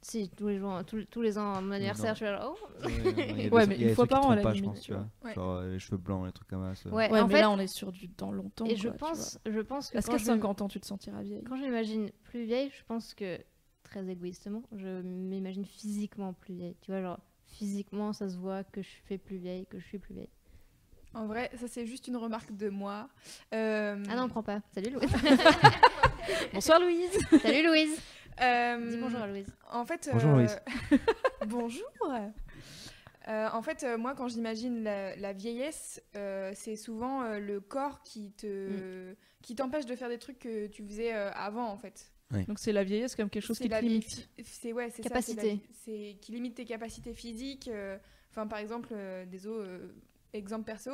S3: Si, tous les, jours, tous, tous les ans, à mon anniversaire, je suis là, oh.
S2: Ouais,
S1: Ouais, mais une fois par an, à la
S2: pas, je
S1: limite,
S2: pense,
S1: tu
S2: tu vois.
S4: vois.
S2: Genre euh, les cheveux blancs, les trucs comme ça. ça.
S3: Ouais,
S1: Ouais,
S3: en
S1: mais
S3: fait,
S1: là on est sur du dans longtemps.
S3: et je
S1: quoi, tu vois.
S3: pense, je pense que
S1: Parce
S3: quand
S1: qu'à
S3: je-
S1: 50 ans, tu te sentiras vieille.
S3: Quand je m'imagine plus vieille, je pense que, très égoïstement, je m'imagine physiquement plus vieille. Tu vois, genre, physiquement, ça se voit que je fais plus vieille, que je suis plus vieille.
S4: En vrai, ça c'est juste une remarque de moi. Euh,
S3: Ah non, prends pas. Salut [LAUGHS] Louise.
S1: Bonsoir Louise.
S3: Salut Louise. Mm.
S4: euh,
S3: Dis bonjour à Louise.
S4: En fait,
S2: Bonjour, Louise.
S4: [LAUGHS] bonjour. Euh, en fait, euh, moi, quand j'imagine la, la vieillesse, euh, c'est souvent euh, le corps qui te qui t'empêche de faire des trucs que tu faisais euh, avant, en fait.
S1: Donc c'est la vieillesse comme quelque chose
S4: C'est
S1: qui te
S4: la vie-
S1: limite.
S4: C'est ouais, c'est ça,
S3: Capacité.
S4: c'est la vie- C'est qui limite tes capacités physiques. euh, Enfin, par exemple, euh, des os. euh, exemple perso,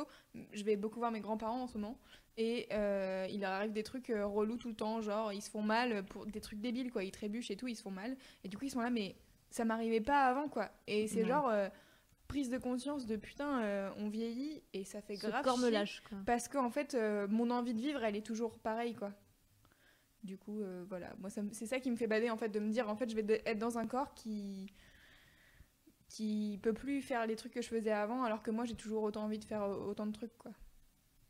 S4: je vais beaucoup voir mes grands-parents en ce moment et euh, il leur arrive des trucs euh, relous tout le temps, genre ils se font mal pour des trucs débiles quoi, ils trébuchent et tout, ils se font mal et du coup ils sont là mais ça m'arrivait pas avant quoi. Et c'est
S1: Ouais.
S4: genre euh, prise de conscience de putain euh, on vieillit et ça fait
S3: Ce
S4: grave
S3: corps me
S4: chier,
S3: lâche. Quoi.
S4: parce que en fait euh, mon envie de vivre elle est toujours pareille quoi. Du coup euh, voilà, moi ça me- c'est ça qui me fait bader en fait de me dire en fait je vais de- être dans un corps qui qui peut plus faire les trucs que je faisais avant alors que moi j'ai toujours autant envie de faire euh, autant de trucs quoi.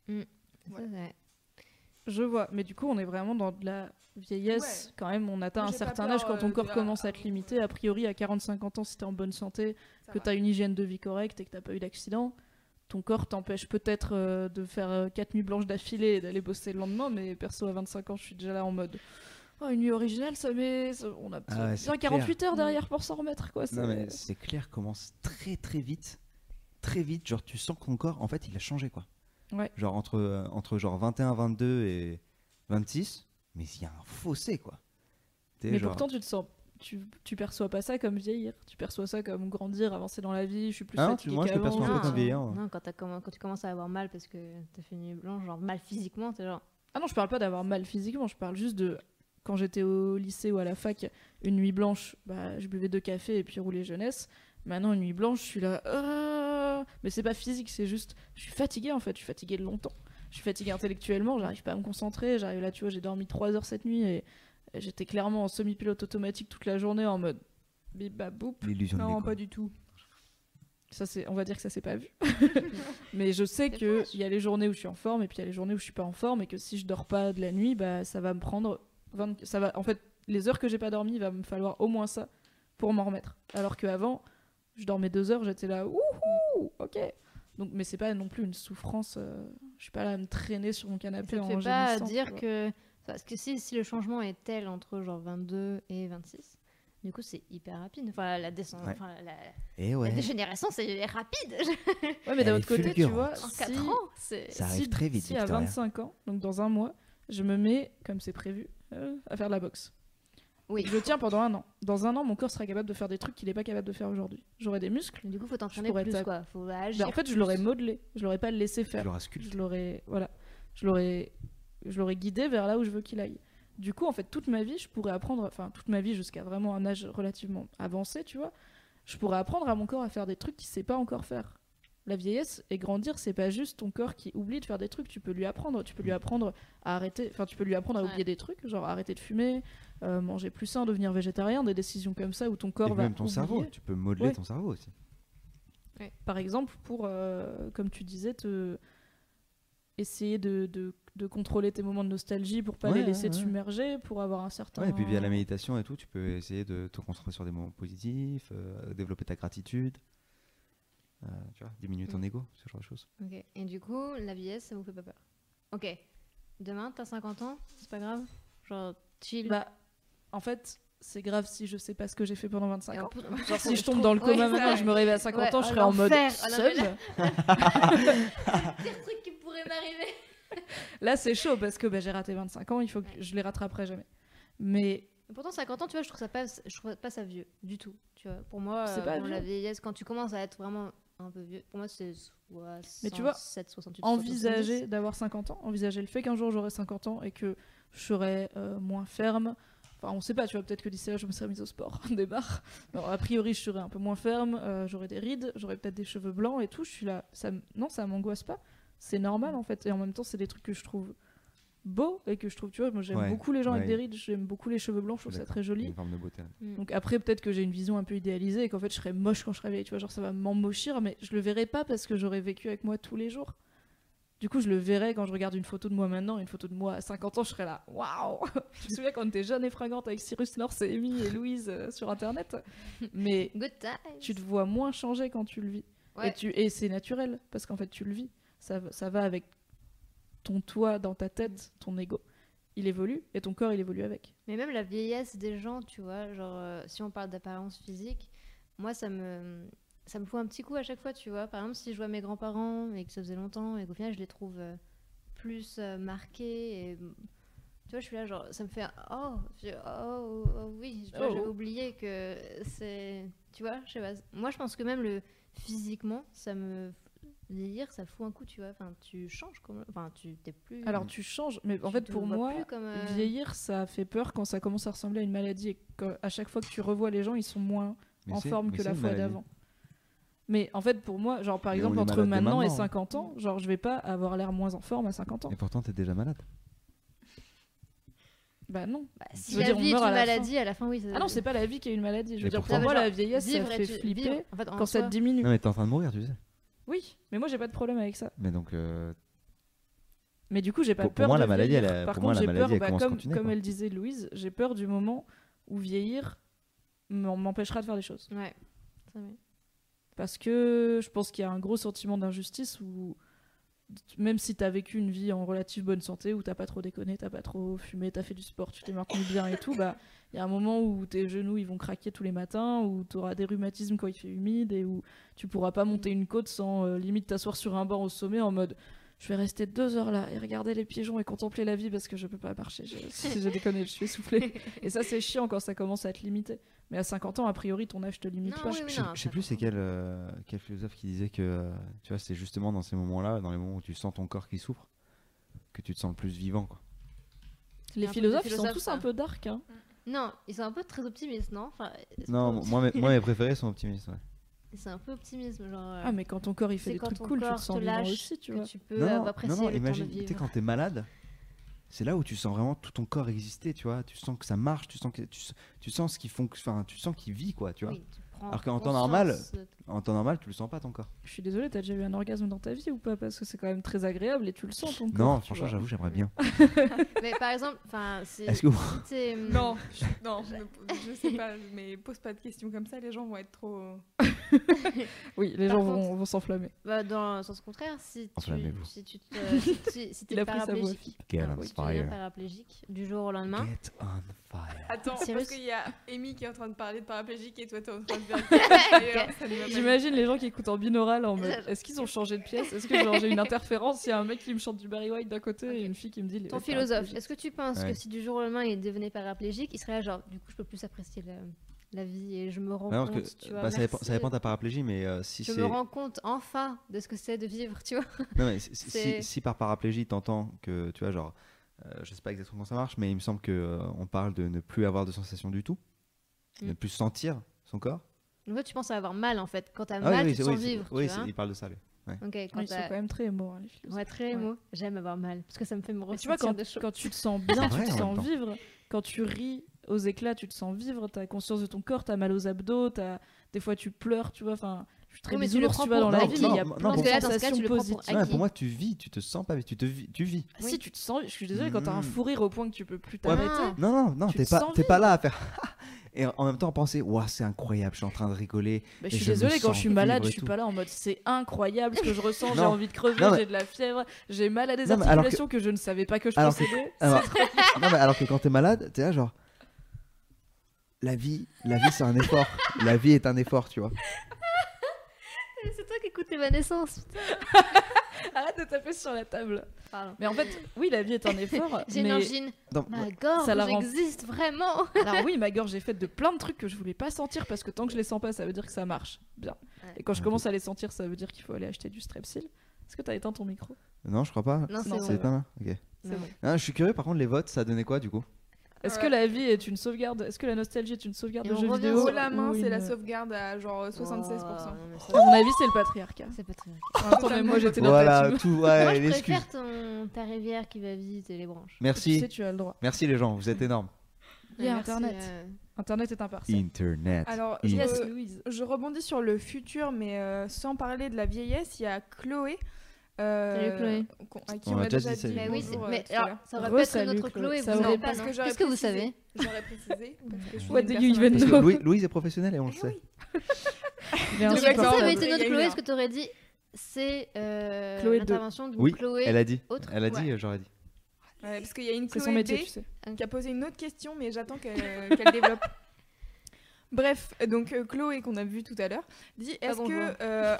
S3: Ça,
S4: Ouais.
S3: ouais.
S1: Je vois. Mais du coup, on est vraiment dans de la vieillesse.
S4: Ouais.
S1: Quand même, on atteint
S4: Moi,
S1: un
S4: j'ai pas
S1: certain
S4: peur,
S1: âge quand ton
S4: euh,
S1: corps
S4: de-
S1: commence à te
S4: ah,
S1: limiter. A priori, à 40-50 ans, si t'es en bonne santé,
S4: Ça
S1: que
S4: va.
S1: t'as une hygiène de vie correcte et que t'as pas eu d'accident, ton corps t'empêche peut-être euh, de faire 4 nuits blanches d'affilée et d'aller bosser le lendemain. Mais perso, à 25 ans, je suis déjà là en mode. Oh, une nuit originale, ça met. ça- On a
S2: Ah ouais, c'est
S1: bien 48 heures derrière pour s'en remettre, quoi.
S2: Non,
S1: c'est-
S2: mais c'est clair, commence très très vite. Très vite, genre tu sens que ton corps, en fait, il a changé quoi.
S1: Ouais.
S2: Genre entre, euh, entre genre 21, 22 et 26, mais il y a un fossé quoi. T'es
S1: Mais
S2: genre-
S1: pourtant, tu te sens. Tu, tu perçois pas ça comme vieillir, tu perçois ça comme grandir, avancer dans la vie, je suis plus
S2: Ah non,
S1: fatigué
S2: tu- moi, je le
S1: qu'avant.
S2: perçois un peu
S3: Non,
S2: comme vieillard, ouais.
S3: non, quand, t'as comm- quand tu commences à avoir mal parce que t'as fait une nuit blanche, genre mal physiquement, t'es genre.
S1: Ah non, je parle pas d'avoir mal physiquement, je parle juste de quand j'étais au lycée ou à la fac, une nuit blanche, bah, je buvais deux cafés et puis roulais jeunesse. Maintenant, une nuit blanche, je suis là. Ah Mais c'est pas physique, c'est juste. Je suis fatiguée en fait, je suis fatiguée de longtemps. Je suis fatiguée intellectuellement, j'arrive pas à me concentrer. J'arrive là, tu vois, j'ai dormi 3 heures cette nuit et j'étais clairement en semi-pilote automatique toute la journée en mode. Bip bap, boop.
S2: L'illusion de
S4: Non,
S2: l'école.
S4: pas du tout.
S1: Ça, c'est, on va dire que ça s'est
S3: [LAUGHS]
S1: pas vu. mais je sais
S3: Des
S1: que
S3: fois, je-
S1: il y a les journées où je suis en forme et puis il y a les journées où je suis pas en forme et que si je dors pas de la nuit, bah ça va me prendre 20 ça va en fait les heures que j'ai pas dormi, il va me falloir au moins ça pour m'en remettre. Alors qu'avant, je dormais deux heures, j'étais là ouhou, OK. Donc mais c'est pas non plus une souffrance, euh, je suis pas là à me traîner sur mon canapé
S3: Ça te
S1: en
S3: fait pas
S1: gémissant, tu
S3: dire
S1: vois.
S3: que. Parce que si, si le changement est tel entre genre 22 et 26, du coup c'est hyper rapide. Enfin, la descente,
S2: Ouais.
S3: enfin, la, la
S2: Et Eh ouais.
S3: dégénération c'est rapide.
S1: Ouais, mais d'un
S2: Elle est
S1: autre côté, tu
S2: fulgurante.
S1: vois,
S3: en
S1: si-
S3: 4 ans, c'est.
S2: Ça arrive
S1: si,
S2: très vite,
S1: Si à
S2: Victoria.
S1: 25 ans, donc dans un mois, je me mets, comme c'est prévu, euh, à faire de la boxe.
S3: Oui.
S1: Je tiens pendant un an. Dans un an, mon corps sera capable de faire des trucs qu'il n'est pas capable de faire aujourd'hui. J'aurai des muscles.
S3: Mais du coup, faut t'entraîner
S1: pourrais
S3: plus
S1: t'a-
S3: quoi. Faut agir.
S1: Bah, en fait, je l'aurais modelé. Je l'aurais pas laissé
S2: Tu
S1: faire.
S2: l'auras sculpté.
S1: Je l'aurais, voilà, je l'aurais, je l'aurais guidé vers là où je veux qu'il aille. Du coup, en fait, toute ma vie, je pourrais apprendre, enfin, toute ma vie jusqu'à vraiment un âge relativement avancé, tu vois, je pourrais apprendre à mon corps à faire des trucs qu'il sait pas encore faire. La vieillesse et grandir, c'est pas juste ton corps qui oublie de faire des trucs. Tu peux lui apprendre, tu peux lui apprendre à arrêter, enfin, tu peux lui apprendre à
S3: Ouais.
S1: oublier des trucs, genre arrêter de fumer, euh, manger plus sain, devenir végétarien, des décisions comme ça où ton corps
S2: Et
S1: va
S2: même ton cerveau,
S1: oublier
S2: tu peux modeler
S1: Ouais.
S2: ton cerveau aussi.
S1: par exemple, pour, euh, comme tu disais, te... essayer de, de- de contrôler tes moments de nostalgie pour pas
S2: Ouais,
S1: les laisser
S2: ouais,
S1: te
S2: ouais.
S1: submerger, pour avoir un certain.
S2: Ouais, et puis via la méditation et tout, tu peux essayer de te concentrer sur des moments positifs, euh, développer ta gratitude, euh, tu vois, diminuer
S1: Mm.
S2: ton ego, ce genre de choses.
S3: Ok. Et du coup, la vieillesse, ça vous fait pas peur. Ok. Demain, t'as 50 ans, c'est pas grave. Genre chill.
S1: Bah, en fait, c'est grave si je sais pas ce que j'ai fait pendant 25
S3: Et en
S1: ans.
S3: plus- [LAUGHS]
S1: Si je tombe dans le
S3: Ouais,
S1: coma
S3: ça,
S1: maintenant, je me réveille à 50
S3: Ouais,
S1: ans, je
S3: oh,
S1: serai en mode
S3: l'enfer. Oh, non, mais
S1: seul.
S3: là- pire truc qui pourrait m'arriver.
S1: Là, c'est chaud parce que bah, j'ai raté 25 ans, il faut que je les rattraperai jamais. Mais
S3: Pourtant, 50 ans, tu vois, je trouve ça pas, je trouve pas ça vieux du tout. Tu vois, pour moi,
S1: C'est
S3: euh,
S1: pas
S3: bon, la
S1: vieux.
S3: vieillesse, quand tu commences à être vraiment un peu vieux, pour moi, c'est 67,
S1: Mais tu vois,
S3: 68,
S1: envisager d'avoir 50 ans, envisager le fait qu'un jour j'aurai 50 ans et que je serai euh, moins ferme. Enfin, on sait pas, tu vois, peut-être que d'ici là, je me serais mise au sport, [LAUGHS] des barres. Non, a priori, je serais un peu moins ferme, euh, j'aurais des rides, j'aurais peut-être des cheveux blancs et tout. Je suis là, ça m- non, ça m'angoisse pas. C'est normal en fait. Et en même temps, c'est des trucs que je trouve beau et que je trouve, tu vois, moi j'aime
S2: Ouais,
S1: beaucoup les gens avec
S2: ouais.
S1: des rides, j'aime beaucoup les cheveux blancs, je trouve ça
S2: D'accord.
S1: très
S2: Il y a
S1: joli.
S2: Une forme de beauté. hein.
S1: Donc après, peut-être que j'ai une vision un peu idéalisée et qu'en fait je serais moche quand je serai vieille, tu vois, genre ça va m'emmochir, mais je le verrai pas parce que j'aurais vécu avec moi tous les jours. Du coup, je le verrai quand je regarde une photo de moi maintenant, une photo de moi à 50 ans, je serais là, waouh [LAUGHS] Je me souviens quand on était jeune et fringante avec Cyrus North et Amy et Louise euh, sur internet, mais
S3: Good time.
S1: tu te vois moins changer quand tu le vis.
S3: Ouais.
S1: Et, tu, et c'est naturel, parce qu'en fait, tu le vis. Ça, va- ça va avec ton toi dans ta tête, ton ego. Il évolue, et ton corps, il évolue avec.
S3: Mais même la vieillesse des gens, tu vois, genre euh, si on parle d'apparence physique, moi ça me ça me fout un petit coup à chaque fois, tu vois. Par exemple, si je vois mes grands-parents et que ça faisait longtemps et qu'au final je les trouve euh, plus euh, marqués et mm, tu vois, je suis là genre ça me fait oh, je- oh, oh, oui, je-
S1: Oh.
S3: j'avais oublié que c'est tu vois, je sais pas. Moi je pense que même le physiquement, ça me vieillir, ça fout un coup, tu vois. Enfin, tu changes comme enfin tu t'es plus
S1: Alors, tu changes, mais en
S3: Mm. tu
S1: fait,
S3: te
S1: pour
S3: vois
S1: moi,
S3: plus comme, euh,
S1: vieillir, ça fait peur quand ça commence à ressembler à une maladie, et qu'à chaque fois que tu revois les gens, ils sont moins en forme que la fois d'avant. Mais en fait, pour moi, genre par
S2: Mais on
S1: exemple,
S2: est
S1: entre
S2: malade dès
S1: maintenant et
S2: maintenant. hein.
S1: 50 ans, genre je vais pas avoir l'air moins en forme à 50 ans.
S2: Et pourtant, t'es déjà malade.
S1: Bah non.
S3: Bah,
S1: Je
S3: si
S1: veux
S3: la
S1: dire, on
S3: vie est une
S1: meurt à la fin.
S3: maladie, à la fin, oui. ça-
S1: Ah non, c'est pas la vie qui est une maladie. Je veux
S2: Mais
S1: dire,
S2: pourtant-
S1: pour moi,
S3: Ah,
S1: la vieillesse,
S3: vivre
S1: ça
S3: et
S1: fait
S3: tu-
S1: flipper
S3: vivre, en fait, en
S1: quand ça
S3: soi.
S1: te diminue.
S2: Non, mais t'es en train de mourir, tu sais.
S1: Oui, mais moi j'ai pas de problème avec ça.
S2: Mais donc, euh,
S1: Mais du coup, j'ai pas
S2: Pour- pour
S1: peur
S2: moi,
S1: de
S2: la maladie,
S1: vieillir.
S2: elle a-
S1: Par
S2: pour moi,
S1: contre,
S2: la
S1: j'ai
S2: maladie,
S1: peur,
S2: elle
S1: bah,
S2: commence à
S1: comme,
S2: continuer,
S1: comme
S2: quoi.
S1: elle disait Louise, j'ai peur du moment où vieillir m'en- m'empêchera de faire des choses.
S3: Ouais. Ça, oui.
S1: Parce que je pense qu'il y a un gros sentiment d'injustice où même si t'as vécu une vie en relative bonne santé, où t'as pas trop déconné, t'as pas trop fumé, t'as fait du sport, tu t'es maintenu bien et tout, bah il y a un moment où tes genoux ils vont craquer tous les matins, où t'auras des rhumatismes quand il fait humide et où tu pourras pas monter une côte sans euh, limite t'asseoir sur un banc au sommet en mode je vais rester deux heures là et regarder les pigeons et contempler la vie parce que je peux pas marcher. Je- [LAUGHS] si je déconne, je suis essoufflée. Et ça c'est chiant quand ça commence à te limiter. Mais à 50 ans, a priori, ton âge te limite
S3: Non,
S1: pas.
S3: oui,
S2: je
S3: oui,
S2: sais-
S3: non,
S2: je sais
S3: ça
S2: plus c'est
S3: prend.
S2: quel, euh, quel philosophe qui disait que euh, tu vois, c'est justement dans ces moments-là, dans les moments où tu sens ton corps qui souffre, que tu te sens le plus vivant. Quoi.
S1: Les
S3: Un peu
S1: philosophes,
S3: des
S1: ils sont
S3: philosophes,
S1: tous
S3: ça.
S1: un peu dark. Hein.
S3: Non, ils sont un peu très optimistes, non Enfin, c'est
S2: Non,
S3: pas-
S2: moi mes, moi,
S3: [LAUGHS]
S2: mes préférés sont optimistes. ouais.
S3: C'est un peu optimisme, genre. euh,
S1: Ah, mais quand ton corps il
S3: c'est
S1: fait des
S3: quand
S1: trucs
S3: ton
S1: cool, tu
S3: corps
S1: te
S3: te
S1: sens vivant
S3: lâche
S1: aussi, tu
S3: que
S1: vois.
S3: tu peux euh, apprécier le
S2: imagine,
S3: temps
S2: tu
S3: de
S2: sais,
S3: vivre.
S2: quand t'es malade, c'est là où tu sens vraiment tout ton corps exister, tu vois. Tu sens que ça marche, tu sens que tu, s- tu sens ce qui fon- enfin, tu sens qu'il vit, quoi, tu vois.
S3: Oui, tu prends
S2: Alors qu'en temps
S3: conscience
S2: normal,
S3: de-
S2: En temps normal, tu le sens pas ton corps.
S1: Je suis désolée, t'as déjà eu un orgasme dans ta vie ou pas Parce que c'est quand même très agréable et tu le sens ton corps.
S2: non,
S1: tu
S2: franchement,
S1: vois.
S2: j'avoue, j'aimerais bien.
S3: Mais par exemple, enfin, c'est.
S2: Est-ce que vous-
S1: [LAUGHS]
S3: c'est-
S4: [LAUGHS] Non, je, non, je, me- je sais pas, mais pose pas de questions comme ça, les gens vont être trop.
S1: Oui, les
S3: Par
S1: gens vont,
S3: contre-
S1: vont s'enflamer.
S3: Bah, dans le sens contraire, si
S2: Enflammez-vous.
S3: tu, si tu te, si
S1: [LAUGHS]
S3: tu- si t'es
S1: Il a pris sa voix.
S3: paraplégique, enfin, si Ah tu deviens paraplégique du jour au lendemain,
S2: Get on fire.
S4: Attends,
S3: Cyrus
S4: parce qu'il y a Amy qui est en train de parler de paraplégique et toi t'es en train [LAUGHS] de faire. ça ne va
S1: [LAUGHS]
S4: pas.
S1: J'imagine les gens qui écoutent en binaural en mode est-ce qu'ils ont changé de pièce Est-ce que genre j'ai une interférence Il y a un mec qui me chante du Barry White d'un côté et
S3: Ok.
S1: une fille qui me dit.
S3: ton philosophe, est-ce que tu penses
S2: Ouais.
S3: que si du jour au lendemain il devenait paraplégique, il serait là genre, du coup, je peux plus apprécier la, la vie et je me rends
S2: Non, parce
S3: compte,
S2: que,
S3: tu vois.
S2: bah, ça, dépend,
S3: merci.
S2: ça dépend de ta paraplégie, mais euh, si
S3: Je
S2: c'est.
S3: me rends compte enfin de ce que c'est de vivre, tu vois.
S2: [LAUGHS] Non, mais si, si-
S3: C'est-
S2: si par paraplégie, t'entends que, tu vois, genre, euh, je sais pas exactement comment ça marche, mais il me semble que euh, on parle de ne plus avoir de sensation du tout,
S3: Mm.
S2: ne plus sentir son corps.
S3: Donc toi, tu penses à avoir mal en fait. Quand t'as
S2: Ah
S3: mal,
S2: oui,
S3: tu te
S2: oui,
S3: sens
S2: c'est-
S3: vivre,
S2: oui,
S3: tu
S2: c'est-
S3: vois.
S2: il parle de ça, lui.
S3: Ok, quand
S1: Ils sont
S3: t'as-
S1: quand même très émots, hein, les philosophes.
S3: Ouais, très
S1: Ouais.
S3: émo. J'aime avoir mal parce que ça me fait me
S1: Mais
S3: ressentir
S1: tu vois, quand,
S3: des choses.
S1: quand tu te sens bien,
S2: vrai,
S1: tu te
S2: en
S1: sens
S2: même temps.
S1: vivre. Quand tu ris aux éclats, tu te sens vivre. T'as conscience de ton corps, t'as mal aux abdos, t'as... des fois tu pleures, tu vois. Enfin, je suis très
S3: Oui, mais tu
S1: bisounours,
S3: le prends
S1: tu vois, dans
S3: pour
S1: la
S3: acquis.
S1: vie, mais il y a
S2: Non, non,
S1: plein
S2: non,
S1: de
S2: parce que là,
S3: dans ce cas,
S1: sensations
S3: tu le prends pour
S1: positives.
S3: acquis.
S2: Ouais, pour moi, tu vis, tu te sens pas, mais tu te vis, tu vis.
S1: Ah, Si
S3: Oui.
S1: tu te sens, je suis désolée, quand t'as un
S2: Mm.
S1: fou rire au point que tu peux plus
S3: Ah,
S1: t'arrêter.
S2: Non, non, non,
S1: Tu
S2: t'es
S1: te
S2: pas,
S1: sens
S2: t'es pas là à faire. [LAUGHS] Et en même temps, penser, waouh, c'est incroyable, je suis en train
S3: [LAUGHS]
S2: de rigoler.
S1: Bah,
S2: Et
S1: je suis
S2: je me
S1: désolée, quand
S2: sens
S1: je suis malade,
S2: vivre
S1: je
S2: et
S1: suis
S2: tout.
S1: pas là en mode c'est incroyable ce que je ressens, j'ai
S2: Non.
S1: envie de crever,
S2: Non, mais-
S1: j'ai de la fièvre, j'ai mal à des
S2: Non, mais alors que-
S1: articulations que... je ne savais pas que je
S2: Alors que-
S1: possédais.
S2: Alors, non, mais alors que quand t'es malade, t'es là, genre. La vie, la vie, c'est un effort. la vie est un effort, tu vois.
S3: C'est toi qui écoutes Evanescence. putain. Ah,
S1: Arrête de taper sur la table.
S3: Pardon.
S1: Mais en fait, oui, la vie est un effort.
S3: [LAUGHS] J'ai une
S1: mais-
S3: angine.
S2: Non,
S3: Ma gorge,
S1: Ça la rend-
S3: j'existe vraiment.
S1: [LAUGHS] Alors Ah oui, ma gorge est faite de plein de trucs que je voulais pas sentir parce que tant que je les sens pas, ça veut dire que ça marche. Bien.
S3: Ouais.
S1: Et quand je commence à les sentir, ça veut dire qu'il faut aller acheter du strepsil. Est-ce que t'as éteint ton micro
S2: Non, je crois pas.
S3: Non, c'est
S1: Non,
S3: bon.
S2: C'est éteint là Ok.
S1: C'est
S3: Non.
S1: bon.
S2: Ah, je suis curieux, par contre, les votes, ça donnait quoi du coup
S1: Est-ce
S4: Ouais.
S1: que la vie est une sauvegarde Est-ce que la nostalgie est une sauvegarde
S3: Et
S1: de
S3: on
S1: jeux
S3: revient
S1: vidéo
S4: Haut la main,
S1: ou
S4: c'est la
S1: une-
S4: sauvegarde à genre euh,
S3: Oh,
S4: 76%.
S3: non, mais ça,
S1: À mon avis, c'est le
S3: [LAUGHS]
S1: patriarcat.
S3: C'est pas très vrai.
S1: En même temps, mais moi, j'étais dans ta
S2: Voilà,
S1: team.
S3: [LAUGHS]
S2: tout,
S3: Moi,
S2: ouais,
S3: je
S2: l'excuse.
S3: préfère ton- ta rivière qui va visiter les branches.
S1: Tu sais,
S2: Merci,
S1: tu as le droit.
S2: merci les gens, vous êtes énormes.
S1: Il y a
S3: Merci,
S1: Internet.
S3: euh,
S1: Internet est impartial.
S2: Internet.
S4: Alors,
S2: Il-
S4: je,
S1: Yes,
S4: re-
S1: Louise.
S4: je rebondis sur le futur, mais euh, sans parler de la vieillesse, il y a Chloé. euh,
S3: Salut Chloé.
S4: qu'on- À qui
S2: On
S4: on,
S2: a
S4: a
S2: déjà
S4: déjà
S2: dit
S4: dit
S2: salut.
S3: Bah oui, c'est-
S4: bonjour, euh,
S3: mais
S4: tout à
S3: alors,
S4: l'heure.
S3: ça aurait
S1: Re-
S3: pu être
S1: salut,
S3: notre
S1: Chloé.
S3: Chloé,
S1: Ça
S3: vous
S4: aurait
S3: n'avez
S4: pas-
S3: pas.
S4: parce que j'aurais
S3: Est-ce que vous
S4: précisé.
S3: savez
S4: J'aurais précisé. parce que je suis
S1: What
S4: une
S1: do you
S4: personne
S1: even
S2: Parce que
S1: know
S2: Louis, Louise est professionnelle et
S3: Eh
S2: on le sait.
S1: Il est
S4: Le
S3: Donc, Si
S4: mec
S3: ça
S4: en-
S3: avait
S1: insupportable.
S3: été
S4: il y a
S3: notre
S4: eu
S3: Chloé,
S4: un-
S3: est-ce que tu aurais dit c'est euh,
S1: Chloé deux.
S3: l'intervention d'une
S2: Oui,
S3: Chloé
S2: Elle a dit,
S3: autre
S2: elle a dit,
S3: Ouais.
S2: euh, j'aurais dit.
S4: Ouais, parce qu'il y a une
S1: C'est
S4: Chloé
S1: son métier,
S4: B
S1: tu sais.
S4: qui a posé une autre question, mais j'attends qu'elle qu'elle développe. [LAUGHS] Bref, donc euh, Chloé, qu'on a vu tout à l'heure, dit
S3: Ah,
S4: est-ce
S3: bonjour.
S4: que euh,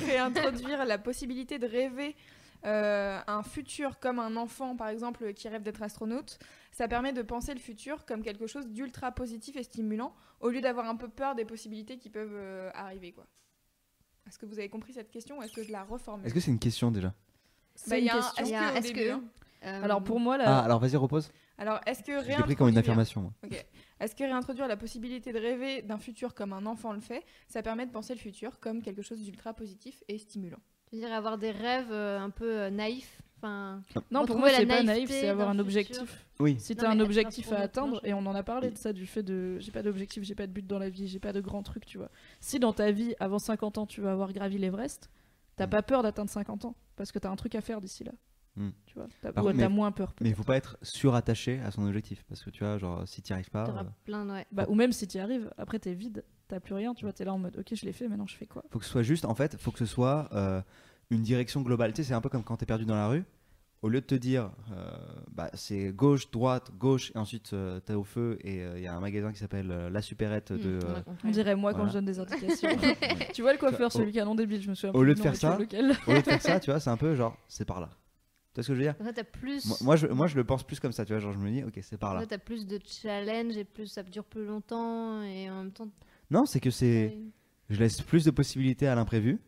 S4: [LAUGHS] réintroduire la possibilité de rêver euh, un futur comme un enfant, par exemple, qui rêve d'être astronaute, ça permet de penser le futur comme quelque chose d'ultra positif et stimulant, au lieu d'avoir un peu peur des possibilités qui peuvent euh, arriver. quoi. Est-ce que vous avez compris cette question ou est-ce que je la reformule
S2: Est-ce que c'est une question déjà
S1: C'est
S4: Bah, il
S1: une
S4: y a un-
S1: question.
S4: Est-ce
S3: Il y a-
S4: que au
S3: est-ce que-
S4: début, hein
S3: Euh,
S1: Alors pour moi,
S2: Ah,
S1: la...
S2: alors vas-y, repose.
S4: Alors, est-ce que
S2: Je l'ai pris comme une
S4: réintroduire-
S2: affirmation. moi.
S4: Est-ce que réintroduire la possibilité de rêver d'un futur comme un enfant le fait, ça permet de penser le futur comme quelque chose d'ultra positif et stimulant
S3: Je veux dire, avoir des rêves euh, un peu euh, naïfs. Enfin,
S1: non, pour
S3: retrouver
S1: moi,
S3: la
S1: c'est pas
S3: naïveté
S1: naïf, c'est avoir
S3: d'un
S1: un
S3: futur.
S1: objectif.
S2: Oui.
S1: Si
S3: Non,
S1: t'as
S3: mais
S1: un
S3: attends,
S1: objectif
S3: pour
S1: à
S3: moi,
S1: atteindre,
S3: je-
S1: et on en a parlé de ça, du fait de j'ai pas d'objectif, j'ai pas de but dans la vie, j'ai pas de grand truc, tu vois. Si dans ta vie, avant 50 ans, tu vas avoir gravi l'Everest, t'as
S2: Mm.
S1: pas peur d'atteindre 50 ans, parce que t'as un truc à faire d'ici là.
S2: Mm.
S1: Tu vois, t'as
S2: Par
S1: ou
S2: contre,
S1: t'as
S2: mais-
S1: moins peur.
S2: Mais il faut pas être surattaché à son objectif parce que tu vois, genre, si t'y arrives pas.
S3: t'auras
S2: euh,
S3: plein, ouais.
S1: Bah, ou même si t'y arrives, après t'es vide, t'as plus rien, tu vois, t'es là en mode ok, je l'ai fait, maintenant je fais quoi
S2: faut que ce soit juste, en fait, faut que ce soit euh, une direction globale. Tu sais, c'est un peu comme quand t'es perdu dans la rue. Au lieu de te dire, euh, bah, c'est gauche, droite, gauche, et ensuite euh, t'es au feu, et il y a un magasin qui s'appelle euh, La Supérette de.
S3: Hmm, [LAUGHS]
S2: euh,
S3: ouais,
S1: On dirait moi quand
S2: Voilà.
S1: je donne des
S2: [LAUGHS]
S1: indications. [LAUGHS] tu vois le coiffeur,
S2: Tu vois,
S1: celui qui a un nom débile, je me souviens.
S2: au
S1: plus
S2: lieu
S1: du
S2: de
S1: nom,
S2: faire
S1: mais tu vois lequel.
S2: Au lieu de faire ça, euh, tu vois, c'est un peu genre, c'est par là. Tu vois ce que je veux dire
S3: Comme ça, t'as plus.
S2: moi, moi, je, moi, je le pense plus comme ça, tu vois, genre, je me dis, ok, c'est par
S3: comme
S2: là.
S3: ça, t'as plus de challenge et plus ça dure plus longtemps et en même temps.
S2: Non, c'est que c'est.
S3: t'es-
S2: je laisse plus de possibilités à l'imprévu.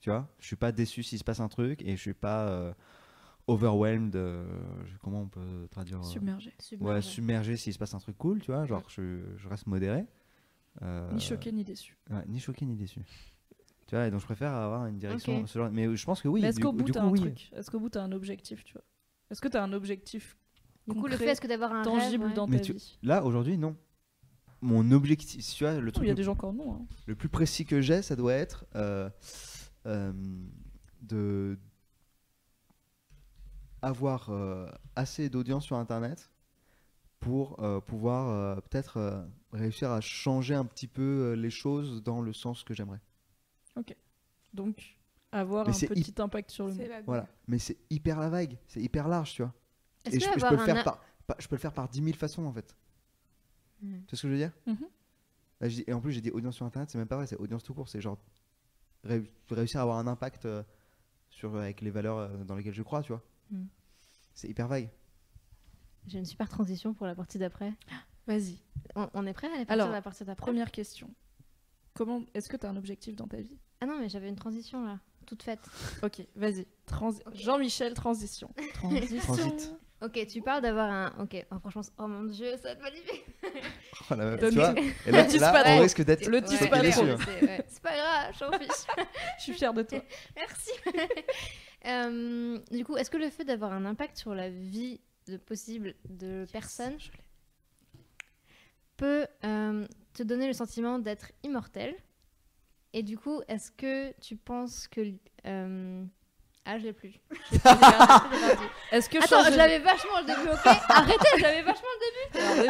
S2: Tu vois, je suis pas déçu s'il se passe un truc et je suis pas euh, overwhelmed. euh, je- comment on peut traduire euh,
S1: Submergé.
S2: Ouais,
S3: submergé.
S2: submergé s'il se passe un truc cool, tu vois. Genre, je, je reste modéré. Euh,
S1: Ni choqué ni déçu.
S2: ouais, ni choqué, ni déçu. Tu vois, et donc je préfère avoir une direction.
S3: Ok.
S2: ce genre- mais je pense que oui.
S1: Mais est-ce
S2: du,
S1: qu'au bout
S2: du
S1: t'as
S2: coup,
S1: un
S2: oui.
S1: truc Est-ce qu'au bout t'as un objectif, tu vois Est-ce que t'as un objectif
S3: Du coup, le
S1: concret,
S3: fait est-ce que d'avoir un
S1: tangible
S3: rêve, ouais.
S1: dans ta
S2: Mais tu-
S1: vie
S2: Là, aujourd'hui, non. Mon objectif, tu vois, le
S1: Non,
S2: truc
S1: Il y a
S2: le
S1: des gens qui en ont. hein.
S2: Le plus précis que j'ai, ça doit être euh, euh, de avoir euh, assez d'audience sur Internet pour euh, pouvoir euh, peut-être euh, réussir à changer un petit peu euh, les choses dans le sens que j'aimerais.
S1: Donc, avoir
S2: Mais
S1: un
S2: c'est
S1: petit impact sur le
S4: C'est
S1: monde.
S4: la-
S2: Voilà. Mais c'est hyper la vague, c'est hyper large, tu vois.
S3: Est-ce
S2: Et
S3: que
S2: je, je
S3: avoir
S2: peux le
S3: un
S2: faire
S3: a-
S2: par, par- je peux le faire par 10 000 façons en fait.
S3: Mhm.
S2: Tu vois ce que je veux dire
S1: Mhm.
S2: Là, je dis- Et en plus, j'ai dit audience sur Internet, c'est même pas vrai, c'est audience tout court. C'est genre réu- réussir à avoir un impact euh, sur, avec les valeurs euh, dans lesquelles je crois, tu vois.
S3: Mhm.
S2: C'est hyper vague.
S3: J'ai une super transition pour la partie d'après.
S1: Vas-y.
S3: On, on est prêt à aller
S1: Alors,
S3: partir à la partie d'après
S1: Première question. Comment Est-ce que t'as un objectif dans ta vie
S3: Ah non, mais j'avais une transition là, toute faite.
S1: Ok, vas-y. Transi- Jean-Michel, transition.
S2: Transit.
S3: [LAUGHS] Ok, tu parles d'avoir un. Ok, oh, franchement, oh mon dieu, ça va te manipuler.
S2: [LAUGHS] Oh, la meuf,
S1: Donne-
S2: tu vois Et
S1: Le
S2: là,
S1: tease
S2: là,
S1: pas
S2: on
S1: trop.
S2: risque d'être.
S1: Le tease
S2: d'être
S1: pas
S2: déçu,
S1: trop.
S2: hein.
S3: C'est ouais, c'est pas grave, j'en fiche.
S1: Je suis fière de toi.
S3: Merci. [LAUGHS] Euh, du coup, est-ce que le fait d'avoir un impact sur la vie de possible de personnes peut euh, te donner le sentiment d'être immortel Et du coup, est-ce que tu penses que euh, ah, je l'ai plus. Je l'ai plus, j'ai perdu, j'ai perdu.
S1: [LAUGHS] Est-ce [LAUGHS] que
S3: Attends,
S1: changer-
S3: je l'avais vachement le début, ok
S1: [LAUGHS]
S3: Arrêtez, je l'avais vachement le
S1: Alors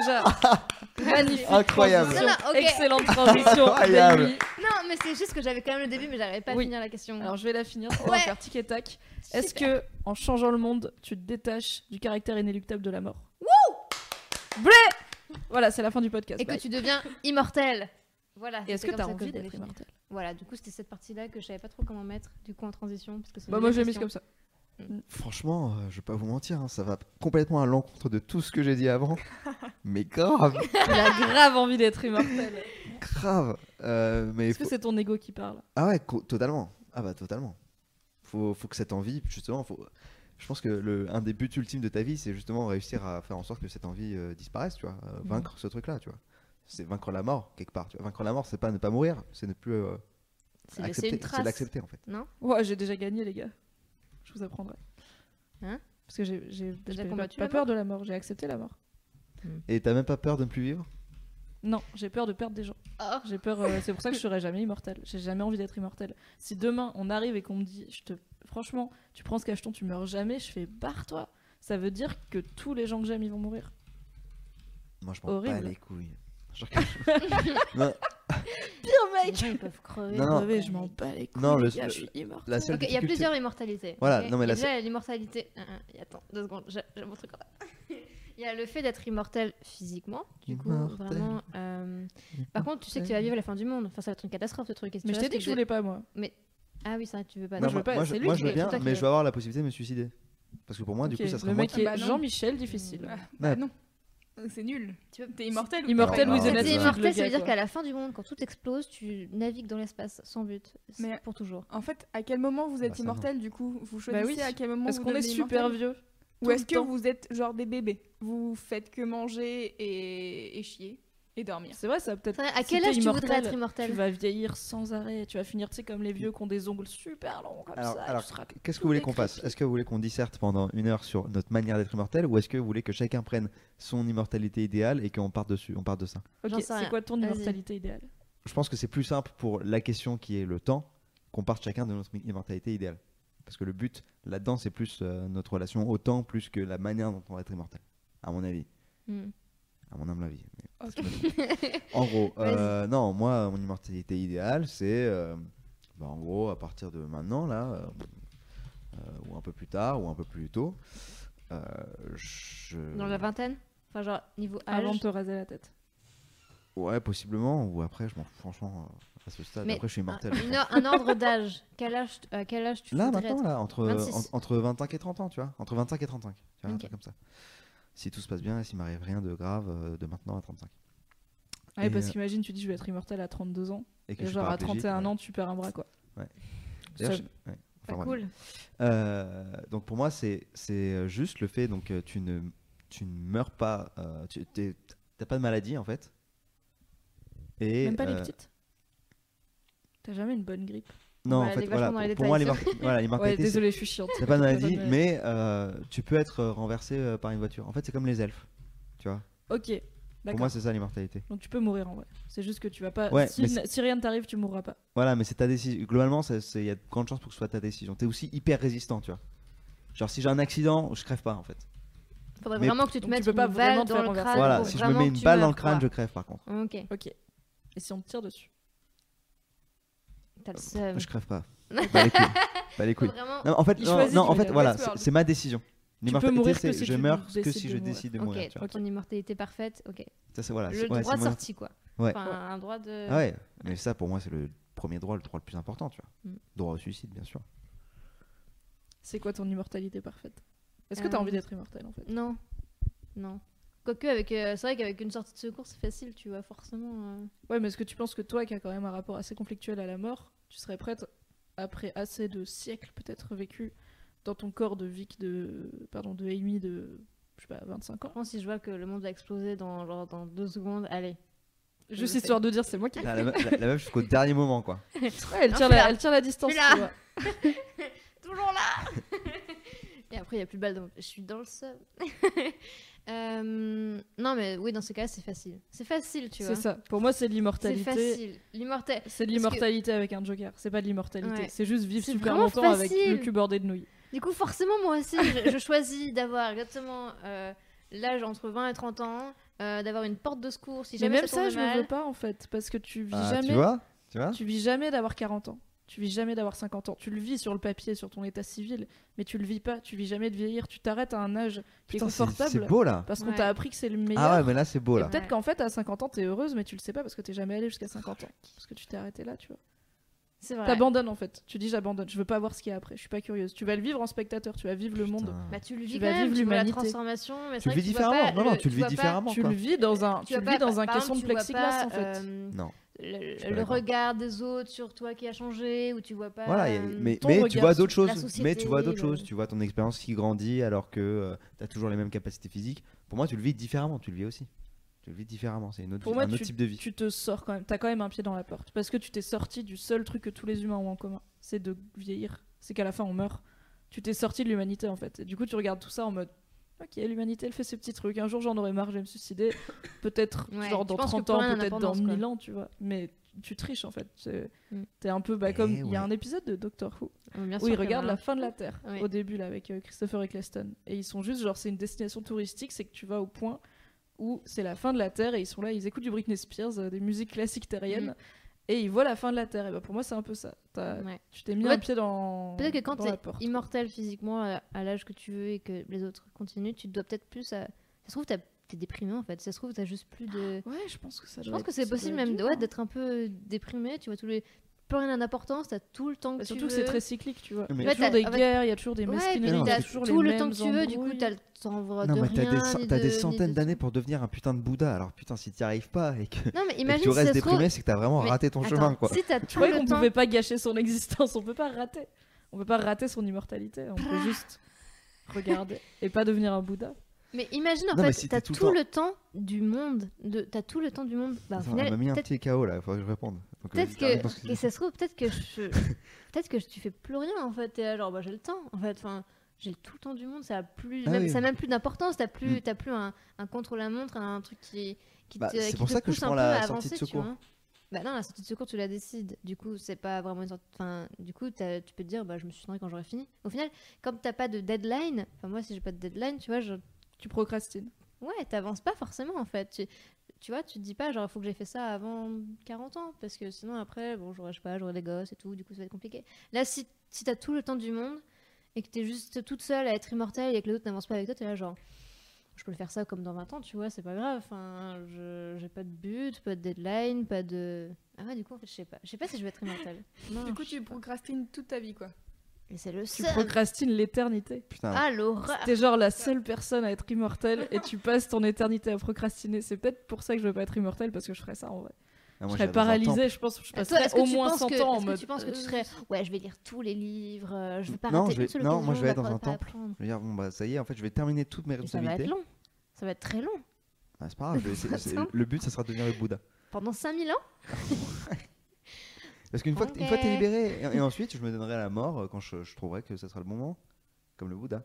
S1: déjà, [LAUGHS] magnifique.
S2: [LAUGHS] Incroyable.
S1: transition.
S3: Non, non, ok.
S1: Excellente transition.
S2: [LAUGHS] Incroyable.
S1: Belle nuit.
S3: début. Non, mais c'est juste que j'avais quand même le début, mais j'arrivais pas à
S1: Oui.
S3: finir la question.
S1: Alors je vais la finir. On va
S3: Ouais.
S1: faire tic et tac. Est-ce que en changeant le monde, tu te détaches du caractère inéluctable de la mort Blé Voilà, c'est la fin du podcast.
S3: Et que
S1: Bye.
S3: tu deviens immortel. Voilà.
S1: Et est-ce
S3: c'était
S1: que t'as
S3: comme ça
S1: envie
S3: je l'ai
S1: d'être
S3: fini.
S1: immortel
S3: Voilà, du coup, c'était cette partie-là que je savais pas trop comment mettre, du coup, en transition. Parce que c'est
S1: Bah
S3: une
S1: moi
S3: bonne
S1: je l'ai mise
S3: question.
S1: comme ça.
S2: Franchement, euh, je vais pas vous mentir, hein, ça va complètement à l'encontre de tout ce que j'ai dit avant. mais grave,
S1: Il a grave envie d'être immortel.
S2: grave. Euh, mais
S1: Est-ce que
S2: faut-
S1: c'est ton ego qui parle
S2: Ah ouais, co- totalement. Ah bah totalement. Faut, faut que cette envie, justement, faut... je pense que le, un des buts ultimes de ta vie, c'est justement réussir à faire en sorte que cette envie euh, disparaisse, tu vois. euh,
S3: Mmh.
S1: Mhm.
S2: Vaincre ce truc-là, tu vois. C'est vaincre la mort, quelque part. tu vois. Vaincre la mort, c'est pas ne pas mourir, c'est ne plus euh,
S3: C'est laisser
S2: accepter.
S3: une
S2: C'est
S3: trace.
S2: l'accepter, en fait.
S1: Ouais, j'ai déjà gagné, les gars. Je vous apprendrai.
S3: Hein
S1: Parce que j'ai- j'ai
S3: déjà
S1: j'ai pas,
S3: combattu
S1: pas
S3: la
S1: peur de la mort, j'ai accepté la mort.
S2: Et t'as même pas peur de ne plus vivre
S1: Non, j'ai peur de perdre des gens.
S3: Oh.
S1: J'ai peur. euh, c'est pour ça que je serai jamais immortel. J'ai jamais envie d'être immortel. Si demain on arrive et qu'on me dit, je te, franchement, tu prends ce cacheton, tu meurs jamais, je fais barre-toi. Ça veut dire que tous les gens que j'aime ils vont mourir.
S2: Moi, je
S1: Horrible.
S2: pas les couilles. Je- non,
S3: Les gens, ils peuvent crever.
S2: Non, non.
S1: Crever, je m'en bats les couilles.
S2: Non, le-
S1: les gars,
S2: le-
S1: je suis immortel.
S2: la seule
S3: Ok, il y a
S2: difficulté-
S3: plusieurs immortalités.
S2: Voilà,
S3: ok
S2: non, mais
S3: Il y a
S2: la
S3: déjà l'immortalité. un, un, et Attends, deux secondes, j'ai j'ai mon truc en bas. [LAUGHS] Il y a le fait d'être immortel physiquement, du coup,
S2: Immortel.
S3: vraiment. euh, Par contre, tu sais que tu vas vivre à la fin du monde. Enfin, ça va être une catastrophe ce truc. Qu'est-ce
S1: Mais
S3: tu
S1: je t'ai
S3: restes
S1: dit que je
S3: de-
S1: voulais pas moi.
S3: Ah oui, ça, tu veux pas.
S2: Non,
S3: non.
S1: je veux pas,
S2: moi,
S1: c'est lui
S2: moi,
S3: qui
S2: je veux
S3: est-
S2: bien,
S3: c'est toi qui
S2: mais
S3: est-
S2: je veux avoir la possibilité de me suicider. Parce que pour moi, du
S1: Ok,
S2: coup, ça serait
S1: le
S2: moi
S1: mec
S2: qui.
S1: est
S4: Bah non.
S1: Jean-Michel difficile.
S4: Ah,
S2: Ouais.
S4: bah non, c'est nul.
S3: Tu veux-
S4: T'es immortel ou
S1: Immortel,
S4: t'es pas
S2: Louis
S3: Si
S2: Zenati.
S3: t'es
S2: Zenati.
S3: immortel, ça
S1: Le
S3: veut
S1: gars,
S3: dire
S1: quoi.
S3: qu'à la fin du monde, quand tout explose, tu navigues dans l'espace sans but. C'est
S4: Mais-
S3: pour toujours.
S4: En fait, à quel moment vous êtes
S2: Ah, ça, non.
S4: immortel du coup Vous
S1: Bah
S4: choisissez
S1: oui,
S4: à quel moment
S1: Parce
S4: vous
S1: qu'on est
S4: devenez
S1: super
S4: immortel
S1: vieux. tout
S4: Ou est-ce
S1: le
S4: que
S1: temps.
S4: vous êtes genre des bébés Vous faites que manger et, et chier et dormir.
S1: C'est vrai, ça va peut-être.
S3: Enfin, à
S1: si
S3: quel
S1: t'es
S3: âge tu
S1: immortel,
S3: voudrais être
S1: Tu
S3: immortel
S1: vas vieillir sans arrêt. Tu vas finir, tu sais, comme les vieux qui ont des ongles super longs comme
S2: Alors,
S1: ça.
S2: alors,
S1: tu seras-
S2: Qu'est-ce que
S1: tout
S2: vous voulez qu'on
S1: décrépit.
S2: fasse Est-ce que vous voulez qu'on disserte pendant une heure sur notre manière d'être immortel ou est-ce que vous voulez que chacun prenne son immortalité idéale et qu'on parte dessus On parte de ça.
S1: Ok,
S3: J'en sais
S1: c'est
S3: rien.
S1: quoi ton
S3: Vas-y.
S1: immortalité idéale
S2: Je pense que c'est plus simple pour la question qui est le temps qu'on parte chacun de notre immortalité idéale. Parce que le but là-dedans, c'est plus euh, notre relation au temps plus que la manière dont on va être immortel. À mon avis.
S3: Hmm.
S2: À mon humble avis. mais c'est pas tout. en gros, euh, non, moi, mon immortalité idéale, c'est. euh, bah, en gros, à partir de maintenant, là, euh, euh, ou un peu plus tard, ou un peu plus tôt, euh, je.
S3: Dans la vingtaine Enfin, genre, niveau âge.
S1: Avant de te raser la tête.
S2: Ouais, possiblement, ou après, je m'en fous, franchement, euh, à ce stade.
S3: Mais
S2: après, je suis
S3: un,
S2: immortel.
S3: une or- un ordre d'âge. Quel âge, à quel âge tu
S2: Là,
S3: voudrais
S2: maintenant,
S3: être
S2: là, entre, euh,
S3: 26.
S2: en- entre 25 et 30 ans, tu vois. Entre 25 et 35, tu vois, un
S3: Ok.
S2: truc comme ça. Si tout se passe bien et s'il m'arrive rien de grave euh, de maintenant à 35.
S1: Ouais,
S2: Et,
S1: parce
S2: euh,
S1: qu'imagine, tu dis je vais être immortel à 32 ans.
S2: Et que
S1: Et
S2: je suis
S1: genre à
S2: paraplégique,
S1: 31
S2: ouais.
S1: ans, tu perds un bras quoi.
S2: D'ailleurs,
S1: Ça-
S2: je- ouais, enfin,
S3: Pas
S2: bref.
S3: cool.
S2: Euh, donc pour moi, c'est c'est juste le fait donc euh, tu ne tu ne meurs pas, euh, tu t'es- t'as pas de maladie en fait. Et
S1: Même pas les
S2: euh,
S1: petites T'as jamais une bonne grippe.
S3: va
S2: non en
S3: aller
S2: fait
S3: vachement
S2: voilà
S3: dans
S2: pour,
S3: les
S2: pour moi les
S3: détails,
S2: mar- voilà
S1: Ouais,
S2: l'immortalité, c'est-
S1: désolé, je suis
S2: [LAUGHS]
S1: chiante.
S2: t'as pas de maladie,
S1: Ouais.
S2: mais euh, tu peux être euh, renversé euh, par une voiture. En fait, c'est comme les elfes, tu vois.
S1: Ok,
S2: Pour
S1: d'accord.
S2: moi, c'est ça l'immortalité.
S1: Donc tu peux mourir en vrai. C'est juste que tu vas pas.
S2: Ouais,
S1: si,
S2: mais c'est-
S1: si rien ne t'arrive, tu mourras pas.
S2: Voilà, mais c'est ta décision. Globalement, ça- c'est- il y a de grandes chances pour que ce soit ta décision. T'es aussi hyper résistant, tu vois. Genre si j'ai un accident, je crève pas en fait.
S3: Faudrait
S2: Mais-
S3: vraiment que tu te
S1: Donc, tu
S3: mettes
S1: peux pas
S3: une
S1: vraiment
S3: balle
S1: te
S3: dans
S1: faire
S3: le
S1: renverser.
S3: crâne.
S2: voilà,
S3: pour
S2: si je me
S3: Ah, vraiment
S2: mets
S3: que
S2: une
S3: tu
S2: balle dans
S3: meurs,
S2: le crâne, je
S3: quoi.
S2: crève par contre.
S3: Ok,
S1: Ok. Et si on te tire dessus
S3: t'as le seum.
S2: Je
S1: [LAUGHS]
S2: crève pas. Pas les couilles. Pas les
S3: Faut
S2: couilles.
S3: vraiment-
S2: Non, en fait,
S1: Il
S2: non,
S1: choisit
S2: non,
S1: de
S2: en fait
S1: mourir.
S2: voilà, c'est
S4: Westworld.
S2: c'est ma décision.
S1: mourir que
S2: c'est
S1: si
S2: je
S1: tu
S2: meurs que
S1: décides
S2: si
S1: de
S2: je
S1: mourir.
S2: décide de mourir.
S3: Ok,
S2: Tu vois.
S3: ton immortalité parfaite, ok.
S2: Ça, c'est voilà.
S3: Le
S2: c'est- ouais,
S3: droit
S2: c'est
S3: de
S2: mon-
S3: sortie, quoi.
S2: Ouais.
S3: Enfin, un droit de.
S2: Ah ouais, mais ça pour moi c'est le premier droit, le droit le plus important, tu vois.
S3: Mm.
S2: Droit au suicide,
S1: [LAUGHS]
S2: bien sûr.
S1: C'est quoi ton immortalité parfaite Est-ce que t'as
S3: Euh,
S1: envie d'être immortel en fait
S3: Non. Non. Quoique, avec, euh, c'est vrai qu'avec une sortie de secours, c'est facile, tu vois, forcément. euh.
S1: Ouais, mais est-ce que tu penses que toi, qui as quand même un rapport assez conflictuel à la mort, tu serais prête, après assez de siècles peut-être vécu dans ton corps de Vic, de. Pardon, de Amy de. Je sais pas, 25 ans
S3: Franchement, si je vois que le monde va exploser dans, genre, dans deux secondes, allez. Je
S1: Juste
S3: sais.
S1: histoire de dire, c'est moi qui.
S2: Ah, La, la, la- la meuf jusqu'au dernier moment, quoi.
S1: Ouais, elle,
S3: Non,
S1: tire
S3: je suis
S1: la,
S3: là.
S1: elle tire la distance.
S3: Je suis là.
S1: tu vois.
S3: Toujours là [LAUGHS] Et après, il n'y a plus de balle dans... Je suis dans le sol. [LAUGHS] Euh, Non, mais oui, dans ce cas c'est facile. C'est facile, tu vois.
S1: C'est ça. Pour moi, c'est de
S3: C'est
S1: l'immortalité.
S3: facile. L'immortel.
S1: C'est de l'immortalité avec un joker. C'est pas de l'immortalité.
S3: Ouais.
S1: C'est juste vivre
S3: C'est
S1: super
S3: vraiment
S1: longtemps avec
S3: facile.
S1: le cul bordé de nouilles.
S3: Du coup, forcément, moi aussi, je, je choisis d'avoir exactement euh, l'âge entre 20 et 30 ans, euh, d'avoir une porte de secours si
S1: Mais
S3: jamais
S1: même
S3: ça
S1: ça,
S3: tourne
S1: je
S3: mal.
S1: le veux pas en fait. Parce que tu vis
S2: Ah,
S1: jamais.
S2: Tu vois Tu vois
S1: Tu vis jamais d'avoir 40 ans. Tu vis jamais d'avoir 50 ans. Tu le vis sur le papier, sur ton état civil, mais tu le vis pas. Tu vis jamais de vieillir. Tu t'arrêtes à un âge qui est
S2: Putain, c'est-
S1: confortable
S2: c'est beau là.
S1: parce qu'on
S3: Ouais.
S1: t'a appris que c'est le meilleur.
S2: Ah ouais, mais là c'est beau
S1: Et
S2: là.
S1: peut-être
S3: Ouais.
S1: qu'en fait, à 50 ans, t'es heureuse, mais tu le sais pas parce que t'es jamais allé jusqu'à 50 ans. Parce que tu t'es arrêté là, tu vois.
S3: C'est vrai.
S1: T'abandonnes en fait. Tu dis j'abandonne. Je veux pas voir ce qu'il y a après. Je suis pas curieuse. Tu vas le vivre en spectateur. Tu vas vivre le monde.
S2: Putain.
S3: Bah, tu le vis
S1: Tu
S3: quand
S1: vas
S3: même,
S1: vivre
S3: tu vois la
S1: l'humanité.
S3: transformation. mais
S2: Tu
S3: c'est
S2: le
S3: vrai
S2: vis
S3: que vois pas
S2: différemment. Non, non,
S3: le-
S2: tu le vis
S3: vois pas-
S2: différemment.
S1: Tu
S2: quoi.
S1: le vis dans un, tu
S3: vois
S1: le
S3: pas-
S1: vis dans un
S3: par
S1: caisson
S3: exemple,
S1: de
S3: tu vois
S1: plexiglas
S3: pas,
S1: en fait.
S3: euh,
S2: Non.
S3: le,
S2: suis pas
S3: le
S2: d'accord.
S3: regard des autres sur toi qui a changé ou tu vois pas.
S2: Voilà, et-
S3: euh,
S2: mais,
S1: ton
S2: mais tu
S1: regard
S2: vois
S1: sur
S2: d'autres choses.
S3: la
S2: mais tu
S3: société,
S2: vois
S3: euh,
S2: d'autres
S3: le-
S2: choses. Tu vois ton expérience qui grandit alors que tu as toujours les mêmes capacités physiques. Pour moi, tu le vis différemment. Tu le vis aussi. Tu le vis différemment. C'est une autre,
S1: Pour
S2: vie-
S1: moi,
S2: un autre type de vie.
S1: tu te sors quand même. T'as quand même un pied dans la porte. Parce que tu t'es sorti du seul truc que tous les humains ont en commun. C'est de vieillir. C'est qu'à la fin, on meurt. Tu t'es sorti de l'humanité, en fait. Et du coup, tu regardes tout ça en mode. Ok, l'humanité, elle fait ses petits trucs. Un jour, j'en aurai marre, je vais me
S2: [LAUGHS]
S1: suicider. Peut-être
S3: Ouais,
S1: genre
S3: tu
S1: dans
S3: penses que
S1: 30
S3: plus
S1: ans,
S3: rien n'a
S1: peut-être dans
S3: d'importance, quoi.
S1: 1000 ans, tu vois. Mais tu triches, en fait. C'est-
S3: Mm.
S1: T'es un peu bah,
S2: Eh
S1: comme. Il y a
S2: ouais.
S1: un épisode de Doctor Who
S3: bien
S1: oui,
S3: sûr qu'il y en
S1: regarde
S3: a
S1: la
S3: un.
S1: fin de la Terre
S3: Oui.
S1: au début là avec euh, Christopher Eccleston. Et ils sont juste genre c'est une destination touristique, c'est que tu vas au point où c'est la fin de la Terre et ils sont là, ils écoutent du Britney Spears, euh, des musiques classiques terriennes. Et ils voient la fin de la Terre. Et bah pour moi, c'est un peu ça. T'as-
S3: Mm. Ouais.
S1: Tu t'es mis
S3: En
S1: un
S3: fait,
S1: pied dans.
S3: Peut-être que quand
S1: dans la
S3: t'es
S1: porte.
S3: immortel physiquement à, à l'âge que tu veux et que les autres continuent, tu te dois peut-être plus à. Ça se trouve, t'as- t'es déprimé en fait. Ça se trouve, t'as juste plus de.
S1: Ouais, je pense que ça
S3: Je
S1: doit
S3: pense que
S1: être-
S3: c'est
S1: ça doit
S3: possible
S1: être
S3: même de-
S1: dur,
S3: ouais,
S1: hein.
S3: d'être un peu déprimé. Tu vois, tous les. Plus rien n'a d'importance, t'as tout le temps que
S1: Bah,
S3: tu
S1: surtout que
S3: veux.
S1: c'est très cyclique, tu vois. Il
S2: Mais-
S1: y
S3: Ouais,
S1: a toujours
S3: t'as-
S1: des
S3: en fait-
S1: guerres, il y a toujours des
S3: Ouais, et puis
S1: mesquineries, il y
S3: t'as
S1: a toujours
S3: tout
S1: les
S3: le
S1: mêmes
S3: temps que tu veux, du coup,
S1: embrouilles.
S3: t'as le temps de
S2: Non, mais
S3: rien,
S2: t'as des, cent-
S3: ni
S2: t'as des
S3: de- ni de
S2: centaines
S3: tout.
S2: d'années pour devenir un putain de Bouddha. Alors putain, si t'y arrives pas et que, et
S3: Non, mais
S2: que
S3: imagine
S2: tu
S3: si ça
S2: restes
S3: se trouve-
S2: déprimé, c'est que t'as vraiment
S3: Mais
S2: raté ton
S3: Attends,
S2: chemin, quoi.
S3: Si
S1: Je
S3: t'as tout
S1: croyais
S3: le
S1: qu'on
S3: temps.
S1: pouvait pas gâcher son [LAUGHS] existence, on peut pas rater. On peut pas rater son immortalité, on peut juste regarder et pas devenir un Bouddha.
S3: Mais imagine en
S2: Non, mais
S3: fait,
S2: si
S3: t'as
S2: t'es tout
S3: tout,
S2: le temps-
S3: le temps du monde. De... T'as tout le temps du monde. Bah, au
S2: Attends,
S3: final,
S2: elle m'a mis un
S3: peut-être-
S2: petit KO là, il faudrait que je réponde. Faut que
S3: Peut-être
S2: je termine euh, parce
S3: que, et ça se trouve, peut-être que je,
S2: [LAUGHS]
S3: peut-être que je- tu fais plus rien en fait. T'es là, genre, bah, j'ai le temps en fait. Enfin, j'ai tout le temps du monde. Ça a plus,
S2: Ah
S3: même,
S2: oui.
S3: ça a même plus d'importance. T'as plus,
S2: Mm.
S3: t'as plus un, un contrôle à montre, un truc qui, qui
S2: Bah,
S3: te,
S2: c'est
S3: qui
S2: pour
S3: te
S2: ça que je
S3: pousse un
S2: prends
S3: peu
S2: la
S3: à
S2: sortie de
S3: avancer, tu
S2: secours.
S3: vois. Bah non, la sortie de secours, tu la décides. Du coup, c'est pas vraiment une sortie. Enfin, du coup, t'as- tu peux te dire, bah, je me suiciderai quand j'aurai fini. Au final, comme t'as pas de deadline, enfin moi, si j'ai pas de deadline, tu vois, je,
S1: Tu procrastines.
S3: Ouais, t'avances pas forcément en fait. Tu, tu vois, tu te dis pas genre faut que j'ai fait ça avant 40 ans parce que sinon après bon j'aurais je sais pas j'aurais des gosses et tout du coup ça va être compliqué. Là si si t'as tout le temps du monde et que t'es juste toute seule à être immortelle et que les autres n'avancent pas avec toi t'es là genre je peux le faire ça comme dans 20 ans tu vois c'est pas grave. Enfin je j'ai pas de but, pas de deadline, pas de ah ouais du coup en fait je sais pas je sais pas si je vais être [LAUGHS] immortelle. Non,
S4: Du coup,
S3: je sais
S4: tu
S3: pas.
S4: procrastines toute ta vie, quoi.
S3: Et c'est le
S1: Tu
S3: seul.
S1: procrastines l'éternité.
S2: Putain,
S3: Ah l'horreur.
S1: T'es genre la seule personne à être immortelle et tu passes ton éternité à procrastiner. C'est peut-être pour ça que je veux pas être immortelle parce que je ferais ça en vrai.
S2: ah, moi,
S1: je serais
S2: j'adore un temps.
S1: paralysée, je pense que je
S3: Toi, est-ce
S1: passerais
S3: que
S1: au
S3: tu
S1: moins
S3: penses
S1: 100
S3: que-
S1: ans en
S3: est-ce que
S1: mode. euh,
S3: tu penses que tu serais ouais je vais lire tous les livres euh, je vais pas
S2: Non,
S3: rater
S2: je vais-
S3: une seule
S2: non,
S3: occasion,
S2: moi, je vais
S3: on
S2: être dans un
S3: pas
S2: temps.
S3: apprendre.
S2: Je veux dire, bon bah ça y est, en fait, je vais terminer toutes mes
S3: Mais ça va être
S2: responsabilités.
S3: long ça va être très long
S2: Ah, c'est pas grave, je vais
S3: [LAUGHS]
S2: essayer- c'est-
S3: Attends.
S2: le but, ça sera de devenir le Bouddha.
S3: pendant 5000 ans
S2: Parce qu'une fois que une fois que t'es
S3: Ok.
S2: libéré, et, et ensuite, je me donnerai à la mort euh, quand je, je trouverai que ça sera le bon moment, comme le Bouddha.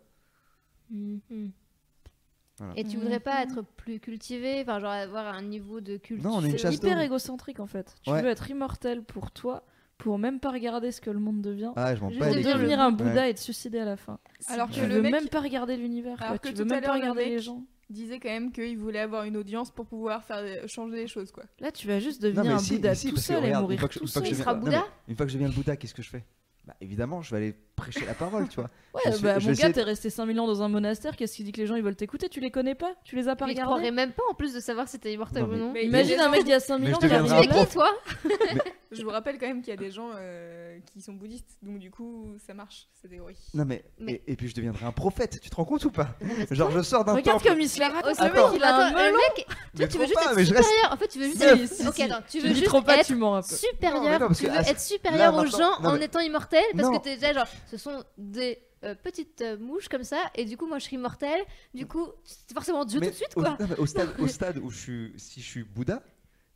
S2: Voilà.
S3: et tu voudrais pas être plus cultivé enfin genre avoir un niveau de culture
S2: Non, on est une chasse
S1: hyper
S2: d'eau.
S1: égocentrique en fait. Tu
S2: Ouais.
S1: veux être immortelle pour toi, pour même pas regarder ce que le monde devient.
S2: Ah, je m'en
S3: Juste
S2: bats
S1: Pour
S3: de
S2: les
S3: dire
S2: couilles.
S1: devenir un
S2: Ouais.
S1: Bouddha et te suicider à la fin.
S4: Alors
S1: Tu
S4: que le
S1: veux
S4: mec
S1: Bah, même pas regarder l'univers, quoi.
S4: Alors que
S1: tu
S4: tout
S1: veux
S4: à
S1: même pas
S4: l'heure, le
S1: regarder
S4: mec-
S1: les gens.
S4: disait quand même qu'il voulait avoir une audience pour pouvoir faire euh, changer les choses, quoi.
S1: Là, tu vas juste
S2: Non, mais
S1: devenir un
S2: si,
S1: Bouddha
S2: mais si,
S1: tout
S2: parce que
S1: seul et
S2: regarde,
S1: mourir
S2: une fois que-
S1: tout
S2: une fois
S1: seul.
S2: que je
S3: il sera
S2: non,
S3: Bouddha
S2: mais Une fois que je deviens le Bouddha, qu'est-ce que je fais Bah évidemment, je vais aller prêcher la parole, tu vois.
S1: Ouais,
S2: Je vais-
S1: bah,
S2: je
S1: mon
S2: vais
S1: gars,
S2: essayer-
S1: t'es resté 5000 ans dans un monastère, qu'est-ce qui dit que les gens ils veulent t'écouter Tu les connais pas Tu les as pas
S3: tu
S1: regardés
S3: croirais même pas en plus de savoir si t'es immortel
S2: Non, mais-
S3: ou non
S4: Mais
S1: Imagine un mec d'il y a 5000
S2: Mais
S1: ans,
S2: je
S1: il
S2: deviendrai un
S1: arrive
S3: mais
S1: là.
S3: qui toi
S4: Je vous rappelle quand même qu'il y a des gens euh, qui sont bouddhistes, donc du coup, ça marche, cette théorie.
S2: Non mais,
S3: Mais-
S2: Et, et puis je deviendrai un prophète, tu te rends compte ou pas
S3: Non, mais
S2: Genre je sors d'un
S1: Regarde
S2: temple,
S1: comme il se la rate.
S3: Au
S1: le mec,
S3: secours,
S1: il a un
S3: attends, le
S1: melon.
S3: mec,
S2: mais
S3: tu veux
S2: trop
S3: juste
S2: pas,
S3: être
S2: mais je reste
S3: supérieur. En fait, tu veux juste
S1: Si,
S3: être-
S1: si,
S3: Ok,
S1: si.
S3: attends, tu
S1: Tu
S3: veux
S1: dis
S3: juste
S1: trop pas,
S3: être
S1: tu mens un peu.
S3: supérieur,
S2: Non, mais non, parce
S3: tu
S2: que
S3: veux
S2: là,
S3: être supérieur aux
S2: maintenant-
S3: gens
S2: non,
S3: en
S2: mais-
S3: étant immortel parce
S2: Non.
S3: que t'es déjà genre ce sont des euh, petites euh, mouches comme ça et du coup moi je suis immortel du coup c'est forcément Dieu
S2: Mm. Mais
S3: tout de suite
S2: au,
S3: quoi
S2: non, mais au stade, au stade où je suis, si je suis Bouddha,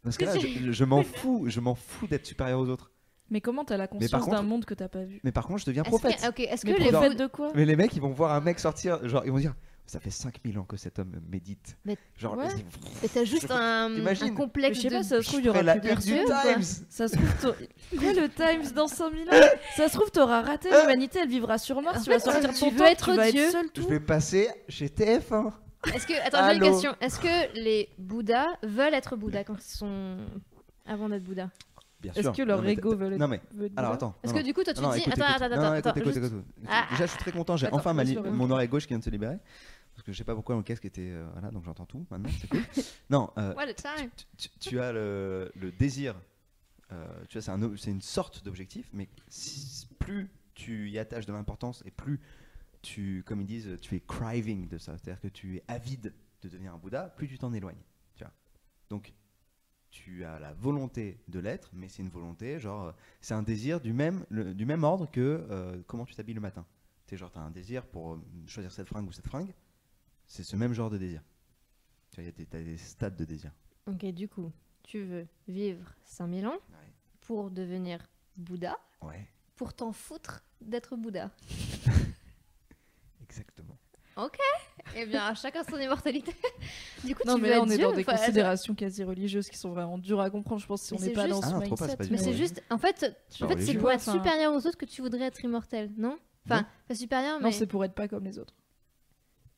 S2: parce que là,
S3: Que tu-
S2: je, je m'en fous, je m'en fous d'être supérieur aux autres.
S1: Mais comment t'as la
S2: par
S1: conscience
S2: contre-
S1: d'un monde que t'as pas vu
S2: Mais par contre, je deviens
S3: est-ce
S2: prophète.
S3: que, ah, ok, est-ce que
S1: Mais
S3: les
S2: prophète
S3: Bouddhas-
S1: prophète de quoi
S2: Mais les mecs, ils vont voir un mec sortir, genre ils vont dire, ça fait 5000 ans que cet homme médite.
S3: Mais-
S2: genre,
S1: Ouais.
S2: vas-y,
S3: mais t'as juste un,
S2: T'imagines
S3: un
S1: Mais
S3: complexe
S1: Je sais
S3: de...
S1: pas, ça se
S2: je
S1: trouve, il y
S2: ferai
S1: aura
S2: la
S1: plus
S2: une du
S1: personne. quoi.
S2: Times.
S1: Ça se trouve, t'auras- quoi
S2: [LAUGHS]
S1: le Times dans 5000 ans Ça se trouve, t'auras
S2: [LAUGHS]
S1: raté l'humanité, elle vivra sur Mars,
S3: En
S1: tu vas
S3: fait,
S1: sortir
S3: tu
S1: ton
S3: veux
S1: temps,
S3: être
S1: tu vas
S3: Dieu.
S1: être seul,
S2: Je
S1: tout.
S2: vais passer chez TF1.
S3: Est-ce que attends, j'ai une
S2: Allô
S3: question. Est-ce que les Bouddhas veulent être Bouddhas quand ils sont avant d'être Bouddha
S2: Bien
S1: Est-ce
S2: sûr.
S1: que leur
S2: Non, mais t'as-
S1: ego veut
S2: Non
S1: être
S2: mais,
S1: veut être
S2: alors
S1: Bouddha
S2: attends.
S3: Parce
S2: non,
S3: que du coup, toi, tu
S2: non,
S3: dis.
S2: écoute,
S3: attends,
S2: écoute.
S3: attends,
S2: Non,
S3: attends,
S2: non, écoute,
S3: attends.
S2: écoute,
S3: juste-
S2: écoute.
S3: Ah.
S2: Déjà, je suis très content. J'ai
S1: Attends,
S2: enfin ma li-
S1: laisse-le revenir.
S2: mon oreille gauche qui vient de se libérer. Parce que je sais pas pourquoi mon casque était. euh, voilà, donc j'entends tout maintenant. C'est cool. non, euh,
S3: What a time.
S2: tu, tu- tu as le, le désir. euh, tu vois, c'est un o- c'est une sorte d'objectif, mais si- plus tu y attaches de l'importance et plus tu, comme ils disent, tu es craving de ça, c'est-à-dire que tu es avide de devenir un Bouddha, plus tu t'en éloignes. Tu vois. Donc, tu as la volonté de l'être, mais c'est une volonté, genre, euh, c'est un désir du même, le- du même ordre que euh, comment tu t'habilles le matin. Tu sais, genre, tu as un désir pour euh, choisir cette fringue ou cette fringue, c'est ce même genre de désir. Tu vois, tu as des stades de désir.
S3: Ok, du coup, tu veux vivre 5000 ans
S2: Ouais.
S3: pour devenir Bouddha,
S2: Ouais,
S3: pour t'en foutre d'être Bouddha.
S2: exactement.
S3: Eh bien, chacun son immortalité. [LAUGHS] du coup,
S1: Non,
S3: tu
S1: mais
S3: veux
S1: là,
S3: être
S1: on est
S3: Dieu,
S1: dans des
S3: enfin, attends.
S1: considérations quasi religieuses qui sont vraiment dures à comprendre, je pense, si
S3: Mais
S1: on n'est
S3: c'est
S1: pas dans
S3: juste-
S1: ce
S2: Ah, trop pas, c'est
S1: mindset.
S2: pas
S3: euh,
S2: du
S3: Mais
S2: tout.
S3: c'est
S2: Ouais.
S3: juste, en fait,
S2: C'est
S3: en fait c'est
S2: religieux.
S3: pour être
S1: Enfin-
S3: supérieur aux autres que tu voudrais être immortel, non Enfin, pas supérieur,
S1: Non,
S3: mais
S1: c'est pour être pas comme les autres.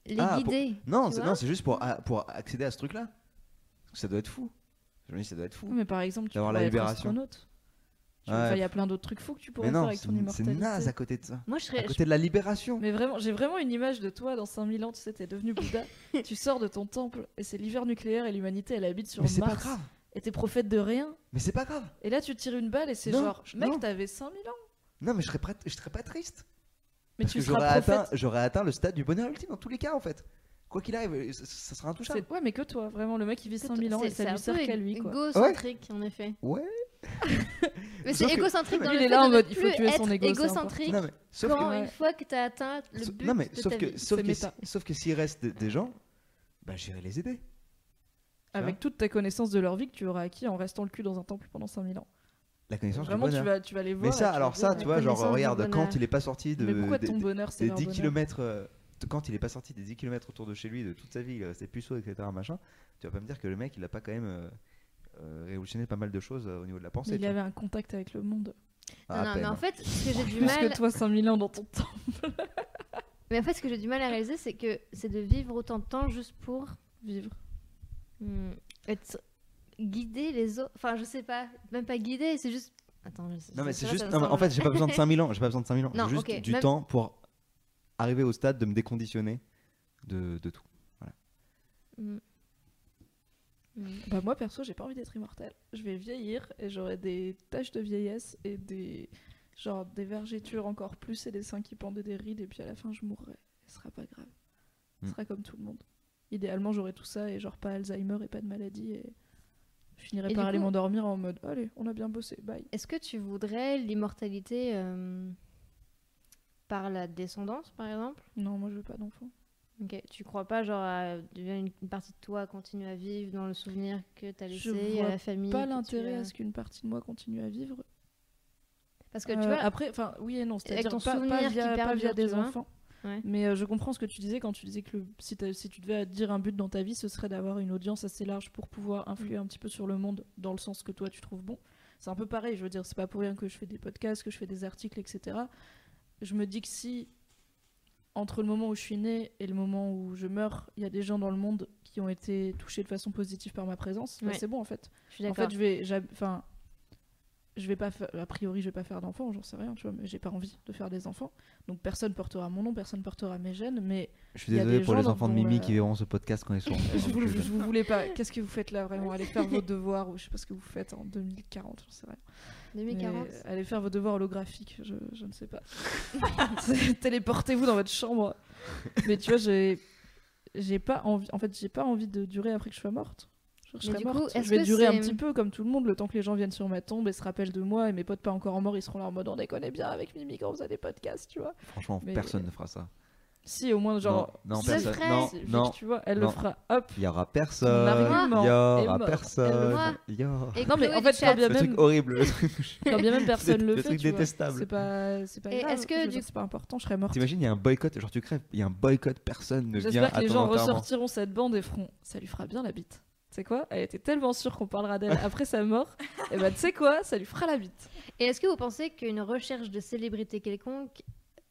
S3: les
S2: Ah, pour-
S3: guider.
S2: Non,
S3: Tu
S2: c'est
S3: vois
S2: non, c'est juste pour, a- pour accéder à ce truc-là. Ça doit être fou. Je me dis, ça doit être fou.
S1: Mais par exemple, tu
S2: D'avoir
S1: pourrais
S2: la
S1: être
S2: libération.
S1: astronaute. Tu
S2: Ouais.
S1: vois, enfin, Il y a plein d'autres trucs fous que tu pourrais
S2: Mais
S1: faire
S2: non,
S1: avec ton
S2: c'est c'est
S1: immortalité.
S2: naze à côté de ça.
S3: Moi, je
S2: À
S3: serais.
S2: côté de la libération.
S1: Mais vraiment, j'ai vraiment une image de toi dans 5000 ans, tu sais, t'es devenu [LAUGHS] Bouddha, tu sors de ton temple et c'est l'hiver nucléaire et l'humanité elle habite sur
S2: Mais c'est pas
S1: Mars
S2: grave.
S1: et t'es prophète de rien.
S2: Mais c'est pas grave.
S1: Et là tu tires une balle et c'est
S2: Non,
S1: genre,
S2: je-
S1: mec,
S2: non.
S1: t'avais 5000 ans,
S2: Non, mais je serais, pas- je serais pas triste.
S1: mais
S2: Parce
S1: tu
S2: que
S1: seras
S2: j'aurais
S1: prophète.
S2: atteint, j'aurais atteint le stade du bonheur ultime dans tous les cas, en fait. Quoi qu'il arrive, euh, ça, ça sera intouchable.
S1: C'est- Ouais, mais que toi, vraiment, le mec il vit
S3: C'est-
S1: 5000 ans et ça
S3: c'est-
S1: lui
S3: c'est un
S1: sert
S3: peu
S1: qu'à lui quoi.
S3: Égocentrique, en effet.
S2: Ouais.
S3: [LAUGHS] Mais
S2: Sauf
S3: c'est
S2: que-
S3: égocentrique
S2: Oui,
S3: dans
S1: mais
S3: le
S1: il est
S3: fait
S1: là en
S3: de
S1: mode,
S3: ne
S1: il faut
S3: plus
S1: tuer
S3: être
S1: son égo, c'est
S3: égocentrique
S2: Non, mais sauf
S3: quand
S2: que,
S3: une fois que t'as atteint le
S2: sauf-
S3: but
S2: non, mais
S3: de
S2: sauf
S3: ta
S2: que,
S3: vie.
S2: sauf
S1: C'est
S2: que,
S1: mes
S2: si-
S1: pas.
S2: sauf que s'il reste des, des gens, bah j'irai les aider.
S1: Avec toute ta connaissance de leur vie que tu auras acquis en restant le cul dans un temple pendant 5000 ans.
S2: La connaissance
S1: Vraiment,
S2: du
S1: tu
S2: bonheur.
S1: vas, tu vas les voir.
S2: hein. mais
S1: et
S2: ça,
S1: tu
S2: alors
S1: vas
S2: ça,
S1: voir.
S2: tu vois, genre
S3: connaissance du
S2: regarde,
S3: bonheur.
S2: quand il est pas sorti de,
S1: Mais pourquoi
S2: des-
S1: ton
S2: des-
S1: bonheur c'est
S2: des
S1: leur
S2: 10
S1: bonheur
S2: km euh, quand il est pas sorti des 10 km autour de chez lui de toute sa vie il est resté puceau etc machin tu vas pas me dire que le mec il a pas quand même euh, euh, révolutionné pas mal de choses euh, au niveau de la pensée
S1: Mais Il
S2: tu vois. Ah,
S1: avait un contact avec le monde.
S3: Non,
S2: À
S3: non, mais
S2: peine. hein.
S3: en fait, ce
S2: [LAUGHS]
S3: que j'ai du
S1: Plus
S3: mal,
S1: que toi 5000 ans dans ton temps.
S3: mais en fait, ce que j'ai du mal à réaliser, c'est que c'est de vivre autant de temps juste pour
S1: Vivre.
S3: hmm, être guider les autres. Enfin, je sais pas, même pas guider, c'est juste. Attends, je sais-
S2: non mais
S3: ça
S2: c'est
S3: va,
S2: juste
S3: ça me
S2: non, mais en
S3: semble-
S2: fait j'ai
S1: [LAUGHS]
S2: pas besoin de 5000 ans j'ai pas besoin de 5000 ans
S3: Non,
S2: j'ai juste
S3: ok,
S2: du
S3: même-
S2: temps pour arriver au stade de me déconditionner de, de tout
S3: Hmm. Hmm.
S1: [LAUGHS] Bah moi perso, j'ai pas envie d'être immortel. Je vais vieillir et j'aurai des taches de vieillesse et des genre des vergetures encore plus et des seins qui pendent et des rides et puis à la fin je mourrai. Ce sera pas grave. Ce
S2: Mm.
S1: sera comme tout le monde. Idéalement, j'aurai tout ça et genre pas Alzheimer et pas de maladie et je finirai
S3: Et
S1: par
S3: du
S1: aller
S3: coup-
S1: m'endormir en mode allez, on a bien bossé, bye.
S3: Est-ce que tu voudrais l'immortalité euh, par la descendance, par exemple
S1: Non, moi je veux pas d'enfant.
S3: Ok, Tu crois pas, genre, à une une partie de toi continue à vivre dans le souvenir que t'as
S1: Je
S3: laissé
S1: vois
S3: à la famille
S1: Pas
S3: que tu
S1: l'intérêt
S3: as-
S1: à ce qu'une partie de moi continue à vivre.
S3: Parce que
S1: Euh,
S3: tu vois,
S1: après, enfin, oui et non, c'est-à-dire
S3: ton
S1: pas, pas
S3: souvenir qui
S1: via, pas
S3: perdure,
S1: via
S3: tu
S1: des
S3: vois.
S1: enfants.
S3: hein. Ouais.
S1: Mais euh, je comprends ce que tu disais quand tu disais que le- si, t'as- si tu devais dire un but dans ta vie, ce serait d'avoir une audience assez large pour pouvoir
S3: Mm.
S1: influer un petit peu sur le monde dans le sens que toi tu trouves bon. C'est un peu pareil, je veux dire, c'est pas pour rien que je fais des podcasts, que je fais des articles, etc. Je me dis que si entre le moment où je suis née et le moment où je meurs, il y a des gens dans le monde qui ont été touchés de façon positive par ma présence, bah,
S3: Ouais.
S1: c'est bon en fait.
S3: je suis
S1: En
S3: d'accord.
S1: fait, je vais, j'hab- enfin, je vais pas, fa- a priori, je vais pas faire d'enfants, j'en sais rien, tu vois, mais j'ai pas envie de faire des enfants. Donc personne portera mon nom, personne portera mes gènes, mais
S2: je suis
S1: Il y a
S2: désolé
S1: des
S2: pour
S1: gens
S2: les enfants de
S1: dont,
S2: Mimi
S1: euh,
S2: qui verront ce podcast quand
S1: [LAUGHS]
S2: ils seront
S1: je vous,
S2: Ah plus
S1: je
S2: jeunes.
S1: vous voulais pas. Qu'est-ce que vous faites là vraiment Allez faire vos devoirs ou je sais pas ce que vous faites en 2040, j'en sais rien.
S3: 2040.
S1: Mais allez faire vos devoirs holographiques, je, je ne sais pas. [LAUGHS] Téléportez-vous dans votre chambre. Mais tu vois, j'ai, j'ai pas envie. En fait, j'ai pas envie de durer après que je sois morte. Genre, Je
S3: Mais
S1: serai
S3: du coup,
S1: morte.
S3: est-ce
S1: je vais
S3: que
S1: durer un
S3: c'est-
S1: petit peu comme tout le monde, le temps que les gens viennent sur ma tombe et se rappellent de moi et mes potes pas encore morts, ils seront là en mode on déconne bien avec Mimi quand on faisait des podcasts, tu vois.
S2: franchement
S1: Mais-
S2: personne ne fera ça
S1: Si, au moins, genre.
S2: non, non
S1: si,
S2: personne
S3: ferait-
S2: non
S1: c'est- vu
S2: non
S1: que tu vois, elle
S2: non.
S1: le fera. Hop.
S2: il y aura
S1: Mon
S2: personne
S1: argument
S2: il y
S1: est
S2: aura
S1: mort.
S3: Moi-
S2: personne il y aura
S1: Non, mais
S3: Et Chloé
S1: en fait,
S3: du
S1: quand
S3: chat,
S1: bien
S2: le truc
S1: même,
S2: horrible le truc-
S1: quand
S2: [LAUGHS]
S1: bien même personne
S2: le-
S1: le,
S2: le
S1: fait,
S2: truc
S1: tu vois,
S2: détestable.
S1: c'est pas, c'est pas
S3: Et
S1: grave.
S3: est-ce que
S1: je veux
S3: du
S1: dire, c'est pas important, je serais morte.
S2: T'imagines, il y a un boycott, genre tu crèves, il y a un boycott, personne ne vient
S1: J'espère que
S2: à
S1: les
S2: ton
S1: gens
S2: enterrement.
S1: ressortiront cette bande et feront ça lui fera bien la bite. Tu sais quoi Elle était tellement sûre qu'on parlera d'elle après sa mort. Et bah, tu sais quoi Ça lui fera la bite.
S3: Et est-ce que vous pensez qu'une recherche de célébrité quelconque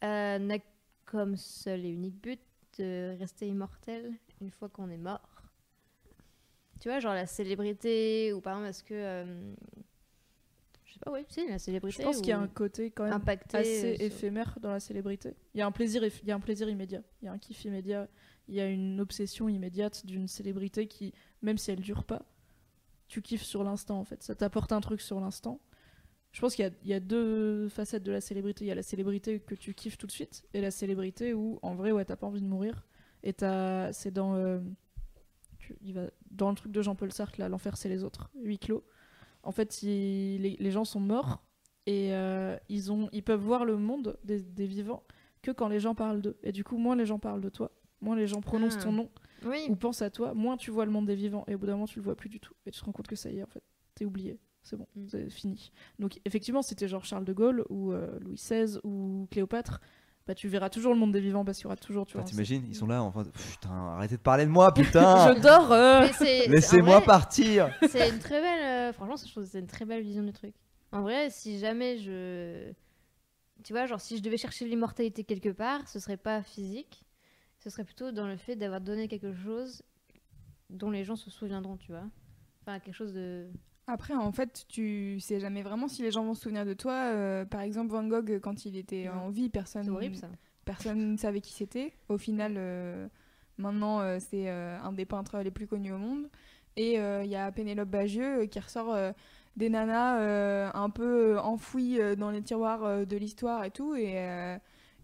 S3: euh, n'a comme seul et unique but de rester immortel une fois qu'on est mort Tu vois, genre la célébrité, ou par exemple, est-ce que. euh, je sais pas, oui, si,
S1: Je
S3: la célébrité.
S1: pense qu'il y a
S3: ou
S1: un côté quand même
S3: impacté,
S1: assez
S3: euh, sur-
S1: éphémère dans la célébrité. Il y a un plaisir, eff- il y a un plaisir immédiat. Il y a un kiff immédiat. Il y a une obsession immédiate d'une célébrité qui, même si elle dure pas, tu kiffes sur l'instant en fait. Ça t'apporte un truc sur l'instant. Je pense qu'il y a- il y, a deux facettes de la célébrité. Il y a la célébrité que tu kiffes tout de suite et la célébrité où en vrai ouais t'as pas envie de mourir et t'as c'est dans euh, tu truc, il va dans le truc de Jean-Paul Sartre, là, l'enfer c'est les autres, huis clos. En fait, il- les, les gens sont morts et euh, ils, ont, ils peuvent voir le monde des, des vivants que quand les gens parlent d'eux. Et du coup, moins les gens parlent de toi, moins les gens prononcent
S3: Ah.
S1: ton nom
S3: Oui,
S1: ou pensent à toi, moins tu vois le monde des vivants. Et au bout d'un moment, tu le vois plus du tout. Et tu te rends compte que ça y est, en fait, t'es oublié. C'est bon,
S3: Mm.
S1: c'est fini. Donc, effectivement, c'était genre Charles de Gaulle ou euh, Louis XVI ou Cléopâtre. Bah, tu verras toujours le monde des vivants parce qu'il y aura toujours. Tu
S2: Enfin,
S1: vois, un-
S2: Bah, T'imagines, ils sont là en face- Putain, arrêtez de parler
S1: [LAUGHS]
S2: de moi, putain
S1: Je dors euh,
S3: Mais c'est- c'est- en
S2: Laissez-moi
S3: vrai,
S2: partir
S3: C'est une très belle. euh, franchement, je trouve que c'est une très belle vision du truc. En vrai, si jamais je. Tu vois, genre, si je devais chercher l'immortalité quelque part, ce serait pas physique. Ce serait plutôt dans le fait d'avoir donné quelque chose dont les gens se souviendront, tu vois. Enfin, quelque chose de.
S4: Après, en fait, tu sais jamais vraiment si les gens vont se souvenir de toi. Euh, par exemple, Van Gogh, quand il était
S3: Ouais.
S4: en vie, personne
S3: C'est horrible, ça.
S4: personne ne savait qui c'était. Au final, euh, maintenant, euh, c'est euh, un des peintres les plus connus au monde. Et euh, il y a Pénélope Bagieux euh, qui ressort euh, des nanas euh, un peu enfouies euh, dans les tiroirs euh, de l'histoire et tout. Et, euh,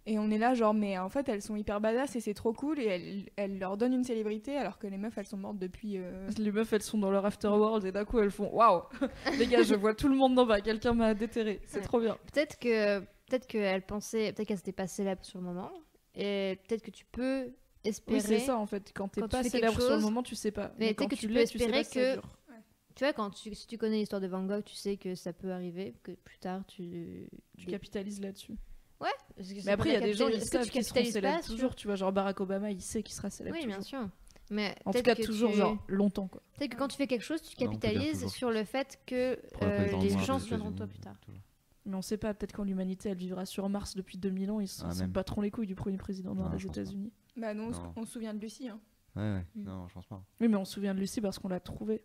S4: et on est là, genre, mais en fait, elles sont hyper badass et c'est trop cool. Et elles, elles leur donnent une célébrité alors que les meufs, elles sont mortes depuis.
S1: [LAUGHS]
S4: euh,
S1: Les meufs, elles sont dans leur afterworld et d'un coup, elles font Waouh [LAUGHS] Les gars, je vois tout le monde d'en bas, quelqu'un m'a déterré, c'est
S3: Ouais.
S1: trop bien.
S3: Peut-être que peut-être qu'elle pensait, peut-être qu'elle s'était pas célèbre sur le moment, et peut-être que tu peux espérer.
S1: Oui, c'est ça en fait. Quand t'es
S3: Quand tu
S1: pas
S3: fais quelque
S1: célèbre sur le
S3: chose,
S1: moment, tu sais pas.
S3: mais
S1: quand
S3: peut-être que tu peux
S1: l'es, sais
S3: espérer
S1: pas si ça
S3: que-
S1: dure.
S3: Tu vois, quand tu, si tu connais l'histoire de Van Gogh, tu sais que ça peut arriver, que plus tard tu.
S1: Tu capitalises là-dessus.
S3: Parce que c'est
S1: Mais après, il y a
S3: pas
S1: des gens qui
S3: capital-
S1: savent
S3: est-ce que tu
S1: qu'ils seront
S3: capitalises pas
S1: célèbres
S3: sur-
S1: toujours. Tu vois, genre Barack Obama, il sait qu'il sera célèbre.
S3: Oui, bien
S1: toujours.
S3: sûr. Mais
S1: En tout
S3: peut-être
S1: cas,
S3: que
S1: toujours
S3: tu-
S1: genre longtemps quoi.
S3: Peut-être que quand tu fais quelque chose, tu
S2: Ah Non, on peut dire
S3: capitalises
S2: toujours.
S3: sur le fait que
S2: Pour le
S3: euh,
S2: président
S3: les
S2: noir
S3: gens
S2: des
S3: se souviendront de
S2: États-Unis,
S3: toi plus tard.
S2: toujours.
S1: Mais on sait pas, peut-être quand l'humanité elle vivra sur Mars depuis 2000 ans, ils s'en
S2: Ah,
S1: s'en
S2: même.
S1: battront les couilles du premier président noir
S2: Non,
S1: des
S2: je pense pas.
S1: États-Unis.
S4: Bah non, on se-
S2: Non.
S4: on se souvient de Lucie. hein.
S2: Ouais, ouais.
S3: Mm.
S2: Non, je pense pas.
S1: Oui, mais on se souvient de Lucie parce qu'on l'a trouvée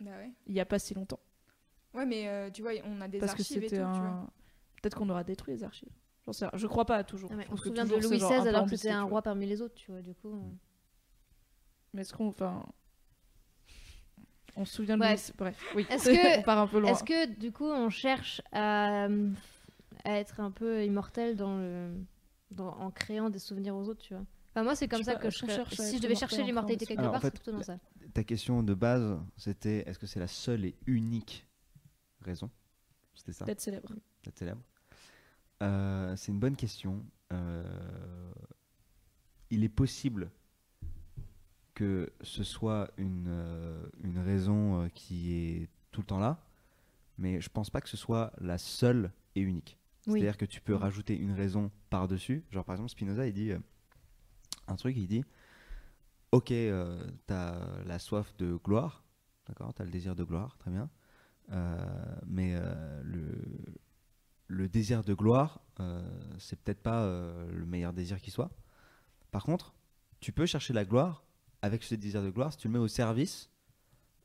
S4: Bah ouais.
S1: il y a pas si longtemps.
S4: Ouais, mais euh, tu vois, on a des
S1: Parce que
S4: archives et tout.
S1: c'était
S4: tu
S1: [LAUGHS]
S4: vois.
S1: un. Peut-être qu'on aura détruit les archives. J'en sais rien. Je crois pas à toujours.
S3: Ah, mais
S1: Je
S3: on
S1: pense
S3: se
S1: que
S3: souvient de
S1: toujours, c'est
S3: Louis
S1: genre
S3: XVI
S1: peu
S3: alors que
S1: embusqué,
S3: c'était un
S1: tu vois.
S3: roi parmi les autres, tu vois, du coup. euh.
S1: Mais est-ce qu'on. Enfin. On se souvient de
S3: Bref.
S1: Louis- Bref, oui.
S3: Est-ce
S1: [LAUGHS]
S3: que-
S1: on part un peu loin.
S3: Est-ce que du coup on cherche à, à être un peu immortel dans le, dans- en créant des souvenirs aux autres, tu vois Enfin, moi c'est comme
S1: Je sais
S3: ça
S1: pas,
S3: que
S1: est-ce
S3: je
S1: qu'on
S3: serais-
S1: cherche à
S3: si
S1: être
S3: je devais chercher
S1: immortel en créant des
S3: l'immortalité quelque
S2: Alors, en
S3: part, c'est
S2: fait,
S3: plutôt dans ça.
S2: Ta question de base, c'était est-ce que c'est la seule et unique raison C'était ça
S1: d'être célèbre
S2: d'être célèbre Euh, C'est une bonne question. Euh, il est possible que ce soit une, euh, une raison euh, qui est tout le temps là, mais je pense pas que ce soit la seule et unique.
S3: Oui.
S2: C'est-à-dire que tu peux rajouter une raison par-dessus. Genre par exemple, Spinoza, il dit euh, un truc, il dit, ok, euh, t'as la soif de gloire, d'accord, t'as le désir de gloire, très bien, Euh, mais euh, le, le désir de gloire, euh, c'est peut-être pas euh, le meilleur désir qui soit. Par contre, tu peux chercher la gloire avec ce désir de gloire si tu le mets au service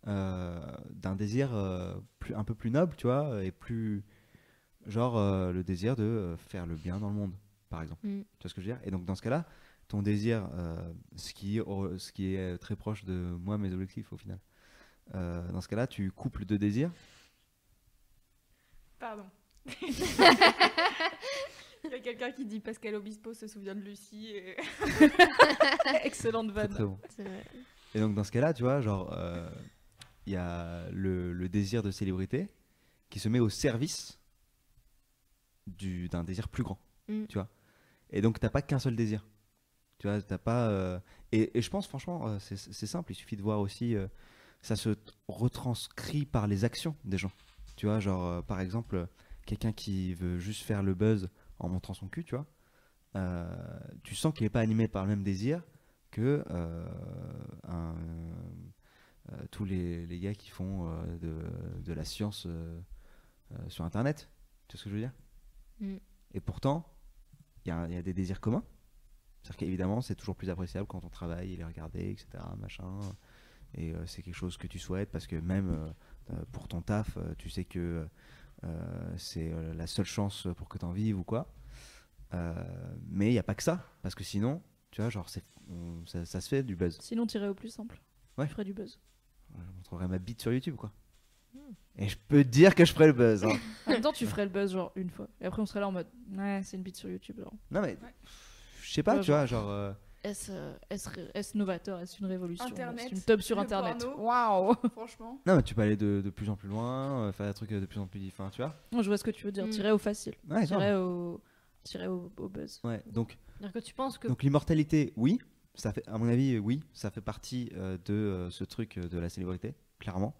S2: euh, d'un désir euh, plus, un peu plus noble, tu vois, et plus. Genre euh, le désir de euh, faire le bien dans le monde, par exemple.
S3: Mm.
S2: Tu vois ce que je veux dire Et donc, dans ce cas-là, ton désir, euh, ce, qui, au- ce qui est très proche de moi, mes objectifs au final. Euh, dans ce cas-là, tu couples deux désirs.
S3: [LAUGHS]
S4: Pardon. Il y a quelqu'un qui dit Pascal Obispo se souvient de Lucie. et-
S1: [LAUGHS] Excellente
S2: Très,
S1: vanne.
S2: très bon.
S3: C'est vrai.
S2: Et donc dans ce cas-là, tu vois, genre, euh, il y a le, le désir de célébrité qui se met au service du- d'un désir plus grand,
S3: Mm.
S2: tu vois. Et donc t'as pas qu'un seul désir, tu vois, t'as pas. euh, et, et je pense franchement, euh, c'est c'est simple, il suffit de voir aussi, euh, ça se t- retranscrit par les actions des gens, tu vois, genre euh, par exemple quelqu'un qui veut juste faire le buzz en montrant son cul, tu vois. euh, tu sens qu'il n'est pas animé par le même désir que euh, un, euh, tous les, les gars qui font euh, de, de la science euh, euh, sur Internet. Tu vois ce que je veux dire
S3: Mm.
S2: Et pourtant, il y a, il y a des désirs communs. C'est-à-dire qu'évidemment, c'est toujours plus appréciable quand on travaille et les regarder, etc. Machin. Et euh, c'est quelque chose que tu souhaites parce que même euh, euh, pour ton taf, euh, tu sais que euh, c'est euh, la seule chance pour que tu en vives ou quoi. Euh, mais il n'y a pas que ça, parce que sinon, tu vois, genre, c'est- on- ça, ça se fait du buzz.
S1: Sinon, t'irais au plus simple.
S2: Ouais.
S1: Je ferais du buzz.
S2: Je montrerai ma bite sur YouTube, quoi.
S1: Hmm.
S2: Et je peux te dire que je ferai le buzz.
S1: [LAUGHS]
S2: hein.
S1: En même temps, tu ferais le buzz genre une fois. Et après, on serait là en mode Ouais, c'est une bite sur YouTube. Genre.
S2: non, mais je sais pas,
S1: Ouais,
S2: tu vois, genre, euh,
S1: est-ce euh, est-ce ré- est-ce novateur Est-ce une révolution
S4: Internet,
S1: C'est une top sur
S4: le
S1: Internet.
S4: porno.
S1: Waouh
S4: Franchement.
S2: Non, mais tu peux aller de, de plus en plus loin, euh, faire des trucs euh, de plus en plus. Enfin, tu vois
S1: Non, Je vois ce que tu veux dire.
S3: Mm.
S1: Tirer au facile.
S2: Ouais, grave.
S1: Tirer au... Tirer au, au buzz.
S2: Ouais, donc,
S3: C'est-à-dire que tu penses que.
S2: donc l'immortalité, oui. Ça fait, à mon avis, euh, oui, ça fait partie euh, de euh, ce truc euh, de la célébrité, clairement.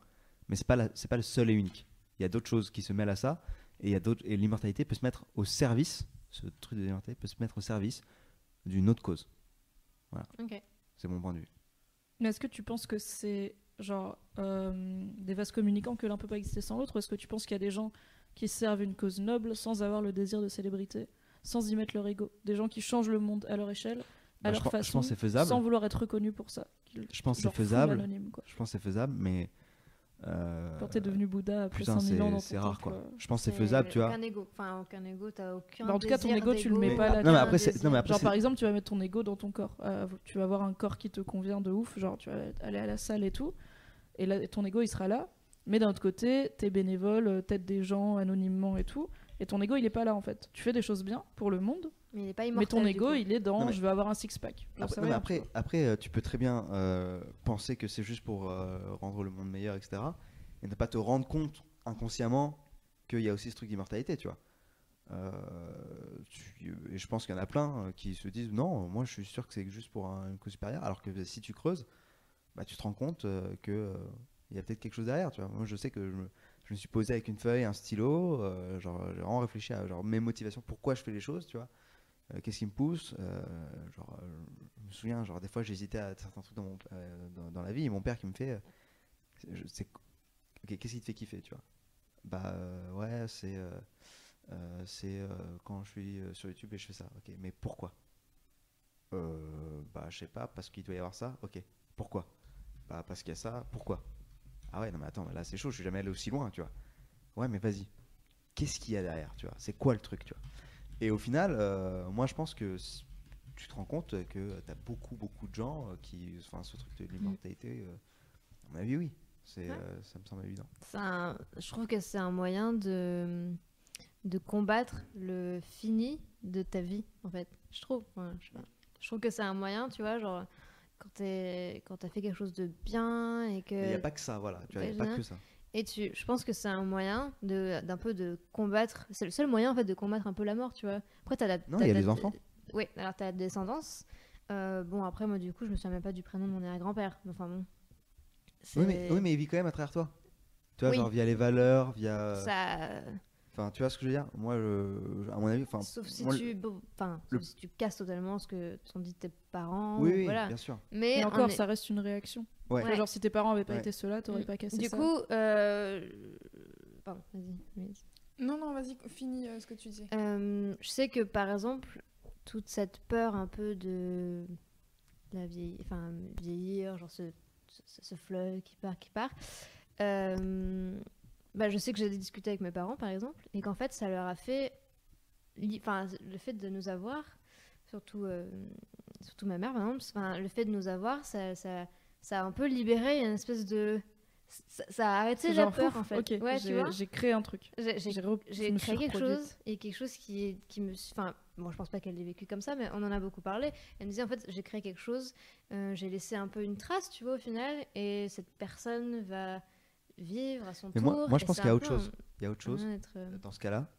S2: Mais c'est pas la- c'est pas le seul et unique. Il y a d'autres choses qui se mêlent à ça, et il y a d'autres. Et l'immortalité peut se mettre au service. Ce truc de l'immortalité peut se mettre au service d'une autre cause.
S3: Ok.
S2: C'est mon point de vue.
S1: Mais est-ce que tu penses que c'est genre euh, des vases communicants que l'un peut pas exister sans l'autre Ou est-ce que tu penses qu'il y a des gens qui servent une cause noble sans avoir le désir de célébrité, sans y mettre leur ego Des gens qui changent le monde à leur échelle,
S2: Bah,
S1: à
S2: je
S1: leur
S2: pen- je
S1: façon,
S2: pense que c'est faisable.
S1: sans vouloir être reconnus pour ça Qu'ils-
S2: Je pense que
S1: genre,
S2: c'est
S1: full
S2: faisable.
S1: anonyme, quoi.
S2: Je pense que c'est faisable, mais. euh,
S1: Quand t'es devenu Bouddha après
S2: Putain,
S1: 5000 ans dans ton
S2: c'est c'est rare
S1: temple,
S2: quoi.
S1: euh,
S2: Je pense que c'est faisable, tu vois.
S3: Aucun ego. Enfin, aucun ego, t'as aucun.
S1: Bah, en tout cas, ton
S3: désir
S1: ego, tu le mets
S3: d'ego,
S1: pas
S3: aucun
S1: là-
S2: non, mais après, c'est-
S3: désir.
S2: non, mais après,
S1: Genre
S2: c'est-
S1: par exemple, tu vas mettre ton ego dans ton corps. Euh, tu vas avoir un corps qui te convient de ouf. Genre tu vas aller à la salle et tout. Et là, ton ego il sera là. Mais d'un autre côté, t'es bénévole, euh, t'aides des gens anonymement et tout. Et ton ego il est pas là en fait. Tu fais des choses bien pour le monde.
S3: Mais il est pas
S1: mais
S3: immortel.
S1: ton
S3: du
S1: ego
S3: coup.
S1: il est dans
S2: Non, mais-
S1: je veux avoir un six-pack. J'en sais
S2: Après, non, mais
S1: rien,
S2: après,
S1: tu vois.
S2: après, euh, tu peux très bien euh, penser que c'est juste pour euh, rendre le monde meilleur, etc. Et ne pas te rendre compte inconsciemment qu'il y a aussi ce truc d'immortalité, tu vois. Euh, tu- et je pense qu'il y en a plein euh, qui se disent non, moi je suis sûr que c'est juste pour un, une cause supérieure, alors que si tu creuses, bah, tu te rends compte euh, que euh, il y a peut-être quelque chose derrière, tu vois. Moi je sais que je me, je me suis posé avec une feuille, un stylo, euh, genre j'ai vraiment réfléchi à genre, mes motivations, pourquoi je fais les choses, tu vois. Euh, Qu'est-ce qui me pousse Euh, genre, euh, je me souviens, genre des fois j'hésitais à certains trucs dans, mon- euh, dans, dans la vie et mon père qui me fait, euh, c'est- je- c'est- Ok, qu'est-ce qui te fait kiffer, tu vois Bah euh, ouais, c'est euh, euh, c'est euh, quand je suis euh, sur YouTube et je fais ça. Ok, mais pourquoi Euh, Bah je sais pas, parce qu'il doit y avoir ça. Ok, pourquoi Bah parce qu'il y a ça. Pourquoi Ah ouais, non mais attends, mais là c'est chaud, je suis jamais allé aussi loin, tu vois Ouais, mais vas-y. Qu'est-ce qu'il y a derrière, tu vois C'est quoi le truc, tu vois Et au final, euh, moi je pense que c- tu te rends compte que tu as beaucoup, beaucoup de gens euh, qui. Enfin, ce truc de l'immortalité, euh, à mon avis, oui. C'est,
S3: Mm. Ouais.
S2: euh, ça me semble évident.
S3: C'est un- Je trouve que c'est un moyen de de combattre le fini de ta vie, en fait. Je trouve. ouais, je, sais pas. Je trouve que c'est un moyen, tu vois, genre quand t'es quand t'as fait quelque chose de bien et que.
S2: Il n'y a pas que ça, voilà. Tu vois, y a
S3: ouais,
S2: pas
S3: je-
S2: que ça.
S3: Et tu, je pense que c'est un moyen de, d'un peu de combattre. C'est le seul moyen en fait de combattre un peu la mort, tu vois. Après, t'as la.
S2: Non,
S3: t'as
S2: il y a
S3: la-
S2: les enfants.
S3: Oui, alors t'as la descendance. Euh, bon, après, moi, du coup, je me souviens même pas du prénom de mon arrière-grand-père. Mais Enfin bon.
S2: Oui mais,
S3: C'est-
S2: oui, mais il vit quand même à travers toi. Tu vois,
S3: Oui.
S2: genre via les valeurs, via.
S3: Ça.
S2: Enfin, tu vois ce que je veux dire Moi, je- je- à mon avis. enfin,
S3: Sauf si
S2: moi, le-
S3: tu. bon, Enfin,
S2: le-
S3: sauf si tu casses totalement ce que t'ont dit tes parents.
S2: Oui, oui,
S3: voilà.
S2: bien sûr.
S3: Mais
S1: Et
S3: on
S1: encore,
S3: est-
S1: ça reste une réaction.
S2: Ouais.
S1: Tu vois, Genre si tes parents avaient pas
S2: Ouais.
S1: été ceux-là, t'aurais
S3: Mm.
S1: pas cassé
S3: Du
S1: ça.
S3: coup. euh, Pardon, vas-y. vas-y.
S4: Non, non, vas-y, finis euh, ce que tu disais.
S3: Euh, je sais que par exemple, toute cette peur un peu de la vieille, enfin, vieillir, genre ce, ce, ce fleuve qui part, qui part, euh, bah, je sais que j'ai discuté avec mes parents par exemple, et qu'en fait ça leur a fait. li- Enfin, le fait de nous avoir, surtout, euh, surtout ma mère par exemple, enfin, le fait de nous avoir, ça, ça, ça a un peu libéré une espèce de. Ça, ça a arrêté
S1: C'est
S3: la
S1: genre,
S3: peur
S1: ouf,
S3: en fait.
S1: ok,
S3: ouais, tu
S1: j'ai-
S3: vois.
S1: j'ai créé un truc.
S3: J'ai- j'ai-
S1: J'ai re- je
S3: j'ai
S1: me suis
S3: créé quelque
S1: reproduite.
S3: chose et quelque chose qui, est- qui me suis- enfin bon je pense pas qu'elle l'ait vécu comme ça mais on en a beaucoup parlé elle me disait en fait j'ai créé quelque chose euh, j'ai laissé un peu une trace tu vois au final et cette personne va vivre à son
S2: Mais
S3: tour
S2: moi- moi, je
S3: et
S2: pense
S3: c'est
S2: qu'il y a
S3: un
S2: autre
S3: peu
S2: chose. Il y a autre
S3: un-
S2: chose.
S3: un être, euh,
S2: Dans ce cas-là,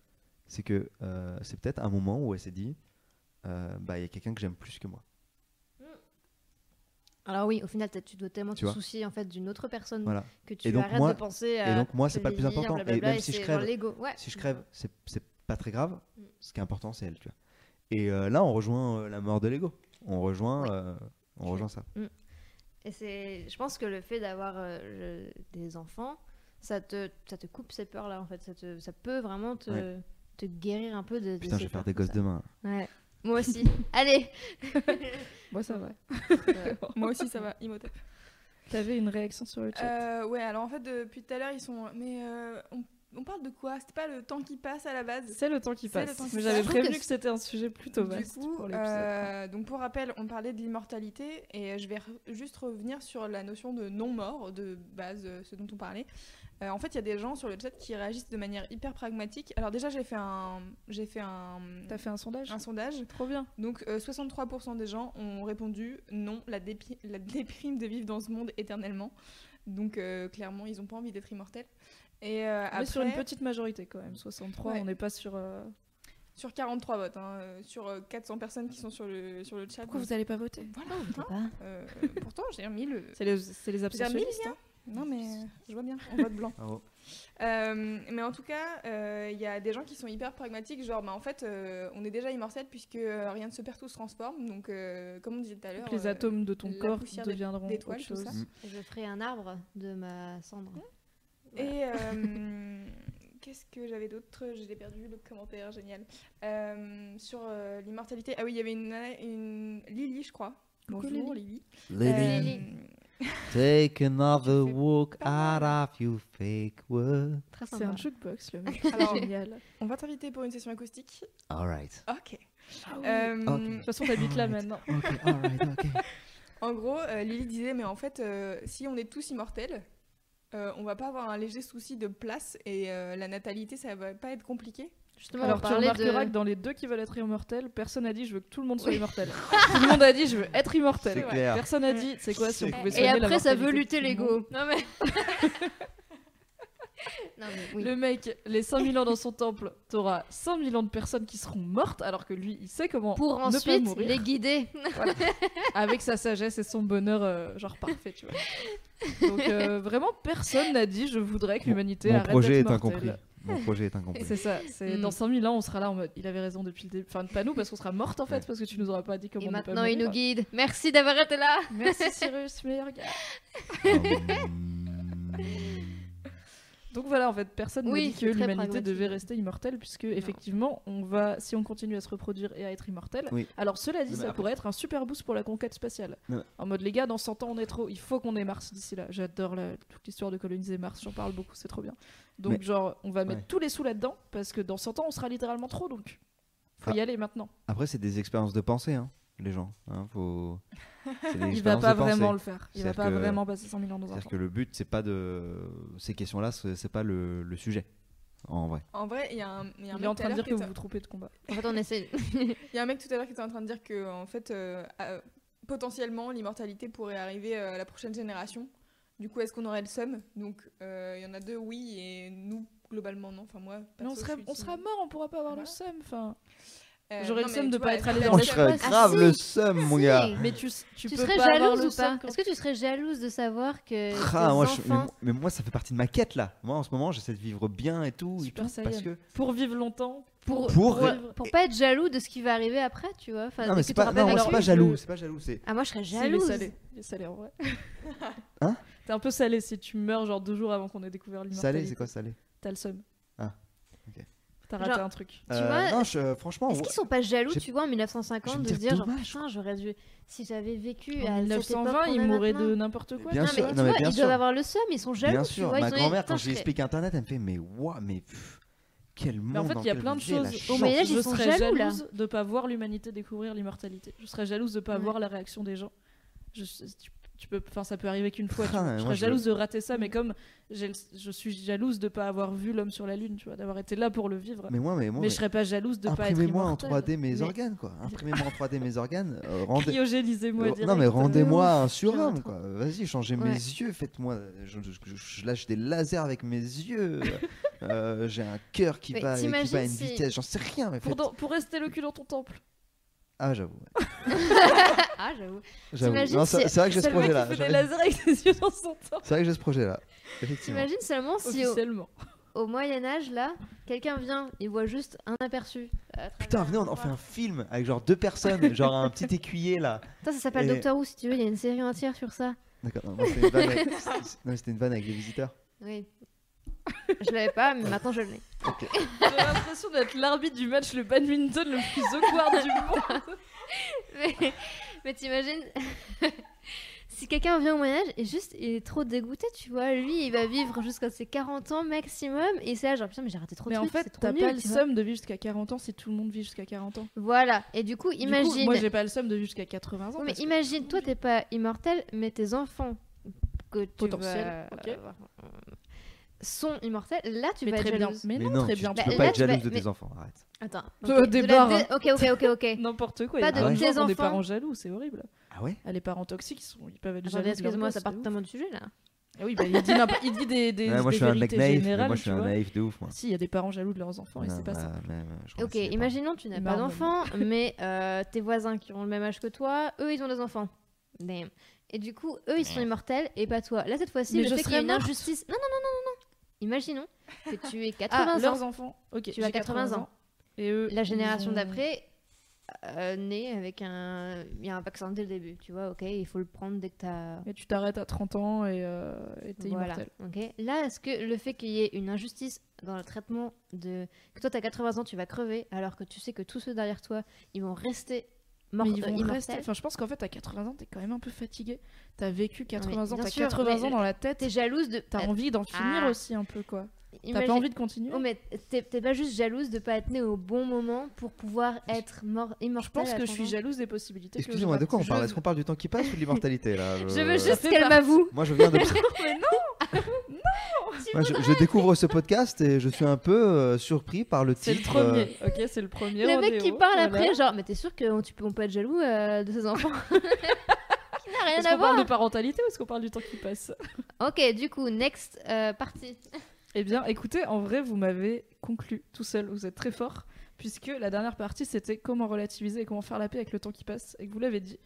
S2: c'est que euh, c'est peut-être un moment où elle s'est dit euh, bah, il y a quelqu'un que j'aime plus que moi.
S3: alors oui au final t'as- tu dois tellement
S2: Tu
S3: te
S2: vois.
S3: soucier en fait d'une autre personne
S2: Voilà.
S3: que tu
S2: Et donc,
S3: arrêtes
S2: moi-
S3: de penser à
S2: donc, moi, c'est
S3: Euh, je
S2: pas le
S3: vais
S2: plus
S3: vieillir,
S2: important. Et
S3: blablabla,
S2: même si je
S3: c'est genre
S2: crève-
S3: l'ego. Ouais.
S2: Si je crève, c'est c'est pas très grave.
S3: Mm.
S2: Ce qui est important, c'est elle, tu vois. Et euh, là, on rejoint euh, la mort de l'ego. On rejoint,
S3: Oui.
S2: euh, on
S3: Je-
S2: rejoint ça.
S3: Et c'est, je pense que le fait d'avoir euh, le- des enfants, ça te, ça te coupe ces peurs-là, en fait. Ça, te- ça peut vraiment te,
S2: Ouais.
S3: te guérir un peu de. de
S2: Putain, je
S3: ces
S2: vais faire
S3: peurs
S2: des
S3: comme
S2: gosses demain.
S3: ça. Ouais. Moi
S1: [LAUGHS]
S3: aussi. Allez
S1: Moi ça
S3: Euh,
S1: va.
S4: Moi aussi, ça va, Imhotep.
S1: T'avais une réaction sur le chat.
S4: Euh, ouais, alors en fait, depuis tout à l'heure, ils sont. Mais euh, on On parle de quoi C'était pas le temps qui passe à la base
S1: C'est le temps qui
S4: C'est le
S1: passe.
S4: temps qui
S1: Mais
S4: passe.
S1: j'avais
S3: Je trouve
S1: prévenu
S3: que
S1: que c'était un sujet plutôt vaste
S4: Du coup,
S1: pour l'épisode. hein.
S4: euh, donc pour rappel, on parlait de l'immortalité et euh, je vais re- juste revenir sur la notion de non-mort de base, euh, ce dont on parlait. Euh, en fait, il y a des gens sur le chat qui réagissent de manière hyper pragmatique. Alors déjà, j'ai fait un, j'ai fait un,
S1: T'as fait un sondage
S4: un sondage.
S1: Trop bien.
S4: Donc euh, 63% des gens ont répondu non, la, dépi- [LAUGHS] la déprime de vivre dans ce monde éternellement. Donc euh, clairement, ils n'ont pas envie d'être immortels. Et euh,
S1: Mais
S4: après,
S1: sur une petite majorité quand même, 63,
S4: Ouais.
S1: on n'est pas sur. euh,
S4: sur 43 votes, hein, euh, sur euh, 400 personnes qui sont sur le, sur le chat.
S1: Pourquoi vous Oh, n'allez pas voter
S4: Voilà. hein. Euh, pourtant, j'ai remis le.
S1: C'est les, [LAUGHS] c'est hein. les
S4: J'ai remis le
S1: abstentionnistes.
S4: lien. Non, mais euh, je vois bien, on vote blanc.
S2: Bravo.
S4: Euh, mais en tout cas, euh, il y a des gens qui sont hyper pragmatiques, genre, bah, en fait, euh, on est déjà immortel puisque euh, rien ne se perd, tout se transforme. Donc, euh, comme on disait tout à
S1: hein.
S4: l'heure.
S1: Les
S4: euh,
S1: atomes de ton
S4: la
S1: corps
S4: poussière des-
S1: deviendront
S4: des
S1: Mmh, autre
S4: toiles, tout
S1: chose.
S4: ça.
S3: Je ferai un arbre de ma cendre.
S4: Et euh,
S1: [LAUGHS]
S4: [LAUGHS] qu'est-ce que j'avais d'autre J'ai perdu le commentaire, génial. Euh, sur euh, l'immortalité. Ah oui, il y avait une, nana- une Lily, je crois.
S1: Coucou,
S4: Bonjour Lily. Euh,
S5: Lily, take another walk out of your fake world.
S3: Très
S1: C'est
S3: sympa.
S1: un jukebox le mec.
S4: Euh, [LAUGHS] [LAUGHS] alors,
S1: Génial.
S4: on va t'inviter pour une session acoustique.
S5: All right.
S4: Ok.
S1: Euh,
S4: Euh,
S1: De toute façon, t'habites là maintenant.
S5: Okay, all right, okay.
S4: En gros, euh, Lily disait, mais en fait, euh, si on est tous immortels, euh, on va pas avoir un léger souci de place et euh, la natalité, ça va pas être compliqué.
S3: Justement,
S1: Alors
S3: on
S1: tu
S3: parlait
S1: remarqueras
S3: de...
S1: que dans les deux qui veulent être immortels, personne n'a dit je veux que tout le monde soit
S3: [LAUGHS]
S1: immortel. tout le monde a dit je veux être
S2: C'est
S1: immortel.
S2: clair.
S1: Personne n'a dit c'est quoi si on
S2: C'est
S1: pouvait
S2: clair.
S3: Et
S1: soigner la
S3: après, ça
S1: mortalité
S3: veut
S1: de
S3: lutter
S1: tout le
S3: l'ego.
S1: monde.
S3: Non mais. [LAUGHS] non mais oui.
S1: Le mec, les 5000 ans dans son temple, t'auras 5000 ans de personnes qui seront mortes alors que lui, il sait comment
S3: Pour
S1: ne pas
S3: ensuite
S1: mourir
S3: les guider.
S1: [LAUGHS] avec sa sagesse et son bonheur euh, genre parfait, tu vois. Donc euh, vraiment personne n'a dit je voudrais que l'humanité
S2: Mon
S1: arrête
S2: projet est
S1: d'être mortelle.
S2: incompris. Mon projet est
S1: Et [LAUGHS]
S2: incompris.
S1: C'est ça, c'est
S3: Mm.
S1: dans 5000 ans on sera là en mode il avait raison depuis le début. Enfin pas nous parce qu'on sera morte en fait
S2: Ouais.
S1: parce que tu nous auras pas dit comment
S3: Et
S1: ne pas
S3: maintenant, il nous
S1: mourir.
S3: guide. Merci d'avoir été là.
S1: Merci Cyrus, meilleur gars. Donc voilà, en fait, personne ne
S3: Oui,
S1: dit que
S3: c'est très
S1: l'humanité
S3: pragmatique.
S1: devait rester immortelle, puisque effectivement, on va, si on continue à se reproduire et à être immortel,
S2: Oui.
S1: alors cela dit,
S2: Mais
S1: ça
S2: après-
S1: pourrait être un super boost pour la conquête spatiale.
S2: Non, mais-
S1: En mode, les gars, dans 100 ans, on est trop, il faut qu'on ait Mars d'ici là. J'adore la- toute l'histoire de coloniser Mars, j'en parle beaucoup, c'est trop bien. Donc,
S2: Mais-
S1: genre, on va mettre
S2: Ouais.
S1: tous les sous là-dedans, parce que dans 100 ans, on sera littéralement trop, donc faut
S2: Ah.
S1: y aller maintenant.
S2: [LAUGHS] Après, c'est des expériences de pensée, hein, les gens. hein, faut... c'est des
S1: Il va
S2: expériences
S1: pas
S2: de pensée.
S1: vraiment le faire, il va
S2: C'est-à-dire
S1: pas
S2: que-
S1: vraiment passer 100 000 ans dans un
S2: C'est-à-dire
S1: temps.
S2: que le but, c'est pas de. Ces questions-là, c'est c'est pas le, le sujet, en vrai.
S4: En vrai, il y a un, il y a un
S1: Il est
S4: mec
S1: en
S4: tout
S1: train
S4: à
S1: de
S4: l'heure
S1: dire
S4: qui
S1: que vous
S4: était-
S1: vous trompez de combat.
S3: En fait, on essaie.
S4: il y a un mec tout à l'heure qui était en train de dire que, en fait, euh, euh, potentiellement, l'immortalité pourrait arriver euh, à la prochaine génération. Du coup, est-ce qu'on aurait le seum Donc, euh, il y en a deux, oui, et nous, globalement, non. Enfin, moi,
S1: Mais on,
S4: perso,
S1: serait,
S4: je suis
S1: on
S4: team-
S1: sera mort, on pourra pas avoir
S4: Voilà.
S1: le seum, enfin.
S4: Euh,
S1: J'aurais
S4: non,
S1: le seum
S4: mais
S1: de
S4: tu
S1: pas
S4: vois,
S1: être allé dans
S4: la
S2: Moi,
S1: le
S2: je
S4: seule
S2: serais
S4: place-
S3: Ah,
S2: grave
S3: si.
S2: le seum, mon gars.
S1: Mais tu, s- tu,
S3: Tu,
S1: peux
S3: serais
S1: pas avoir
S3: jalouse
S1: le
S3: ou pas
S1: seum quand
S3: Est-ce que tu serais jalouse de savoir que
S2: Ah,
S3: tes
S2: moi, je- mais,
S3: enfants
S2: moi- mais moi, ça fait partie de ma quête, là. Moi, en ce moment, j'essaie de vivre bien et tout. et
S1: Super
S2: tout, parce
S1: Saiyan.
S2: que...
S1: pour vivre longtemps, pour,
S2: Pour-
S1: vivre-
S3: pour pas être jaloux de ce qui va arriver après, tu vois. Enfin,
S2: Non,
S3: dès
S2: mais
S3: que
S2: c'est
S3: tu
S2: pas,
S3: te
S2: non,
S3: rappelles
S2: moi,
S3: à
S2: c'est
S3: qui-
S2: pas jaloux. C'est pas jaloux. C'est.
S3: Ah, moi je serais
S1: Si, il est
S3: jalouse.
S1: salé. Il est salé en [LAUGHS] vrai.
S2: Hein
S1: T'es un peu salé si tu meurs genre deux jours avant qu'on ait découvert l'immortalité.
S2: Salé, c'est quoi salé
S1: T'as le seum.
S2: Ah, ok.
S1: T'as raté
S3: Genre-
S1: un truc.
S3: Tu vois,
S2: Euh, Non, je- franchement,
S3: Est-ce qu'ils sont pas jaloux,
S2: J'ai-
S3: tu vois, en
S2: je
S3: 1950
S2: vais
S3: de
S2: me
S3: se
S2: dire
S3: dire, genre,
S2: dommage.
S3: putain, j'aurais dû. Si j'avais vécu
S1: En
S3: à
S1: 1920, ils mourraient de n'importe quoi.
S2: Bien
S3: Bien
S2: sûr,
S3: sûr,
S2: non, mais bien
S3: ils
S2: sûr.
S3: doivent avoir le seum, ils sont jaloux.
S2: Bien
S3: tu
S2: sûr,
S3: vois, ils
S2: ma
S3: sont-
S2: grand-mère,
S3: Putain,
S2: quand
S3: je
S2: je lui
S3: serais-
S2: explique Internet, elle me fait Mais waouh, mais pff, quel monde
S1: Mais en fait, il y a
S2: dans
S1: plein de
S2: lequel
S1: choses.
S2: j'ai la
S1: Au
S2: chance.
S3: Mais là,
S1: je
S3: ils sont
S1: serais
S3: jaloux, là.
S1: jalouse de pas voir l'humanité découvrir l'immortalité. Je serais jalouse de pas
S3: Ouais.
S1: voir la réaction des gens. Je, tu, tu peux, enfin, ça peut arriver qu'une fois. tu
S2: Ah,
S1: vois. je
S2: moi,
S1: serais
S2: je-
S1: jalouse de rater ça, mais comme j'ai le- je suis jalouse de pas avoir vu l'homme sur la lune, tu vois, d'avoir été là pour le vivre. Mais,
S2: Mais moi, mais moi, mais-
S1: je serais pas jalouse de pas être
S2: imprimez-moi en
S1: immortelle.
S2: 3D mes
S1: Mais-
S2: organes,
S3: [LAUGHS]
S2: quoi. Imprimez-moi en 3D mes organes. euh, rendez-
S1: Cryogénisez-moi
S2: euh, non,
S1: direct.
S2: mais rendez-moi un surhomme,
S1: Genre,
S2: quoi. Vas-y, changez mes
S3: Ouais.
S2: yeux, faites-moi. Je, je- je- je lâche des lasers avec mes
S1: [LAUGHS]
S2: yeux. euh, j'ai un cœur qui
S3: Mais
S2: va, qui
S3: t'imagines
S2: va à une
S3: si-
S2: vitesse, j'en sais rien, mais
S1: Pour,
S2: faites...
S1: dans- pour rester le cul dans ton temple.
S2: Ah, j'avoue. ouais.
S3: Ah, j'avoue.
S2: J'avoue.
S3: T'imagines
S2: Non, C'est
S3: si-
S2: c'est vrai que j'ai ce
S1: C'est le mec
S2: projet-là.
S1: qui fait des
S2: j'avoue.
S1: lasers avec ses yeux dans son temple.
S2: C'est vrai que j'ai ce projet-là. Effectivement.
S3: T'imagines seulement si au,
S1: Officiellement.
S3: au Moyen-Âge, là, quelqu'un vient, il voit juste un aperçu. à travers
S2: Putain,
S3: un
S2: venez, on en
S3: miroir.
S2: fait un film avec genre
S1: [LAUGHS]
S2: deux personnes, genre un petit écuyer là.
S3: Putain, ça s'appelle
S2: Et-
S3: Doctor Who, si tu veux, il y a une série entière sur ça.
S2: D'accord, non, non, c'était une vanne avec... c'était- non, mais c'était une vanne avec les visiteurs.
S3: Oui. je l'avais pas, mais maintenant je l'ai.
S1: J'ai l'impression d'être l'arbitre du match le badminton le plus awkward du monde.
S3: Mais, mais t'imagines [LAUGHS] si quelqu'un vient au Moyen-Âge et juste il est trop dégoûté, tu vois, lui il va vivre jusqu'à ses 40 ans maximum et c'est là genre putain, mais j'ai raté trop de
S1: Mais en
S3: trucs,
S1: fait,
S3: c'est trop
S1: t'as
S3: nul.
S1: pas le
S3: tu vois.
S1: somme de vivre jusqu'à 40 ans si tout le monde vit jusqu'à 40 ans.
S3: Voilà, et du coup,
S1: Du coup,
S3: imagine.
S1: moi, j'ai pas le somme de vivre jusqu'à 80 ans.
S3: Oui, mais
S1: parce que-
S3: imagine, toi t'es pas immortel, mais tes enfants que tu
S1: Potentiel,
S3: vas
S1: ok.
S3: avoir, euh, sont immortels, là tu
S1: Mais
S3: vas
S1: très
S3: être
S1: bien.
S3: jalouse.
S1: Mais
S2: Mais
S1: non,
S2: non,
S1: très
S2: tu,
S1: bien.
S2: tu peux
S3: Bah,
S2: pas
S3: là,
S2: être
S3: tu vas-
S2: jalouse de
S3: mais-
S2: tes enfants, arrête.
S3: Attends.
S1: Peu
S3: ok, de
S1: débarre,
S3: dé-
S1: hein.
S3: Ok, ok, ok,
S1: [LAUGHS]
S3: ok.
S1: N'importe quoi.
S3: Pas
S1: il y a
S2: de
S1: des gens
S3: tes
S1: qui ont des
S3: enfants.
S1: parents jaloux, c'est horrible.
S2: Ah ouais
S1: Ah, les parents toxiques, ils, sont- ils peuvent être jaloux.
S3: Attendez,
S1: de leur
S3: excuse-moi,
S1: gosse,
S3: ça
S1: c'est
S3: part
S1: ouf.
S3: totalement du sujet là.
S1: Ah oui, bah, il, dit n'importe- il dit des, des,
S2: Ouais,
S1: des
S2: Moi je suis un mec
S1: vérités
S2: naïf, mais
S1: générales.
S2: moi je suis
S1: tu
S2: un
S1: vois.
S2: naïf de ouf moi.
S1: Si, il y a des parents jaloux de leurs enfants et
S2: Non,
S1: c'est pas ça.
S2: bah, même, euh, je
S1: Ah,
S3: Ok,
S2: conseille pas.
S3: imaginons que tu n'as pas
S1: Marre de [LAUGHS]
S3: d'enfant, mais euh, tes voisins qui ont le même âge que toi, eux ils ont des enfants. Damn. Et du coup, eux ils sont immortels et pas toi. Là cette fois-ci,
S1: Mais
S3: le
S1: je
S3: fait qu'il y a
S1: serais
S3: une
S1: morte.
S3: injustice. Non, non, non, non, non, non. Imaginons que tu es 80
S1: Ah,
S3: ans.
S1: leurs enfants. Ok,
S3: Tu as
S1: j'ai
S3: 80 ans.
S1: Et eux,
S3: La
S1: ils
S3: génération
S1: ont-
S3: d'après euh, naît avec un. Il y a un vaccin dès le début, tu vois, ok, il faut le prendre dès que t'as.
S1: Mais tu t'arrêtes à 30 ans et euh, et t'es
S3: Voilà.
S1: immortel.
S3: ok. Là, est-ce que le fait qu'il y ait une injustice dans le traitement de. que toi, t'as 80 ans, tu vas crever, alors que tu sais que tous ceux derrière toi, ils vont rester morts,
S1: Mais ils
S3: euh,
S1: vont
S3: immortels.
S1: rester. Enfin, je pense qu'en fait, à 80 ans, t'es quand même un peu fatigué. T'as vécu 80 ans,
S3: bien
S1: t'as
S3: sûr,
S1: 80
S3: mais euh,
S1: ans dans la tête.
S3: T'es jalouse de.
S1: T'as envie d'en finir
S3: Ah.
S1: aussi un peu, quoi. T'as
S3: Imagine-
S1: pas envie de continuer
S3: Oh, mais t'es t'es pas juste jalouse de pas être née au bon moment pour pouvoir être mort,
S1: Je
S3: immortelle.
S1: pense
S3: à
S1: que je
S3: 30
S1: suis
S3: ans.
S1: jalouse des possibilités. que je
S2: Excusez-moi, de
S1: rate.
S2: quoi on parle
S1: Je-
S2: Est-ce qu'on parle du temps qui passe ou de
S1: [LAUGHS]
S2: l'immortalité là
S3: Je veux
S1: Euh, Ça
S3: juste
S1: fait
S3: qu'elle
S1: partie.
S3: m'avoue.
S2: Moi je
S1: [LAUGHS]
S2: viens de. [LAUGHS] Moi, je, je découvre ce podcast et je suis un peu euh, surpris par le
S1: C'est
S2: titre.
S1: le premier.
S2: euh,
S1: Ok, c'est le premier.
S3: Le mec qui
S1: rodéo,
S3: parle
S1: voilà.
S3: après, genre, mais t'es sûr qu'on tu peux- on peut être jaloux euh, de ses
S1: [LAUGHS]
S3: enfants Qui n'a rien
S1: Est-ce
S3: à
S1: qu'on parle
S3: voir.
S1: de parentalité ou est-ce qu'on parle du temps qui passe
S3: Ok, du coup, next euh, partie.
S1: Eh bien, écoutez, en vrai, vous m'avez conclu tout seul. Vous êtes très fort, puisque la dernière partie, c'était comment relativiser et comment faire la paix avec le temps qui passe. Et que vous l'avez dit,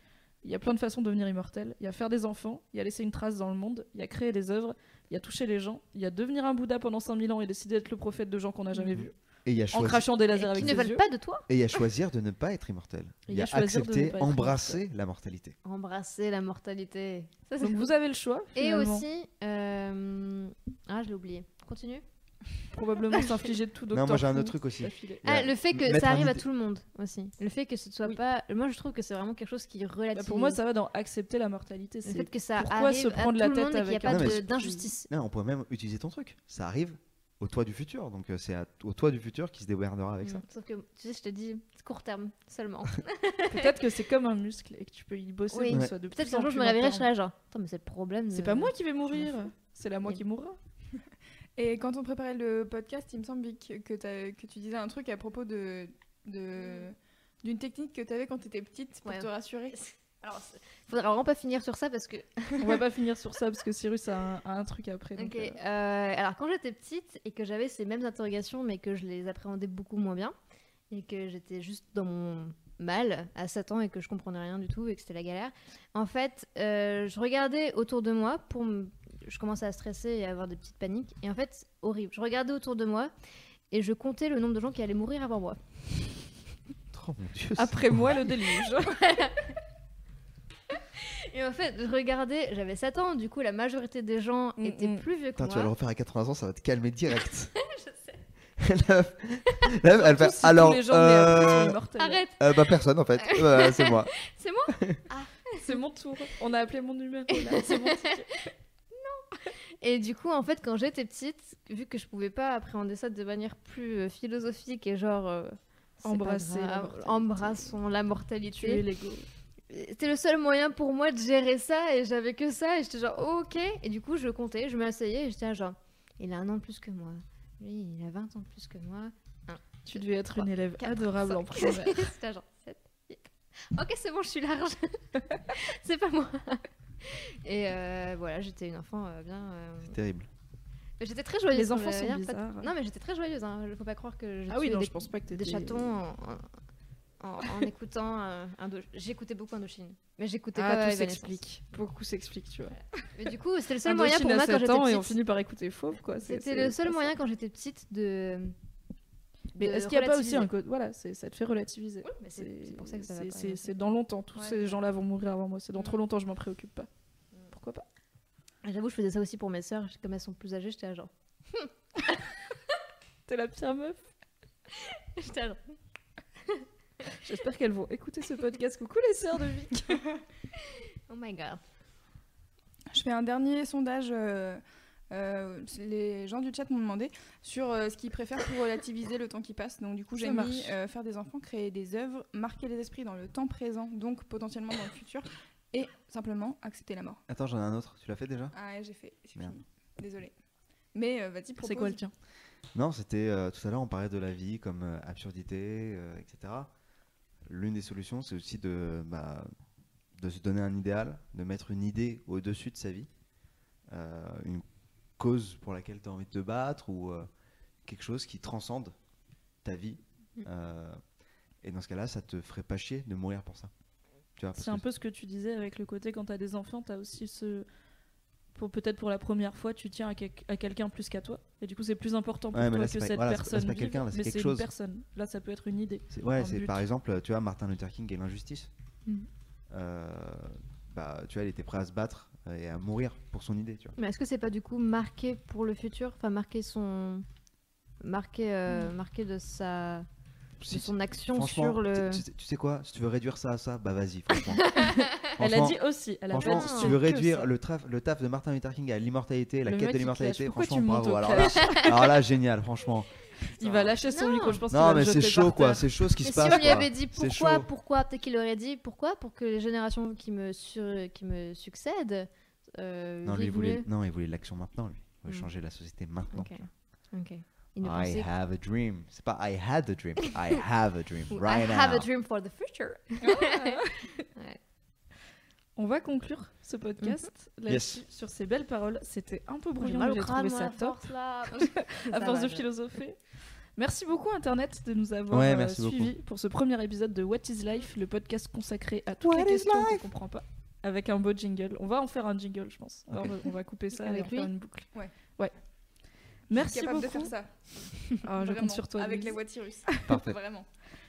S1: il y a plein de façons de devenir immortel. Il y a faire des enfants, il y a laisser une trace dans le monde, il y a créer des œuvres, il y a toucher les gens, il y a devenir un Bouddha pendant 5000 ans et décider d'être le prophète de gens qu'on n'a jamais vus,
S2: euh, Et il y a
S1: en
S2: choisi-
S1: crachant des lasers
S3: Et
S1: avec
S3: Qui
S1: ses
S3: ne veulent
S1: yeux.
S3: pas de toi
S2: et il y a choisir de ne pas être immortel.
S1: Et
S2: Il y a
S1: choisir de ne
S2: accepter,
S1: pas être
S2: embrasser la mortalité.
S3: Embrasser la mortalité. Ça, c'est
S1: Donc vous avez le choix.
S3: Et
S1: finalement.
S3: aussi. euh, Ah, je l'ai oublié. Continue.
S1: probablement s'infliger de tout.
S2: non, moi
S1: Dr.
S2: j'ai un
S1: Who,
S2: autre truc aussi.
S1: d'affilée.
S2: Il y a
S3: Ah, le fait que
S2: mettre
S3: ça
S2: un
S3: arrive à
S2: idée-
S3: tout le monde aussi. Le fait que ce ne soit
S1: Oui.
S3: pas. Moi, je trouve que c'est vraiment quelque chose qui relative.
S1: Bah, pour moi, ça va dans accepter la mortalité.
S3: Le
S1: c'est-
S3: fait que ça
S1: pourquoi
S3: arrive
S1: se prendre
S3: à
S1: la
S3: tout le
S1: tête
S3: monde et qu'il n'y a
S1: avec
S3: pas
S2: un- Non,
S3: de-
S2: mais-
S3: d'injustice.
S2: Non, on pourrait même utiliser ton truc. Ça arrive au toit du futur. Donc euh, c'est à- au toit du futur qui se démerdera avec ça.
S3: Mm. Sauf que, tu sais, je te dis, c'est court terme seulement.
S1: Peut-être que c'est comme un muscle et que tu peux y bosser.
S3: Oui.
S1: pour que
S2: Ouais.
S1: ce soit de
S3: Peut-être
S1: plus
S3: qu'un
S1: en
S3: jour, je
S1: plus
S3: me réveillerai,
S1: long
S3: je
S1: terme.
S3: serai là, genre. Attends, mais c'est le problème.
S1: C'est
S3: de-
S1: pas moi qui vais mourir,
S3: Je m'en
S1: c'est la moi
S3: Mais-
S1: qui mourra.
S4: Et quand on préparait le podcast, il me semble Vic, que, t'as- que tu disais un truc à propos de de- d'une technique que tu avais quand tu étais petite pour
S3: Ouais.
S1: [LAUGHS]
S4: te rassurer.
S3: Alors, c'est- faudra vraiment pas finir sur ça parce que.
S1: On va pas finir sur ça parce que Cyrus a un, a un truc après. donc,
S3: Ok.
S1: euh,
S3: euh, alors, quand j'étais petite et que j'avais ces mêmes interrogations, mais que je les appréhendais beaucoup moins bien, et que j'étais juste dans mon mal à 7 ans et que je comprenais rien du tout et que c'était la galère, en fait, euh, je regardais autour de moi pour. me- Je commençais à stresser et à avoir des petites paniques. Et en fait, horrible. Je regardais autour de moi et je comptais le nombre de gens qui allaient mourir avant moi.
S2: Oh mon dieu. c'est-
S1: Après moi, le déluge.
S3: Et en fait, je regardais, j'avais 7 ans, du coup, la majorité des gens
S1: Mm,
S3: étaient
S1: mm.
S3: plus vieux que
S2: Putain, tu vas le
S3: moi.
S2: refaire à 80 ans, ça va te
S1: [LAUGHS]
S2: calmer direct. [LAUGHS] La meuf- la meuf,
S1: Surtout
S2: elle fait,
S1: si tous
S2: alors,
S1: les gens venaient après, ils sont
S2: euh,
S1: immortels.
S3: Arrête,
S2: euh, bah
S1: [LAUGHS]
S2: personne en fait, Euh, c'est moi.
S3: c'est moi
S1: C'est mon tour. On a appelé mon [LAUGHS] numéro. là. C'est mon ticket.
S3: Et du coup, en fait, quand j'étais petite, vu que je pouvais pas appréhender ça de manière plus euh, philosophique et genre. euh, c'est pas
S1: Embrasser la
S3: grave,
S1: mortalité.
S3: embrassons la
S1: Tu es
S3: mortalité.
S1: l'ego.
S3: C'était le seul moyen pour moi de gérer ça et j'avais que ça et j'étais genre ok. Et du coup, je comptais, je m'asseyais et j'étais là, genre il a un an de plus que moi. Lui, il a 20 ans de plus que moi.
S1: Tu devais être une
S3: Trois,
S1: élève
S3: quatre,
S1: adorable en
S3: cinq. [LAUGHS]
S1: primaire.
S3: C'était genre 7. Ok, c'est bon, je suis large. [LAUGHS] c'est pas moi. Et euh, voilà, j'étais une enfant euh, bien. euh,
S2: Terrible.
S3: mais J'étais très joyeuse.
S1: Les
S3: on
S1: enfants
S3: l'avait
S1: sont
S3: bien fait.
S1: bizarres.
S3: Non, mais j'étais très joyeuse. Hein. Faut pas croire que je
S1: Ah oui,
S3: tuais
S1: non,
S3: des,
S1: je pense pas que t'étais
S3: des chatons hein. en, en- en- en écoutant. euh, Indo- J'écoutais beaucoup Indochine. Mais j'écoutais pas
S1: Ah, tout
S3: Evanescence.
S1: s'explique. Beaucoup s'explique, tu vois. Ah,
S3: Mais du coup, c'était le seul moyen
S1: Indochine
S3: pour
S1: à
S3: moi quand
S1: 7 ans et
S3: j'étais
S1: on
S3: petite.
S1: finit par écouter fauve, quoi. C'est- c'est
S3: C'était le seul
S1: pas ça.
S3: moyen quand j'étais petite de.
S1: Mais
S3: de
S1: est-ce qu'il n'y a pas aussi
S3: relativiser.
S1: un côté. Voilà, c'est- ça te fait relativiser.
S3: Mais C'est c'est pour ça que ça va
S1: c'est-
S3: pas,
S1: c'est-
S3: ouais.
S1: C'est dans longtemps. Tous
S4: Ouais.
S1: ces gens-là vont mourir avant moi. C'est dans
S3: Mm.
S1: trop longtemps, je m'en préoccupe pas. Pourquoi pas
S3: J'avoue, je faisais ça aussi pour mes sœurs. Comme elles sont plus âgées, j'étais là genre. [LAUGHS]
S1: T'es la pire meuf.
S3: j'étais là genre, [LAUGHS]
S1: J'espère qu'elles vont écouter ce podcast. Coucou les sœurs de Vic.
S3: Oh my god.
S4: je fais un dernier sondage. euh, euh, les gens du chat m'ont demandé sur euh, ce qu'ils préfèrent pour relativiser le temps qui passe. Donc du coup,
S1: Ça
S4: j'ai
S1: marche.
S4: mis euh, faire des enfants, créer des œuvres, marquer les esprits dans le temps présent, donc potentiellement dans le futur, et simplement accepter la mort.
S2: Attends, j'en ai un autre. Tu l'as fait déjà
S4: Ah, ouais, j'ai fait, c'est
S2: Merde.
S4: fini. Désolée. Mais euh, vas-y,
S1: C'est quoi le
S4: propose.
S1: tien
S2: Non, c'était euh, tout à l'heure, on parlait de la vie comme euh, absurdité, euh, etc. L'une des solutions, c'est aussi de, bah, de se donner un idéal, de mettre une idée au-dessus de sa vie, euh, une cause pour laquelle tu as envie de te battre ou euh, quelque chose qui transcende ta vie.
S1: Mm.
S2: euh, et dans ce cas-là, ça te ferait pas chier de mourir pour ça. Tu vois, parce
S1: C'est un
S2: que-
S1: peu ce que tu disais avec le côté quand t'as des enfants, t'as aussi ce. Pour, peut-être pour la première fois, tu tiens à, quel- à quelqu'un plus qu'à toi. Et du coup, c'est plus important pour
S2: Ouais, mais
S1: toi
S2: là,
S1: que
S2: c'est pas-
S1: cette
S2: voilà, c'est- là, c'est
S1: personne.
S2: pas
S1: vive,
S2: quelqu'un, là, c'est
S1: mais
S2: quelque
S1: c'est une
S2: chose.
S1: personne. Là, ça peut être une idée.
S2: C'est- Ouais,
S1: un
S2: c'est
S1: but. Mmh.
S2: par exemple, tu vois, Martin Luther King et l'injustice.
S3: Mhm.
S2: Euh, bah, tu vois, il était prêt à se battre euh, et à mourir pour son idée, tu vois.
S3: Mais est-ce que c'est pas du coup marqué pour le futur Enfin, marquer son. Marquer, euh, marquer de, sa... de
S2: Si-
S3: son action
S2: franchement,
S3: sur le.
S2: tu, tu- tu sais quoi Si tu veux réduire ça à ça,
S1: [LAUGHS]
S2: bah vas-y, franchement.
S1: Elle a
S2: Franchement,
S1: dit aussi. Elle a
S2: franchement,
S1: pas dit hein,
S2: si
S1: que
S2: tu veux
S1: ça.
S2: réduire le, traf- le taf de Martin Luther King à l'immortalité, la
S1: Le
S2: quête
S1: mec,
S2: de
S1: il
S2: l'immortalité,
S1: clash. Pourquoi
S2: franchement,
S1: tu montes
S2: bravo.
S1: au
S2: Alors là, alors là, génial, franchement.
S1: Il va lâcher son
S3: Non.
S1: micro, je pense qu'il va
S2: Non,
S1: le
S2: mais c'est
S1: jeter
S2: chaud,
S1: par
S2: quoi.
S1: terre.
S2: C'est chaud ce qui
S3: Mais
S2: se
S3: si
S2: passe.
S3: on lui
S2: quoi.
S3: avait dit
S2: C'est
S3: pourquoi,
S2: chaud.
S3: pourquoi, peut-être qu'il aurait dit pourquoi, pour que les générations qui me, sur- qui me succèdent. euh,
S2: Non, lui, il
S3: vivent
S2: voulait
S3: mieux.
S2: non, il voulait l'action maintenant, lui. Il
S1: Mmh.
S2: voulait
S3: Mm.
S2: changer la société maintenant.
S3: Ok. Ok. Il ne
S2: I
S3: pensait
S2: have a dream. C'est pas I had a dream. I have a dream.
S3: Ou
S2: Right
S3: I have
S2: now.
S3: a dream for the future.
S1: On va conclure ce podcast là-dessus, sur ces belles paroles. C'était un peu brouillon, mais j'ai trouvé ça top.
S3: [LAUGHS]
S1: à force de philosopher. Merci beaucoup Internet de nous avoir
S2: Ouais,
S1: euh,
S2: merci
S1: suivis pour ce premier épisode de What is Life, le podcast consacré à toutes
S2: What
S1: les
S2: is
S1: questions qu'on comprend pas, avec un beau jingle. On va en faire un jingle, je pense. On va-
S2: Ok.
S1: On va couper ça et
S3: Avec
S1: en faire
S3: lui
S1: une boucle.
S4: Ouais. Je suis
S1: Merci
S4: capable
S1: beaucoup.
S4: de faire ça.
S1: Ah, je
S4: Vraiment,
S1: compte sur toi.
S4: Avec
S1: Louise.
S4: les voiturus. [LAUGHS]
S2: Parfait.
S4: Vraiment.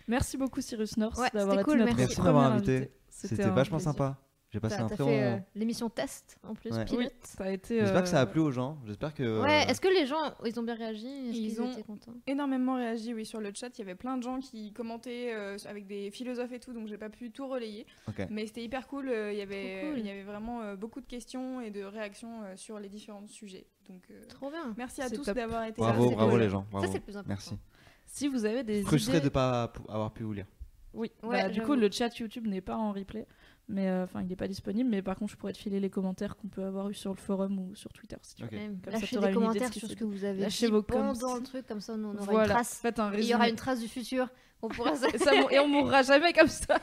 S1: Merci beaucoup Cyrus North
S3: Ouais,
S1: d'avoir
S3: c'était
S1: été
S3: cool,
S1: notre
S3: merci.
S2: Merci d'avoir
S1: premier
S2: invité.
S1: un
S2: C'était vachement
S1: plaisir.
S2: sympa. J'ai passé
S3: T'as
S2: Bah, un
S3: t'as
S2: très
S3: fait
S2: bon
S3: euh,
S2: moment.
S3: l'émission test en plus,
S2: Ouais. Euh,
S1: Oui,
S3: pilote.
S1: ça a été.
S2: J'espère que ça a
S1: euh,
S2: plu aux gens. J'espère que.
S3: Ouais, est-ce que les gens, ils ont bien réagi Est-ce
S4: Ils
S3: qu'ils
S4: ont-
S3: étaient contents
S4: énormément réagi oui sur le chat il y avait plein de gens qui commentaient euh, avec des philosophes et tout donc j'ai pas pu tout relayer
S2: Ok.
S4: mais c'était hyper cool euh, il y avait
S3: Trop cool.
S4: il y avait vraiment euh, beaucoup de questions et de réactions euh, sur les différents sujets donc euh,
S3: Trop bien.
S4: merci à
S1: C'est
S4: tous
S1: top.
S4: d'avoir été là
S2: Bravo,
S4: C'était
S2: bravo
S4: cool.
S2: les gens.
S3: Ça,
S2: bravo.
S3: c'est le plus important.
S2: Merci.
S1: Si vous avez des
S2: Frustré de
S1: idées-
S2: ne pas pou- avoir pu vous lire.
S1: Oui,
S3: Ouais,
S1: bah, du
S3: j'avoue.
S1: coup, le chat YouTube n'est pas en replay, mais euh, enfin, il n'est pas disponible. Mais par contre, je pourrais te filer les commentaires qu'on peut avoir eu sur le forum ou sur Twitter si tu veux.
S2: Ok.
S3: Même.
S1: Comme ça,
S3: Lâchez
S1: t'auras
S3: des
S1: une idée de
S3: commentaires
S1: ce qui
S3: sur ce
S1: s'est
S3: que vous avez
S1: Lâchez
S3: dit
S1: vos
S3: pendant
S1: comments.
S3: le truc, comme ça on aura
S1: Voilà,
S3: une trace.
S1: faites un
S3: Et Il
S1: résumé.
S3: y aura une trace du futur. On pourra...
S1: Et, ça mou- et on mourra jamais comme
S3: [LAUGHS]
S1: ça.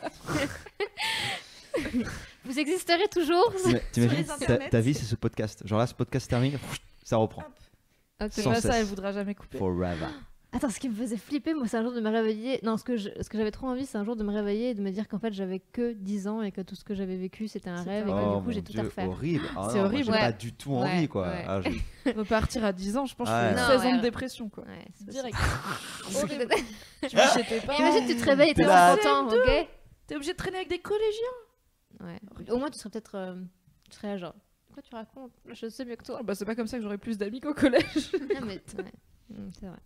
S3: vous existerez toujours
S2: T'ima- T'imagines,
S4: les
S2: ta,
S4: internets.
S2: ta vie c'est ce podcast. Genre là, ce podcast termine, ça reprend.
S3: Ok.
S1: C'est
S2: Sans
S1: pas ça,
S2: cesse.
S1: elle voudra jamais couper.
S2: Forever.
S3: Attends, ce qui me faisait flipper, moi, c'est un jour de me réveiller. Non, ce que je- ce que j'avais trop envie, c'est un jour de me réveiller et de me dire qu'en fait, j'avais que 10 ans et que tout ce que j'avais vécu, c'était un
S1: C'était un
S3: rêve et que
S1: rêve.
S3: du coup, j'ai tout à
S2: Oh Dieu,
S3: refaire.
S2: horrible. Ah
S1: C'est
S2: non, moi,
S1: horrible.
S2: J'ai
S3: Ouais.
S2: pas du tout envie
S3: Ouais,
S2: quoi.
S3: ouais.
S2: Ah, j'ai-
S1: Repartir à 10 10 ans, je pense que
S2: Ouais.
S1: je fais
S3: Non,
S1: 16 ans
S3: ouais.
S1: de dépression. quoi.
S3: Ouais, c'est ça.
S1: Direct.
S3: [LAUGHS] Horrible.
S1: tu vas chez tes parents,
S3: Imagine, tu te réveilles et
S2: T'es
S3: t'es
S2: là.
S3: à 50 ans, ok
S1: t'es obligé de traîner avec des collégiens.
S3: Ouais. Au moins, tu serais peut-être. euh, tu serais genre. Quoi tu racontes Je sais mieux que
S1: [LAUGHS]
S3: toi.
S1: Ah bah, c'est pas comme ça que j'aurais plus d'amis qu'au collège.
S3: non, mais. [LAUGHS] Ouais. Mm, C'est vrai.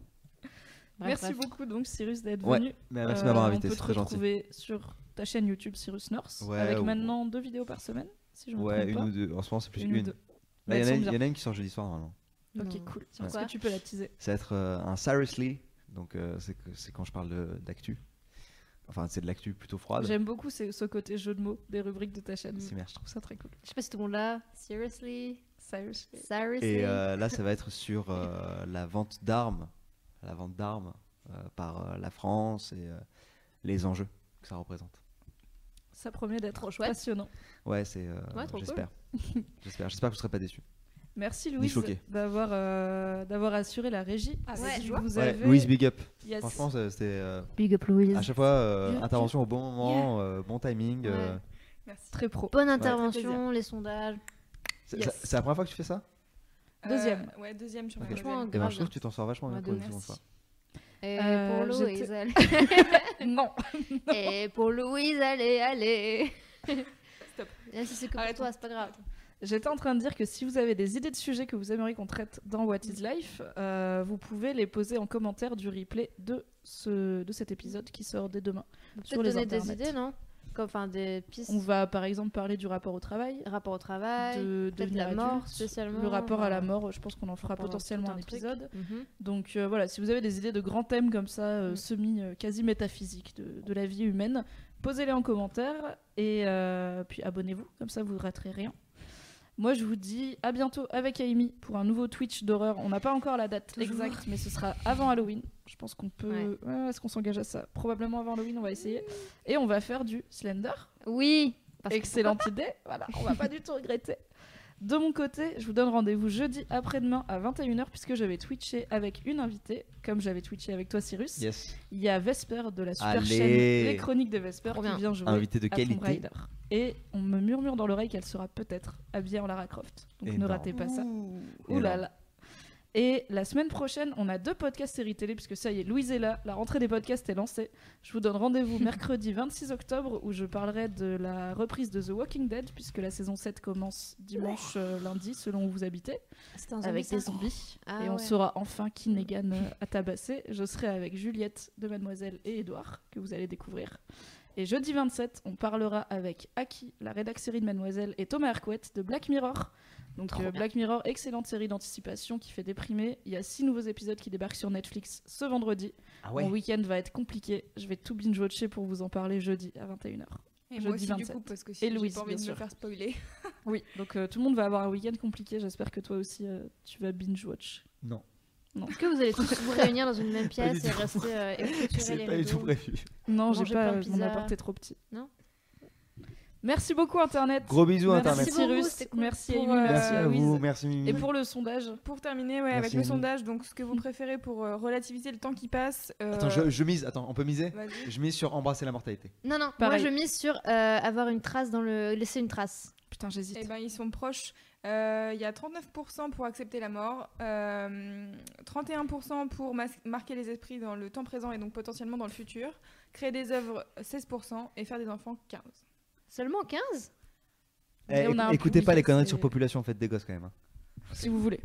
S1: [LAUGHS]
S3: Bref,
S1: Merci
S3: bref.
S1: beaucoup, donc, Cyrus, d'être
S2: Ouais.
S1: venu.
S2: Mais
S1: Euh,
S2: Merci de m'avoir invité,
S1: On peut
S2: c'est
S1: te
S2: très gentil.
S1: retrouver sur ta chaîne YouTube Cyrus North,
S2: Ouais,
S1: avec
S2: ou-
S1: maintenant deux vidéos par semaine, si je me
S2: Ouais, une
S1: trompe
S2: ou deux. En ce moment, c'est
S1: pas.
S2: plus une.
S1: deux.
S2: Là,
S1: Mais
S2: Il y en
S1: elles
S2: a
S1: sont
S2: une-
S1: bien.
S2: il y en a une qui sort jeudi soir normalement.
S3: Non.
S1: Ok, cool.
S3: Ouais.
S1: Est-ce que tu peux la teaser
S2: Ça va être euh, un Seriously. Donc euh, c'est que- c'est quand je parle de- d'actu. Enfin, c'est de l'actu plutôt froide.
S1: J'aime beaucoup ce, ce côté jeu de mots des rubriques de ta
S3: Mm.
S1: chaîne.
S2: Merci,
S1: Je
S2: merci.
S1: trouve ça très cool.
S3: Je sais pas si tout le monde là. Seriously
S1: Cyrus.
S3: Seriously
S2: Et euh, là,
S1: [LAUGHS]
S2: ça va être sur euh, la vente d'armes, la vente d'armes euh, par euh, la France et euh, les enjeux que ça représente.
S1: Ça promet d'être
S3: Trop chouette.
S1: passionnant.
S2: Ouais, c'est. euh,
S3: Ouais, trop cool.
S2: j'espère.
S1: [LAUGHS]
S2: j'espère. J'espère que vous serez pas déçus.
S1: Merci Louise
S2: choqué.
S1: d'avoir euh, d'avoir assuré la régie.
S4: Ah,
S3: Ouais.
S1: Si
S4: joie.
S1: vous
S2: Ouais,
S1: avez-
S2: Louise Big Up.
S1: Yes.
S2: Franchement, c'est- c'était euh,
S3: Big up Louise.
S2: à chaque fois euh,
S1: Yeah.
S2: intervention au bon moment, euh, bon timing.
S3: Ouais.
S2: euh,
S4: merci
S1: très pro.
S3: Bonne
S4: ça fait
S3: intervention, les sondages.
S2: c'est
S1: Yes.
S2: ça- c'est la première fois que tu fais ça
S4: Euh,
S1: Deuxième.
S4: ouais deuxième sur
S2: Ok.
S4: la
S3: Franchement,
S4: nouvelle.
S2: Eh ben,
S3: grave
S2: je trouve
S3: bien.
S2: que tu t'en sors vachement bien
S3: Ouais,
S2: pour une
S3: de-
S2: seconde
S4: merci.
S2: fois.
S3: Et
S1: Euh,
S3: pour
S1: je
S3: Louise,
S1: te-
S3: allez.
S1: [LAUGHS] non.
S3: [LAUGHS] Et pour Louise, allez, allez.
S4: Stop.
S3: Même si c'est que pour
S4: Arrêtons.
S3: toi, c'est pas grave.
S1: J'étais en train de dire que si vous avez des idées de sujets que vous aimeriez qu'on traite dans What is Life, euh, vous pouvez les poser en commentaire du replay de, ce, de cet épisode qui sort dès demain.
S3: On peut
S1: Sur
S3: peut-être
S1: les
S3: donner des
S1: internets.
S3: idées, non comme, enfin, des pistes.
S1: On va par exemple parler du rapport au travail,
S3: Rapport au travail,
S1: de,
S3: peut-être
S1: devenir
S3: la mort
S1: adulte,
S3: spécialement,
S1: le rapport à la
S3: euh,
S1: mort. Je pense qu'on en fera
S3: pendant tout
S1: potentiellement un,
S3: un truc.
S1: épisode.
S3: Mhm.
S1: Donc euh, voilà, si vous avez des idées de grands thèmes comme ça, euh,
S3: Mm.
S1: semi euh, quasi métaphysiques de, de la vie humaine, posez-les en commentaire et euh, puis abonnez-vous, comme ça vous raterez rien. Moi je vous dis à bientôt avec Amy pour un nouveau Twitch d'horreur. On n'a pas encore la date
S3: Toujours.
S1: exacte, mais ce sera avant Halloween. Je pense qu'on peut. Ouais, Est-ce qu'on s'engage à ça Probablement avant Halloween, on va essayer. Et on va faire du Slender.
S3: Oui, parce que [LAUGHS]
S1: Excellente idée, voilà, on va pas du tout regretter. De mon côté, je vous donne rendez-vous jeudi après-demain à 21h puisque j'avais twitché avec une invitée, comme j'avais twitché avec toi Cyrus.
S5: Yes.
S1: Il y a Vesper de la super
S5: Allez.
S1: chaîne Les Chroniques de Vesper
S3: Trop
S1: qui
S3: bien.
S1: vient jouer
S5: Invité de
S1: à Tomb
S5: qualité.
S1: Raider. Et on me murmure dans l'oreille qu'elle sera peut-être habillée en Lara Croft. Donc
S5: Eh
S1: ne
S2: Énorme.
S5: ben.
S1: ratez pas ça. Ouh
S2: Énorme.
S1: là là. Et la semaine prochaine, on a deux podcasts séries télé, puisque ça y est, Louise est là, la rentrée des podcasts est lancée. Je vous donne
S5: [LAUGHS]
S1: rendez-vous mercredi 26 octobre, où je parlerai de la reprise de The Walking Dead, puisque la saison 7 commence dimanche, euh, lundi, selon où vous habitez,
S3: c'est un zombie,
S1: avec
S3: ça.
S1: des zombies.
S3: Ah
S1: et on
S3: ouais.
S1: saura enfin qui Negan euh, a tabassé. Je serai avec Juliette de Mademoiselle et Édouard, que vous allez découvrir. Et jeudi 27, on parlera avec Aki, la rédac série de Mademoiselle, et Thomas Hercouet de Black Mirror. Donc euh, Black Mirror, excellente série d'anticipation qui fait déprimer. Il y a six nouveaux épisodes qui débarquent sur Netflix ce vendredi.
S5: Ah
S1: Mon week-end va être compliqué. Je vais tout binge-watcher pour vous en parler jeudi à 21h.
S4: Et moi
S1: Jeudi
S4: aussi, du
S1: 27.
S4: coup, parce que si
S1: Et
S4: j'ai
S1: Louise,
S4: pas envie
S1: bien
S4: de me
S1: sûr.
S4: faire spoiler.
S1: Oui, donc euh, tout le monde va avoir un week-end compliqué. J'espère que toi aussi, euh, tu vas binge-watch.
S3: Est-ce que vous allez tous vous réunir dans une
S5: [LAUGHS]
S3: même pièce
S5: du
S3: et
S5: tout.
S3: rester euh, et clôturer les
S5: [LAUGHS] C'est pas du
S3: rideaux
S5: tout prévu.
S1: Non,
S3: Manger
S1: j'ai pas.
S3: plein de
S1: euh, Mon
S3: pizza.
S1: appart est trop petit.
S3: Non.
S1: Merci beaucoup, Internet.
S5: Gros bisous, hein,
S1: merci
S5: Internet.
S3: Merci beaucoup,
S1: Cyrus.
S3: c'était cool.
S1: Merci
S4: Pour,
S1: Amy.
S4: euh,
S1: Merci
S5: Merci
S1: à
S5: à
S1: Louise.
S5: vous, merci Mimi.
S1: Et pour le sondage,
S4: Pour terminer, ouais, avec
S5: Merci,
S4: le
S5: Annie.
S4: sondage, donc ce que vous préférez pour euh, relativiser le temps qui passe. euh,
S5: Attends, je, je mise, attends, on peut miser
S4: vas-y.
S5: Je mise sur embrasser la mortalité.
S3: Non, non,
S1: Pareil.
S3: moi je mise sur euh, avoir une trace dans le. laisser une trace.
S1: putain, j'hésite.
S4: Eh ben, ils sont proches. Euh, Il y a 39% pour accepter la mort, euh, 31% pour mas- marquer les esprits dans le temps présent et donc potentiellement dans le futur, créer des œuvres 16% et faire des enfants 15%.
S3: Seulement 15
S1: Et
S5: Eh,
S1: on a un
S5: éc- écoutez
S1: public
S5: pas les conneries
S1: assez-
S5: sur population, faites des gosses quand même. hein.
S1: Si vous voulez.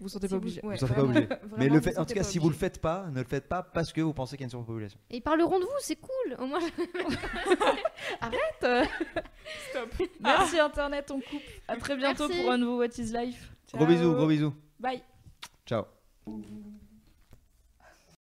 S1: Vous sentez
S4: Si
S1: pas obligé.
S4: ouais,
S5: Vous serez pas
S4: vraiment,
S5: obligé.
S4: vraiment,
S5: Mais
S4: vous
S5: le fait, en
S4: sentez
S5: tout cas,
S4: pas
S5: si vous le
S4: obligé.
S5: faites pas, ne le faites pas parce que vous pensez qu'il y a une surpopulation.
S3: Et ils parleront de vous, c'est cool Au moins, je-
S1: [LAUGHS]
S3: [LAUGHS]
S1: Merci Internet, on coupe. À très bientôt
S3: Merci.
S1: pour un nouveau What is Life.
S5: Gros bisous, gros bisous.
S1: Bye.
S5: Ciao.